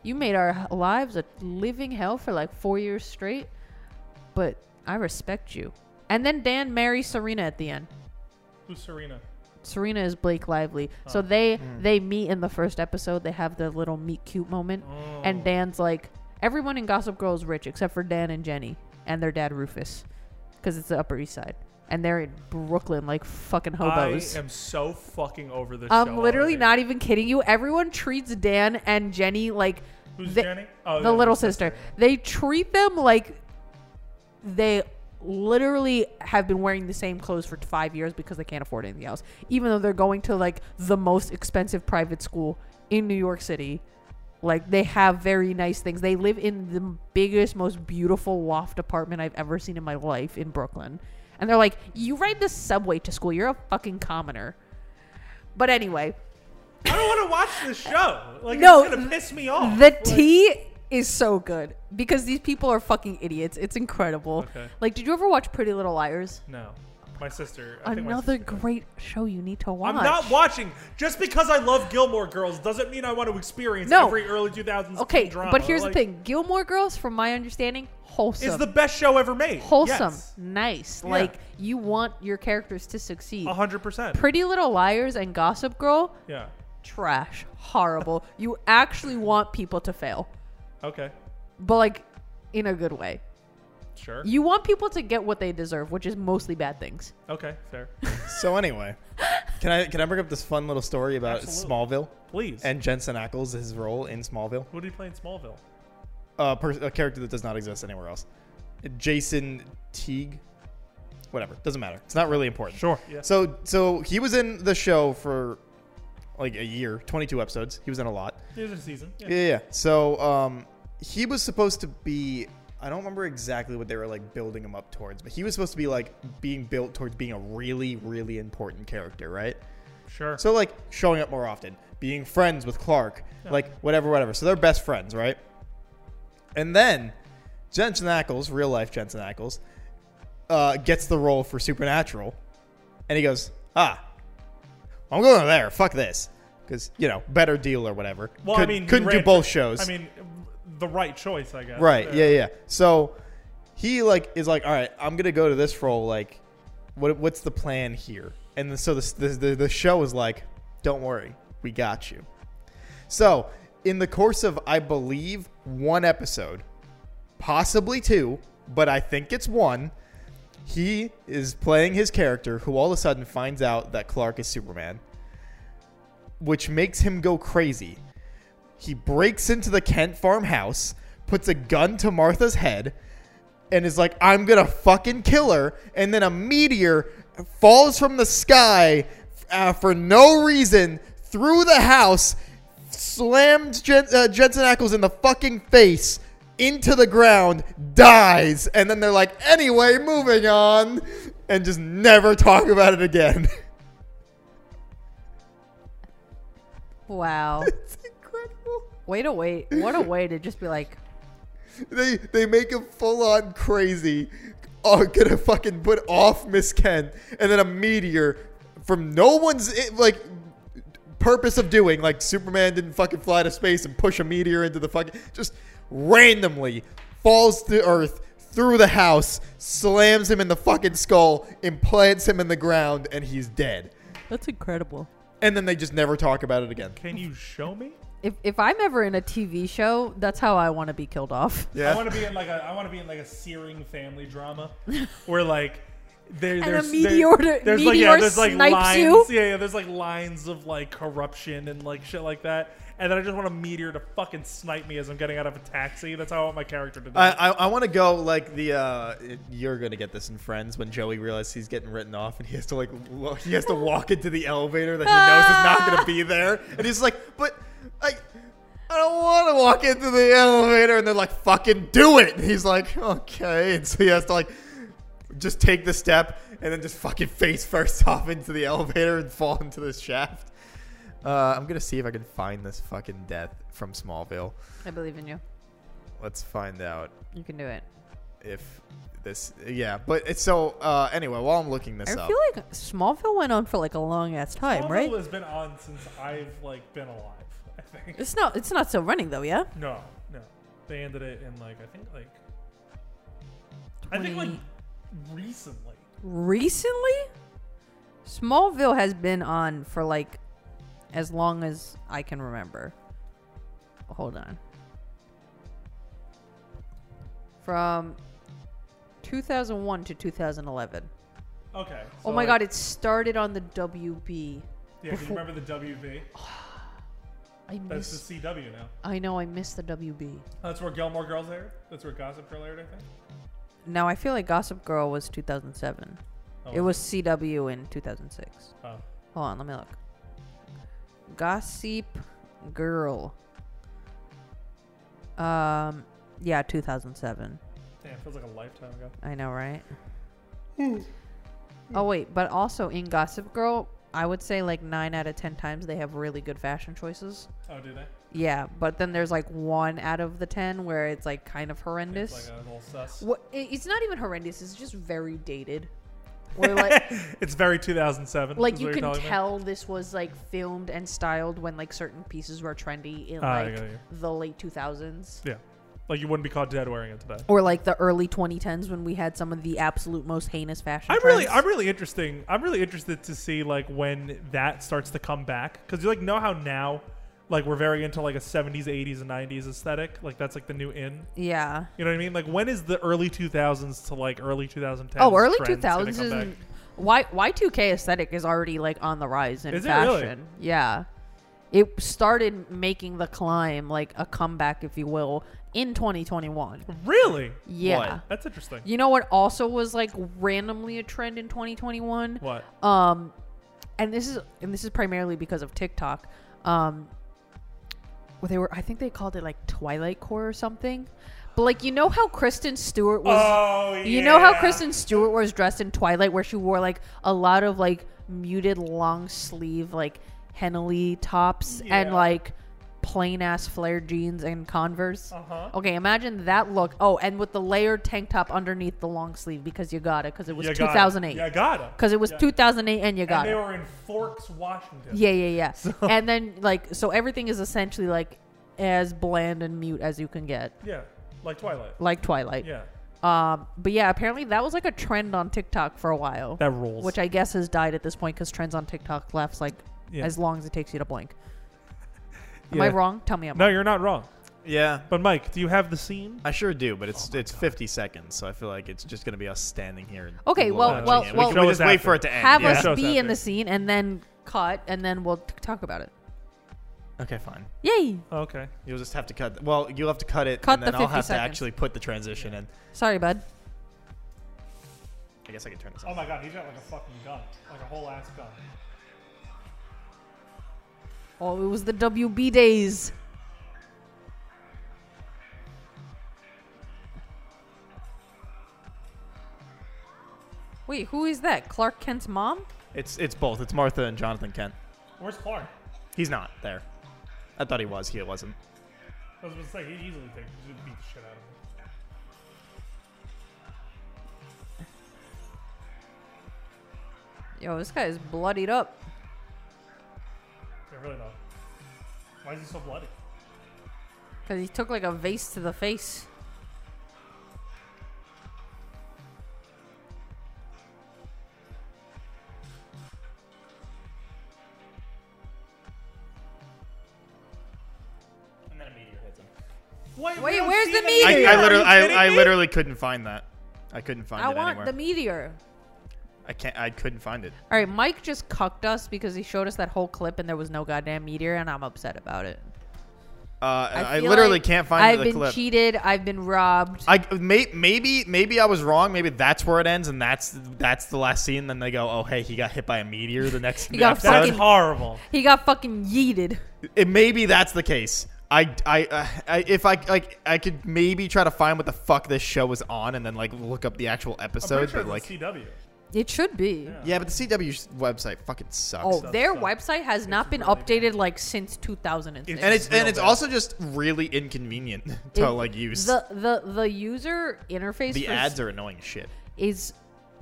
You made our h- lives a living hell for like four years straight, but I respect you." And then Dan marries Serena at the end.
Who's Serena?
Serena is Blake Lively. So
Oh.
they they meet in the first episode. They have their little meet cute moment,
Oh.
and Dan's like everyone in Gossip Girl is rich except for Dan and Jenny and their dad Rufus, because it's the Upper East Side, and they're in Brooklyn like fucking hobos.
I am so fucking over this.
I'm
show
literally
already.
not even kidding you. Everyone treats Dan and Jenny like
Who's
the-
Jenny? Oh,
the
yeah,
little
the sister.
sister. They treat them like they literally have been wearing the same clothes for five years because they can't afford anything else, even though they're going to like the most expensive private school in New York City. Like they have very nice things. They live in the biggest, most beautiful loft apartment I've ever seen in my life in Brooklyn. And they're like, "You ride the subway to school. You're a fucking commoner." But anyway,
I don't want to watch this show. Like,
No,
it's gonna piss me off.
The
Like,
tea is so good because these people are fucking idiots. It's incredible.
Okay.
Like, did you ever watch Pretty Little Liars?
No, my sister. I think my
Another
sister-
great show you need to watch.
I'm not watching. Just because I love Gilmore Girls doesn't mean I want to experience
No.
every early 2000s
Okay,
drama.
but here's
Like,
the thing: Gilmore Girls, from my understanding, wholesome,
It's the best show ever made.
wholesome,
Yes.
nice.
Yeah.
Like you want your characters to succeed.
A 100%.
Pretty Little Liars and Gossip Girl,
yeah.
trash, horrible. you actually want people to fail,
Okay.
but like in a good way.
Sure.
You want people to get what they deserve, which is mostly bad things.
okay, fair.
So anyway, can I can I bring up this fun little story about
Absolutely.
Smallville
Please.
and Jensen Ackles his role in Smallville?
Who did he play in Smallville?
A, pers- a character that does not exist anywhere else. Jason Teague, whatever, doesn't matter. It's not really important.
Sure. Yeah.
So so he was in the show for like a year, 22 episodes. He was in a lot.
There's a season. Yeah.
Yeah, yeah. yeah. So um, he was supposed to be. I don't remember exactly what they were like building him up towards, but he was supposed to be like being built towards being a really, really important character, right?
Sure.
So like showing up more often, being friends with Clark, like whatever, whatever. So they're best friends, right? And then Jensen Ackles, real life Jensen Ackles, uh, gets the role for Supernatural, and he goes, "Ah, I'm going there. Fuck this." Because you know, better deal or whatever.
well, I
Could,
mean,
couldn't do
Rand-
both shows.
I mean, the right choice, I guess. Uh,
Right. Yeah. Yeah. So he like is like, all right, I'm gonna go to this role. Like, what what's the plan here? And so the the the, the show is like, don't worry, we got you. So in the course of I believe one episode, possibly two, but I think it's one. He is playing his character who all of a sudden finds out that Clark is Superman, which makes him go crazy. He breaks into the Kent farmhouse, puts a gun to Martha's head, and is like, I'm gonna fucking kill her. And then a meteor falls from the sky uh, for no reason through the house, slams Jen- uh, Jensen Ackles in the fucking face. Into the ground, dies, and then they're like, anyway, moving on, and just never talk about it again.
Wow.
it's incredible.
Way to wait. What a way to just be like,
They they make him full on crazy. Oh, gonna fucking put off Miss Kent, and then a meteor from no one's eh, like purpose of doing. Like Superman didn't fucking fly to space and push a meteor into the fucking just randomly falls to Earth through the house, slams him in the fucking skull, implants him in the ground, and he's dead.
that's incredible.
And then they just never talk about it again.
Can you show me?
If, if I'm ever in a TV show, that's how I want to be killed off.
I want to be in like a I want to be in like a searing family drama where like there, there's
a
there-
meteor to-
there's like yeah
meteor
there's like
snipes
lines
you?
yeah yeah there's like lines of like corruption and like shit like that and then I just want a meteor to fucking snipe me as I'm getting out of a taxi that's how I want my character to do.
I, I, I want to go like the uh, you're gonna get this in Friends when Joey realizes he's getting written off and he has to like lo- he has to walk into the elevator that he knows is not gonna be there and he's like but I I don't want to walk into the elevator and they're like fucking do it and he's like okay and so he has to like just take the step and then just fucking face first off into the elevator and fall into the shaft. Uh, I'm gonna see if I can find this fucking death from Smallville.
I believe in you.
Let's find out.
You can do it.
if this yeah, but it's so uh, anyway. While I'm looking this
I
up,
feel like Smallville went on for like a long ass time,
Smallville
right?
has been on since I've like been alive. I think.
It's not. It's not still running though. Yeah.
No, no. They ended it in like I think like I think like
20
recently.
recently. Smallville has been on for like as long as I can remember. Hold on. From 2001 to 2011.
Okay.
oh my god, it started on the WB.
Yeah, 'cause you remember the WB?
Oh, I
That's
miss.
the CW now.
I know I missed the WB.
That's where Gilmore Girls aired. That's where Gossip Girl aired. I think.
Now I feel like Gossip Girl was 2007.
Oh,
It was CW in 2006.
Oh.
Hold on, let me look. Gossip Girl. Um, yeah, 2007.
Damn, it feels like a lifetime ago.
I know, right? oh wait, but also in Gossip Girl, I would say like nine out of ten times they have really good fashion choices.
Oh, did they?
Yeah, but then there's like one out of the ten where it's like kind of horrendous.
It's like a little sus.
Wha- it- it's not even horrendous. It's just very dated. Where like
it's very 2007.
like
is
you
what you're
can
telling me?
tell this was like filmed and styled when like certain pieces were trendy in
Ah, I
like
got you.
the late 2000s
Yeah, like you wouldn't be caught dead wearing it today.
or like the early 2010s when we had some of the absolute most heinous fashion
I'm really,
trends.
I'm really interesting. I'm really interested to see like when that starts to come back because you like know how now, like we're very into like a 70s, 80s, and 90s aesthetic. Like that's like the new in.
yeah
You know what I mean? Like when is the early 2000s to like early 2010s?
oh early
trends gonna come
2000s is-
back?
y y2k aesthetic is already like on the rise in
Is it really?
fashion yeah it started making the climb like a comeback if you will in 2021
Really?
yeah
What?
That's interesting.
you know what also was like randomly a trend in 2021
What?
um and this is and this is primarily because of TikTok um well, they were I think they called it like Twilight Core or something but like you know how Kristen Stewart was
oh,
you know how
yeah.
Kristen Stewart was dressed in Twilight where she wore like a lot of like muted long sleeve like Henley tops and
Yeah.
like plain ass flared jeans and Converse
Uh-huh.
Okay, imagine that look. Oh, and with the layered tank top underneath the long sleeve because you got it because it was
You got it.
2008
Yeah, got it.
because it was
Yeah.
2008 and you got
and they
it.
were in Forks, Washington.
yeah, yeah, yeah. And then like so everything is essentially like as bland and mute as you can get,
Yeah, like Twilight.
like Twilight.
Yeah.
Um, but yeah, apparently that was like a trend on TikTok for a while,
That rules.
which I guess has died at this point because trends on TikTok lasts like
Yeah.
as long as it takes you to blink. Am I wrong? Tell me I'm
No, you're not wrong.
yeah,
But Mike, do you have the scene?
I sure do. But
Oh
it's it's 50 seconds, so I feel like it's just gonna be us standing here. and
Okay, well-
watching
well-
it.
well-
we
Show
can just
us
wait
after.
for it to end.
Have
yeah.
us
Show us
be in
after.
the scene and then cut, and then we'll t- talk about it.
Okay, fine.
Yay!
Okay.
You'll just have to cut. Well, you'll have to cut it,
Cut
and then
the
I'll
50
have to
seconds.
actually put the transition in.
Sorry, bud.
I guess I can turn this
Oh
off.
my god, he's got like a fucking gun, like a whole ass gun.
Oh, it was the WB days. Wait, who is that? Clark Kent's mom?
It's it's both. It's Martha and Jonathan Kent.
Where's Clark?
He's not there. I thought he was. He wasn't.
I was gonna say he'd easily take, he'd beat the shit out of him.
Yo, this guy is bloodied up.
Yeah, really though. Why is he so bloody?
Because he took like a vase to the face.
And then a meteor hits him. Wait, we
Wait,
don't
where's
see
the meteor?
I,
Yeah,
I
Are
literally,
you kidding
I, I
me?
literally couldn't find that. I couldn't find
I
it
want
anywhere.
the meteor.
I can't. I couldn't find it.
All right, Mike just cucked us because he showed us that whole clip and there was no goddamn meteor, and I'm upset about it.
Uh, I, I
feel
literally
like
can't find
I've
the
been
clip.
cheated. I've been robbed.
I may, maybe maybe I was wrong. Maybe that's where it ends, and that's that's the last scene. Then they go, "Oh, hey, he got hit by a meteor." The next
He got
episode.
That's
fucking-
horrible.
he got fucking yeeted.
It, maybe that's the case. I, I, I- I, if I like, I could maybe try to find what the fuck this show was on, and then like look up the actual
I'm pretty
episode.
sure
but
it's
like,
CW.
It should be.
Yeah.
Yeah, but the CW website fucking sucks.
Oh,
sucks,
their
sucks.
website has not been
really
updated like since 2006.
It's-
and it's
real
and it's
bad.
also just really inconvenient to
It-
like use. The,
the the the user interface. for s-
ads are annoying as shit.
is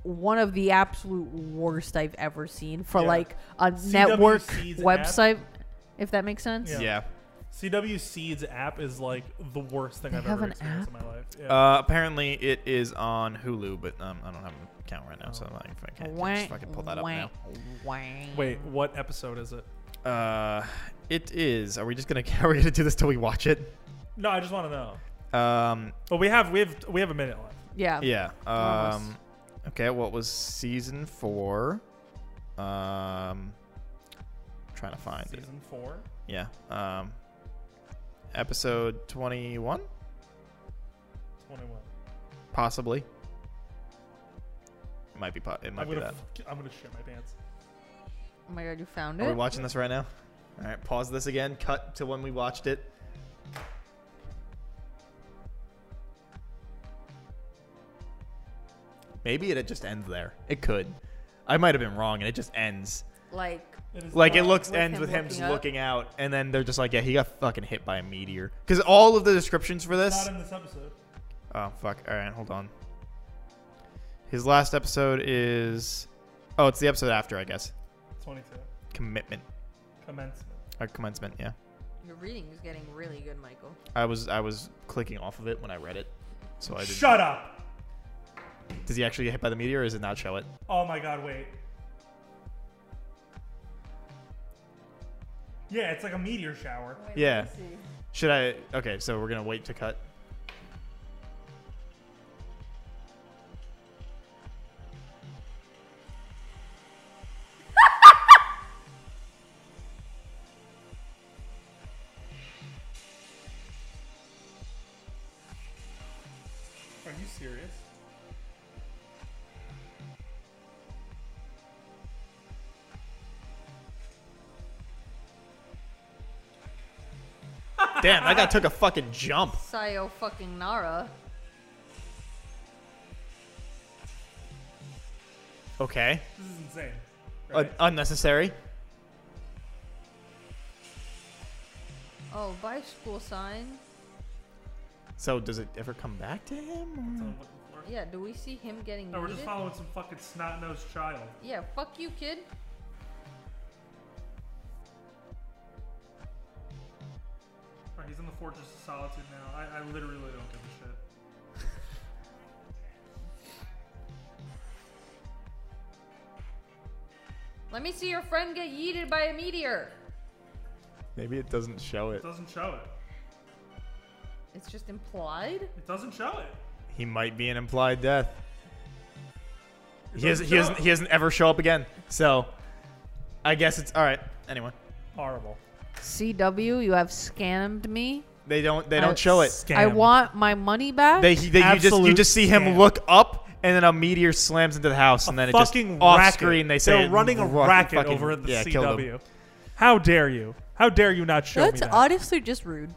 one of the absolute worst I've ever seen for
Yeah.
like a
CWC's
network
app.
website, if that makes sense.
Yeah.
Yeah.
CW Seeds app is like the worst thing
They
I've
have
ever
an
experienced in my life. Yeah.
Uh, apparently it is on Hulu, but um, I don't have an account right now, so I'm not, I can't just fucking pull that up now.
Wait, what episode is it?
Uh, it is. Are we just gonna are we gonna do this till we watch it?
No, I just want to know.
Um,
But we have we have we have a minute left.
Yeah.
yeah.
Almost.
Um, okay. What was season four? Um, trying to find it.
Season four.
Yeah. Um, episode twenty-one,
21.
possibly. Might be. Po- it might
I'm
be
gonna,
that.
fuck- I'm gonna shit my pants.
Oh my god, you found
Are we
it.
watching this right now? All right. Pause this again. Cut to when we watched it. Maybe it just ends there. It could. I might have been wrong, and it just ends.
Like,
is
Like it
not-
looks
With
ends
him
with him just
looking up.
looking out, and then they're just like, "Yeah, he got fucking hit by a meteor." Because all of the descriptions for this,
Not in this episode.
Oh fuck! All right, hold on. His last episode is, oh, it's the episode after, I guess.
22.
Commitment
Commencement.
or commencement? Yeah,
your reading is getting really good, Michael.
I was I was clicking off of it when I read it, so I did.
Shut up.
Does he actually get hit by the meteor, or does it not show it?
Oh my god, wait. Yeah, it's like a meteor shower.
Yeah. Should I? Okay, so we're gonna wait to cut.
Are you serious?
Damn, that guy took a fucking jump.
Sayo fucking Nara.
Okay,
This is insane.
Un-
Right?
unnecessary.
Oh, by school sign.
So does it ever come back to him?
That's
or-
what I'm looking for.
Yeah, do we see him getting
No, we're just
yeeted?
following some fucking snot-nosed child.
Yeah, fuck you, kid.
Alright, he's in the Fortress of Solitude now. I, I literally don't give a shit.
Let me see your friend get yeeted by a meteor.
Maybe it doesn't show
It doesn't show it.
It's just implied.
It doesn't show it.
He might be an implied death.
It
He hasn't, he,
show
hasn't,
it.
he doesn't ever show up again. So, I guess it's all right. Anyway,
Horrible.
CW, you have scammed me.
they don't they
I-
don't show it.
Scam.
I want my money back.
They, he- they you just you
Absolute
just see
scam.
him look up, and then a meteor slams into the house, and then it just
fucking
off
racket.
screen they say
they're
it
running a
ru-
racket
fucking-
over at the
yeah, killed him.
CW. How dare you? How dare you not show
That's
me that?
honestly just rude.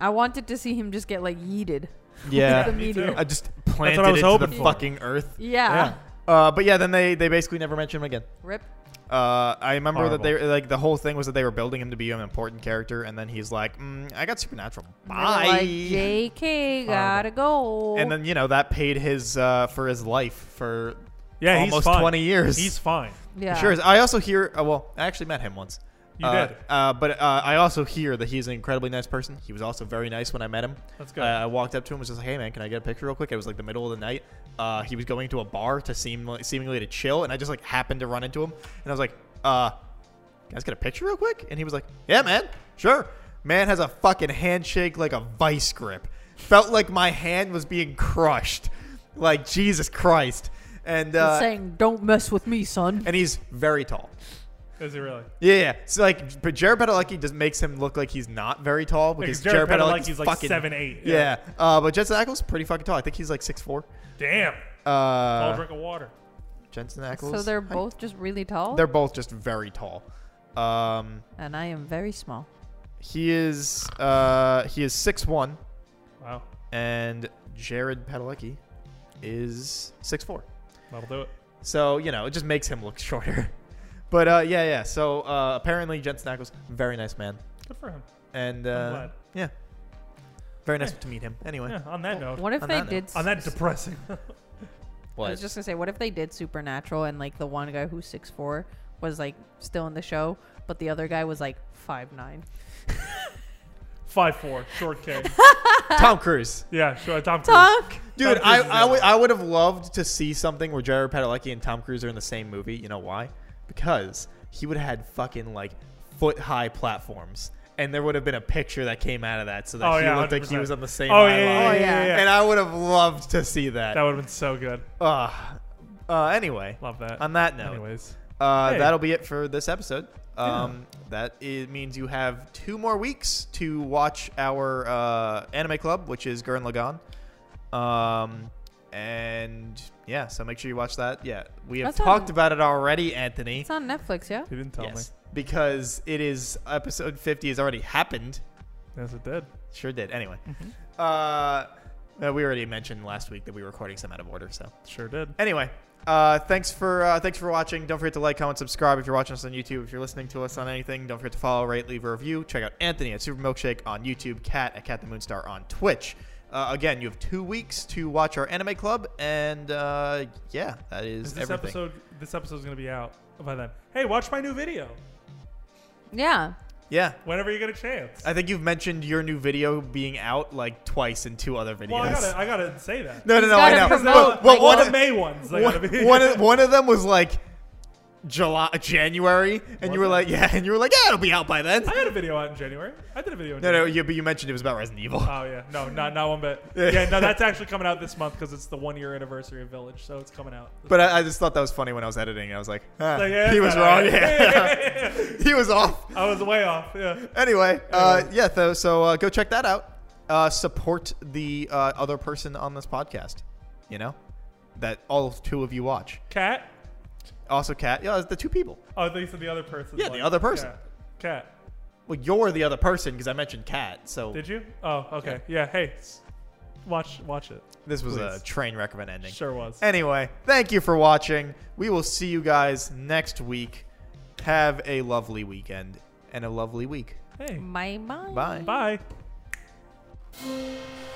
I wanted to see him just get like yeeted.
Yeah,
the
me too.
media.
I just planted
I was
it to
hoping
the
for.
fucking earth.
Yeah.
Yeah.
Uh, but yeah, then they they basically never mention him again.
Rip.
Uh, I remember that
Horrible.
they like the whole thing was that they were building him to be an important character, and then he's like, mm, "I got supernatural."
They
Bye.
were Like, JK gotta go.
and then you know that paid his uh, for his life for
Yeah, he's
almost
fine.
20 years.
He's fine.
yeah.
Sure. is. I also hear. Uh, well, I actually met him once.
You
Uh,
did.
uh, but uh, I also hear that he's an incredibly nice person. He was also very nice when I met him.
That's good.
Uh, I walked up to him, was just like, "Hey, man, can I get a picture real quick?" It was like the middle of the night. Uh, he was going to a bar to seem seemingly to chill, and I just like happened to run into him, and I was like, "Uh, can I just get a picture real quick?" And he was like, "Yeah, man, sure." Man has a fucking handshake like a vice grip. Felt like my hand was being crushed, like Jesus Christ. And
Just
uh,
saying, don't mess with me, son.
and he's very tall.
Is he really?
Yeah, yeah. So like, but Jared Padalecki just makes him look like he's not very tall because
Jared
Jared,
Padalecki's
Padalecki's
like
fucking
7'8", yeah.
Yeah, Uh, but Jensen Ackles pretty fucking tall. I think he's like six four.
Damn. I'll
Uh,
drink of water.
Jensen Ackles.
So they're
height.
both just really tall.
they're both just very tall. Um,
and I am very small.
he is uh, he is six one,
Wow.
and Jared Padalecki is six four.
That'll do it.
So you know, it just makes him look shorter. But uh, yeah, yeah. So uh, apparently, Jensen Ackles, very nice man,
Good for him.
and
I'm
uh,
glad.
yeah, very nice
Yeah.
to meet him. Anyway,
Yeah, on that note,
What if
On
they
that note-
did? s-
on that depressing.
I
what?
was just gonna say, what if they did Supernatural and like the one guy who's six four was like still in the show, but the other guy was like five nine.
Five four, short king.
Tom Cruise.
Yeah, sure. Tom Cruise.
Talk.
Dude,
Tom Cruise
I
is
I
good.
would- I would have loved to see something where Jared Padalecki and Tom Cruise are in the same movie. You know why? Because he would have had fucking like foot high platforms, and there would have been a picture that came out of that so that
Oh,
he
yeah,
looked like he
100%.
was on the same.
Oh
high
yeah, yeah,
line.
Oh,
yeah,
yeah.
yeah, yeah.
And I would have loved to see that.
that would have been so good.
uh, uh, anyway,
Love that.
on that note,
Anyways,
uh,
Hey.
that'll be it for this episode.
Yeah.
Um, That i- means you have two more weeks to watch our uh, anime club, which is Gurren Lagann. Um, and yeah, so make sure you watch that. Yeah, we have
That's on-
talked about it already, Anthony.
It's on Netflix, yeah.
he didn't tell
Yes, because it is episode fifty has already happened.
me. Yes, it did.
Sure did. Anyway, uh, uh, we already mentioned last week that we were recording some out of order, so
Sure did.
Anyway, uh, thanks for uh, thanks for watching. Don't forget to like, comment, subscribe if you're watching us on YouTube. If you're listening to us on anything, don't forget to follow, rate, leave a review. Check out Anthony at Super Milkshake on YouTube, Cat at Cat the Moonstar on Twitch. Uh, again, you have two weeks to watch our anime club, and uh, yeah, that is,
Is this
everything.
episode? This episode's gonna be out by then. Hey, watch my new video
Yeah.
Yeah,
whenever you get a chance.
I think you've mentioned your new video being out like twice in two other videos.
well, I gotta, I gotta say that.
no, no,
He's
no, I
gotta
know.
promote,
Well, well, one
like,
One
of-
of May ones. I gotta
one,
be.
one of, one of them was like July, January, and
Was
you were
it?
like, yeah, and you were like, yeah, it'll be out by then.
I had a video out in January. I did a video. In
No, no,
January.
yeah, but you mentioned it was about Resident Evil.
Oh yeah, no, not not one bit.
Yeah.
Yeah, no, that's actually coming out this month because it's the one year anniversary of Village, so it's coming out.
But I, I just thought that was funny when I was editing. I was like, huh,
So, yeah,
he
it's
was
not
wrong.
out.
Yeah,
yeah.
he was off.
I was way off. Yeah.
Anyway, uh,
Anyway.
yeah. Though, so uh, go check that out. Uh, support the uh, other person on this podcast. You know, that all two of you watch.
Cat.
Also, Kat, yeah, the two people.
Oh, at least the other person.
Yeah, the other person.
Cat.
Well, you're the other person because I mentioned Kat. So
Did you? Oh, okay. Yeah. Hey, s- watch watch it.
this was a
Please.
train wreck of an ending.
Sure was.
Anyway, thank you for watching. We will see you guys next week. Have a lovely weekend and a lovely week.
Hey.
My mind.
Bye.
Bye.